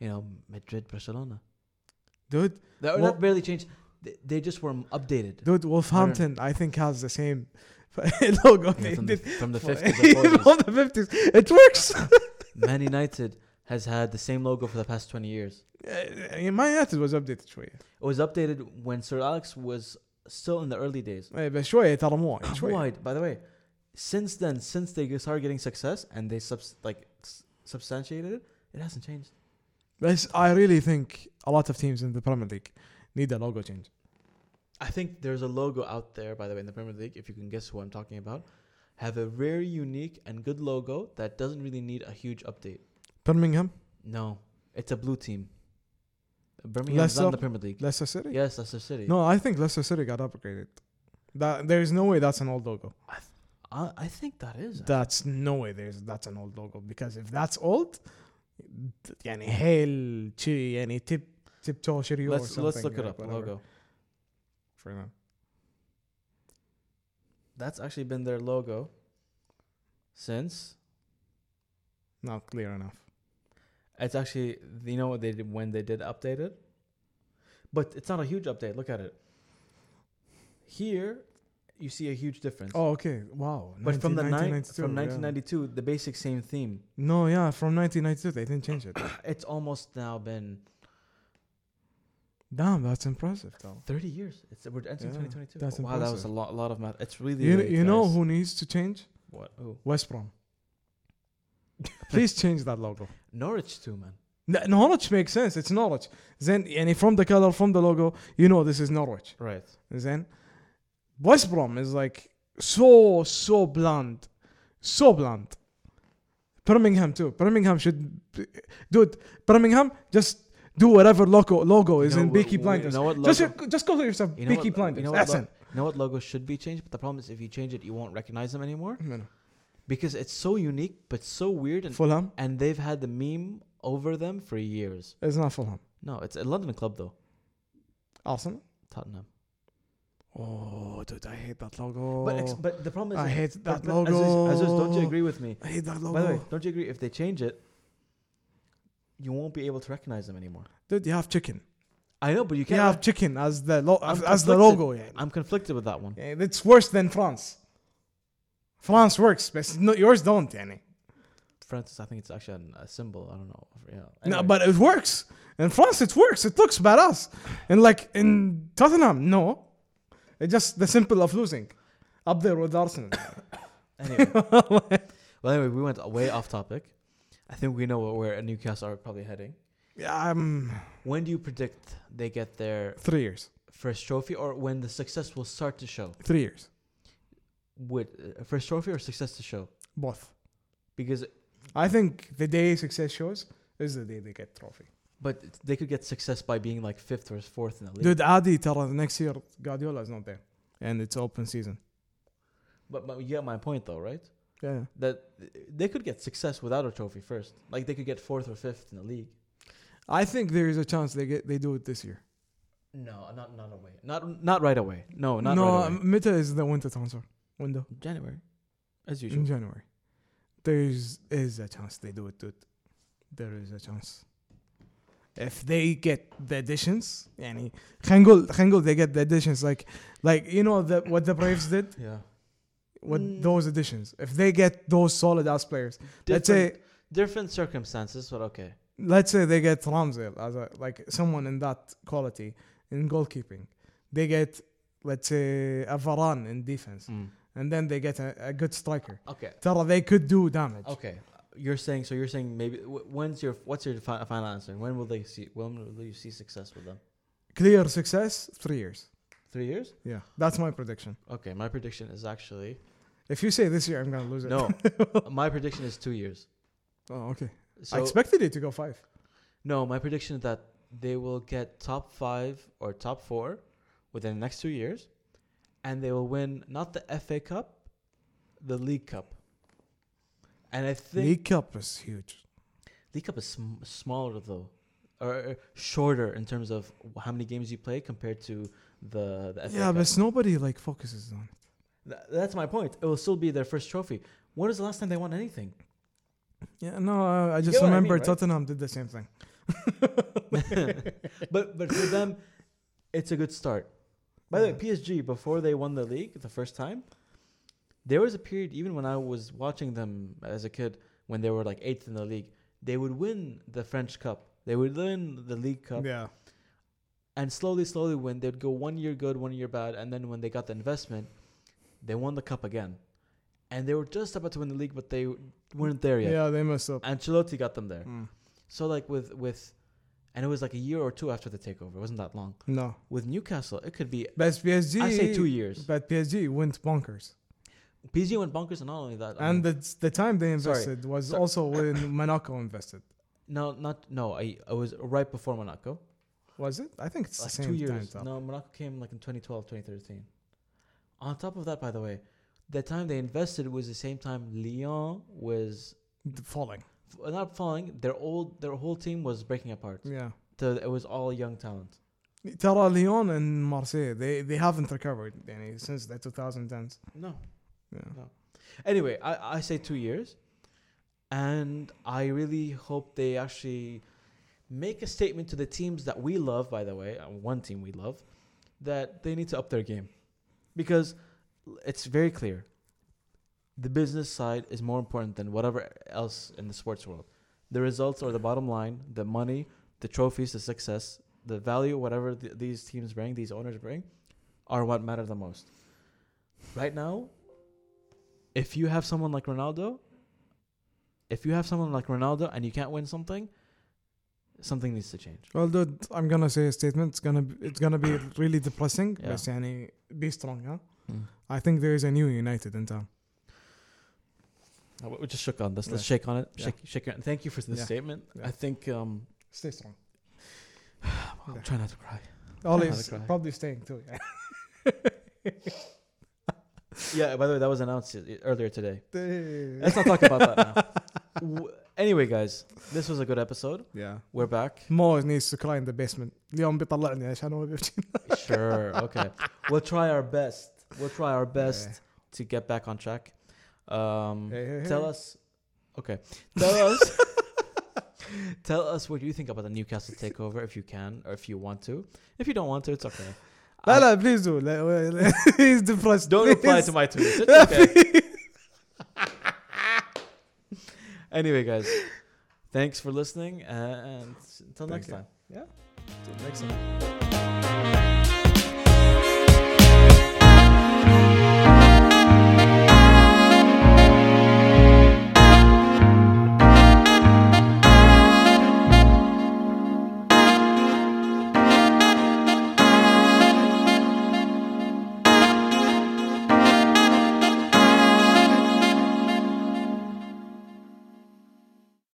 Speaker 1: You know Madrid, Barcelona.
Speaker 2: dude,
Speaker 1: They are
Speaker 2: Well-
Speaker 1: not barely changed. They, they just were updated.
Speaker 2: dude. Wolfhampton, I think has the same [LAUGHS] logo.
Speaker 1: you know,
Speaker 2: they
Speaker 1: from, the,
Speaker 2: did
Speaker 1: from
Speaker 2: [LAUGHS]
Speaker 1: the
Speaker 2: for-
Speaker 1: 50s and 40s.
Speaker 2: from the fifties. It works. [LAUGHS]
Speaker 1: Man United has had the same logo for the past 20 years.
Speaker 2: Uh, Man United was updated شوية.
Speaker 1: It was updated when Sir Alex was still in the early [CLEARS THROAT] days.
Speaker 2: إيه، بس شوية ترى مو وايد، شوية.
Speaker 1: Wide, by the way. Since then, since they started getting success and they subs- like s- substantiated it, it hasn't changed.
Speaker 2: But I really think a lot of teams in the Premier League need a logo change.
Speaker 1: I think there's a logo out there, by the way, in the Premier League, if you can guess who I'm talking about, have a very unique and good logo that doesn't really need a huge update.
Speaker 2: Birmingham,
Speaker 1: No, it's a blue team. Birmingham's not in
Speaker 2: Leicester?
Speaker 1: the Premier League.
Speaker 2: Leicester City.
Speaker 1: Yes, Leicester City.
Speaker 2: No, I think Leicester City got upgraded. That there is no way that's an old logo.
Speaker 1: I, I think that is.
Speaker 2: That's no way there's that's an old logo because if that's old, يعني hail chi يعني tip tiptoe شريو or
Speaker 1: let's
Speaker 2: something.
Speaker 1: let's look it
Speaker 2: like,
Speaker 1: up.
Speaker 2: whatever.
Speaker 1: Logo.
Speaker 2: For them.
Speaker 1: That's actually been their logo since
Speaker 2: Not clear enough.
Speaker 1: it's actually you know what they did when they did update it, but it's not a huge update. Look at it. Here, you see a huge difference.
Speaker 2: Oh, okay. Wow.
Speaker 1: but from the ni-
Speaker 2: 1992,
Speaker 1: from
Speaker 2: yeah.
Speaker 1: 1992, the basic same theme. [COUGHS]
Speaker 2: No, yeah, from 1992 they didn't change it.
Speaker 1: It's almost now been
Speaker 2: Damn, that's impressive though.
Speaker 1: 30 years. It's we're entering
Speaker 2: Yeah,
Speaker 1: 2022.
Speaker 2: that's
Speaker 1: wow, that was a
Speaker 2: impressive.
Speaker 1: lot, lot of math. It's really
Speaker 2: You,
Speaker 1: late,
Speaker 2: you know
Speaker 1: guys.
Speaker 2: who needs to change?
Speaker 1: what who
Speaker 2: West Brom. Please change that logo.
Speaker 1: Norwich too, man.
Speaker 2: No, Norwich makes sense. It's Norwich. Then, يعني from the color, from the logo, you know this is Norwich.
Speaker 1: Right.
Speaker 2: Then, West Brom is like so so bland, so bland. Birmingham too. Birmingham should, dude. Birmingham just do whatever logo logo is Oh, in Beaky Blinders.
Speaker 1: You know what
Speaker 2: just
Speaker 1: logo-
Speaker 2: just call yourself
Speaker 1: You know
Speaker 2: Beaky
Speaker 1: what-
Speaker 2: Blinders.
Speaker 1: You know,
Speaker 2: That's
Speaker 1: what
Speaker 2: it.
Speaker 1: lo- you know what logo should be changed, but the problem is if you change it, you won't recognize them anymore because it's so unique but so weird, and
Speaker 2: Fulham.
Speaker 1: and they've had the meme over them for years.
Speaker 2: It's not Fulham.
Speaker 1: No, it's a London club though.
Speaker 2: Arsenal.
Speaker 1: Tottenham.
Speaker 2: Oh, dude, I hate that logo.
Speaker 1: But ex- but the problem is
Speaker 2: Oh, I hate that
Speaker 1: but- but Aziz-
Speaker 2: logo. Oh.
Speaker 1: Aziz, don't you agree with me?
Speaker 2: I hate that
Speaker 1: By the way,
Speaker 2: logo.
Speaker 1: don't you agree? If they change it, you won't be able to recognize them anymore.
Speaker 2: Dude, you have chicken.
Speaker 1: I know, but you
Speaker 2: You
Speaker 1: can't.
Speaker 2: have chicken as the lo-
Speaker 1: I'm
Speaker 2: as, as the
Speaker 1: conflicted.
Speaker 2: logo. Yeah.
Speaker 1: I'm conflicted with that one.
Speaker 2: Yeah, It's worse than France. France works, but no, yours don't, يعني.
Speaker 1: Francis, I think it's actually an, a symbol. I don't know. Yeah.
Speaker 2: No,
Speaker 1: Anyway.
Speaker 2: but it works. In France, it works. It looks badass. And like in Tottenham, no. It's just the simple of losing. Up there
Speaker 1: [LAUGHS]
Speaker 2: with Arsenal.
Speaker 1: anyway. well, anyway, we went way off topic. I think we know where Newcastle are probably heading.
Speaker 2: um,
Speaker 1: When do you predict they get their
Speaker 2: three years.
Speaker 1: first trophy, or when the success will start to show?
Speaker 2: Three years.
Speaker 1: With uh, first trophy or success to show?
Speaker 2: Both.
Speaker 1: Because
Speaker 2: I think the day success shows is the day they get trophy.
Speaker 1: but they could get success by being like fifth or fourth in the league.
Speaker 2: Dude, Adi, ترى the next year Guardiola is not there. And it's open season.
Speaker 1: But, but you get my point though, right?
Speaker 2: Yeah.
Speaker 1: That uh, they could get success without a trophy first. Like they could get fourth or fifth in the league.
Speaker 2: I think there is a chance they get they do it this year.
Speaker 1: No, not not away. Not not right away. No, not
Speaker 2: no,
Speaker 1: right away.
Speaker 2: Meta is the winter transfer window.
Speaker 1: January, as usual.
Speaker 2: in January. There is is a chance they do it, dude. There is a chance. If they get the additions, يعني خلينا نقول خلينا نقول they get the additions like like you know the, what the Braves did
Speaker 1: Yeah.
Speaker 2: with
Speaker 1: Mm.
Speaker 2: those additions. If they get those solid ass players, let's say
Speaker 1: different circumstances, but okay.
Speaker 2: let's say they get Ramsdale as a, like someone in that quality in goalkeeping, they get let's say a Varane in defense,
Speaker 1: Mm.
Speaker 2: and then they get a, a good striker.
Speaker 1: Okay.
Speaker 2: ترى they could do damage.
Speaker 1: Okay. You're saying so. You're saying maybe. wh- When's your what's your fi- final answer? When will they see? When will you see success with them?
Speaker 2: clear success three years
Speaker 1: Three years?
Speaker 2: yeah that's my prediction
Speaker 1: Okay. My prediction is actually
Speaker 2: if you say this year i'm gonna lose it
Speaker 1: no. my prediction is two years.
Speaker 2: oh okay
Speaker 1: So
Speaker 2: i expected it to go five
Speaker 1: no. My prediction is that they will get top five or top four within the next two years, and they will win not the FA Cup, the League Cup. And I think
Speaker 2: league cup is huge
Speaker 1: League Cup is sm- smaller though, or, or shorter in terms of how many games you play compared to the the FA
Speaker 2: yeah
Speaker 1: Cup.
Speaker 2: but nobody like focuses on it
Speaker 1: Th- that's my point. It will still be their first trophy. When was the last time they won
Speaker 2: [LAUGHS]
Speaker 1: anything? [LAUGHS]
Speaker 2: yeah no uh, i just
Speaker 1: get what I
Speaker 2: remember
Speaker 1: mean, right?
Speaker 2: tottenham did the same thing
Speaker 1: But but for them, it's a good start. By the way, PSG before they won the league the first time, there was a period even when I was watching them as a kid when they were like eighth in the league, they would win the French Cup. They would win the League Cup.
Speaker 2: yeah
Speaker 1: And slowly, slowly, when they'd go one year good, one year bad, and then when they got the investment, they won the cup again. And they were just about to win the league, but they weren't there yet. Hmm.
Speaker 2: yeah they messed up
Speaker 1: Ancelotti got them there.
Speaker 2: Mm.
Speaker 1: So like with with, and it was like a year or two after the takeover. It wasn't that long.
Speaker 2: no
Speaker 1: With Newcastle, it could be
Speaker 2: but psg
Speaker 1: I say two years.
Speaker 2: but psg went bonkers
Speaker 1: PSG went bonkers, and not only that,
Speaker 2: and the, the time they
Speaker 1: Uh, Sorry.
Speaker 2: invested was
Speaker 1: Sorry.
Speaker 2: also when monaco invested
Speaker 1: no, not no. I I was right before Monaco,
Speaker 2: was it i think it's
Speaker 1: like
Speaker 2: the same
Speaker 1: two years.
Speaker 2: time
Speaker 1: No, Monaco came like in 2012, 2013. On top of that, by the way, the time they invested was the same time Lyon was
Speaker 2: no. falling
Speaker 1: f- not falling. Their old their whole team was breaking apart.
Speaker 2: yeah
Speaker 1: So it was all young talent.
Speaker 2: ترى ليون and Marseille they they haven't recovered يعني since the 2010s
Speaker 1: No.
Speaker 2: yeah.
Speaker 1: Anyway, I, I say two years, and I really hope they actually make a statement to the teams that we love. By the way, uh, one team we love that they need to up their game because it's very clear the business side is more important than whatever else in the sports world. The results are the bottom line, the money, the trophies, the success, the value, whatever th- these teams bring, these owners bring, are what matter the most. Right now, if you have someone like Ronaldo, if you have someone like Ronaldo and you can't win something, something needs to change.
Speaker 2: well dude I'm gonna say a statement it's gonna be, it's gonna be really depressing
Speaker 1: Yeah.
Speaker 2: بس يعني be strong huh I think there is a new United in town
Speaker 1: Uh, We we just shook on this. Let's
Speaker 2: Yeah.
Speaker 1: shake on it.
Speaker 2: Yeah.
Speaker 1: Shake, shake your. Thank you for the
Speaker 2: Yeah.
Speaker 1: statement.
Speaker 2: Yeah.
Speaker 1: I think um,
Speaker 2: stay strong
Speaker 1: I'm
Speaker 2: Yeah.
Speaker 1: trying not to [LAUGHS] cry.
Speaker 2: Oli
Speaker 1: I'll
Speaker 2: is
Speaker 1: cry.
Speaker 2: probably staying too
Speaker 1: [LAUGHS] Yeah. By the way, that was announced uh, earlier today.
Speaker 2: yeah.
Speaker 1: Let's not talk about that now.
Speaker 2: [LAUGHS]
Speaker 1: W- anyway, guys, this was a good episode.
Speaker 3: Yeah.
Speaker 1: We're back.
Speaker 2: Mo needs to cry in the basement اليوم بيطلعني عشان هو بيبكي
Speaker 1: [LAUGHS] Sure. Okay. We'll try our best. We'll try our best
Speaker 2: Yeah.
Speaker 1: to get back on track. Um,
Speaker 2: Hey, hey,
Speaker 1: tell
Speaker 2: hey.
Speaker 1: us. Okay. Tell us. [LAUGHS] tell us what you think about the Newcastle takeover, if you can, or if you want to. If you don't want to, it's okay.
Speaker 2: لا
Speaker 1: I-
Speaker 2: لا بليز دو [LAUGHS] لا هيز ديبرست
Speaker 1: Don't reply to my tweets. It's okay. anyway, guys, thanks for listening, and until next
Speaker 3: you.
Speaker 1: time.
Speaker 2: next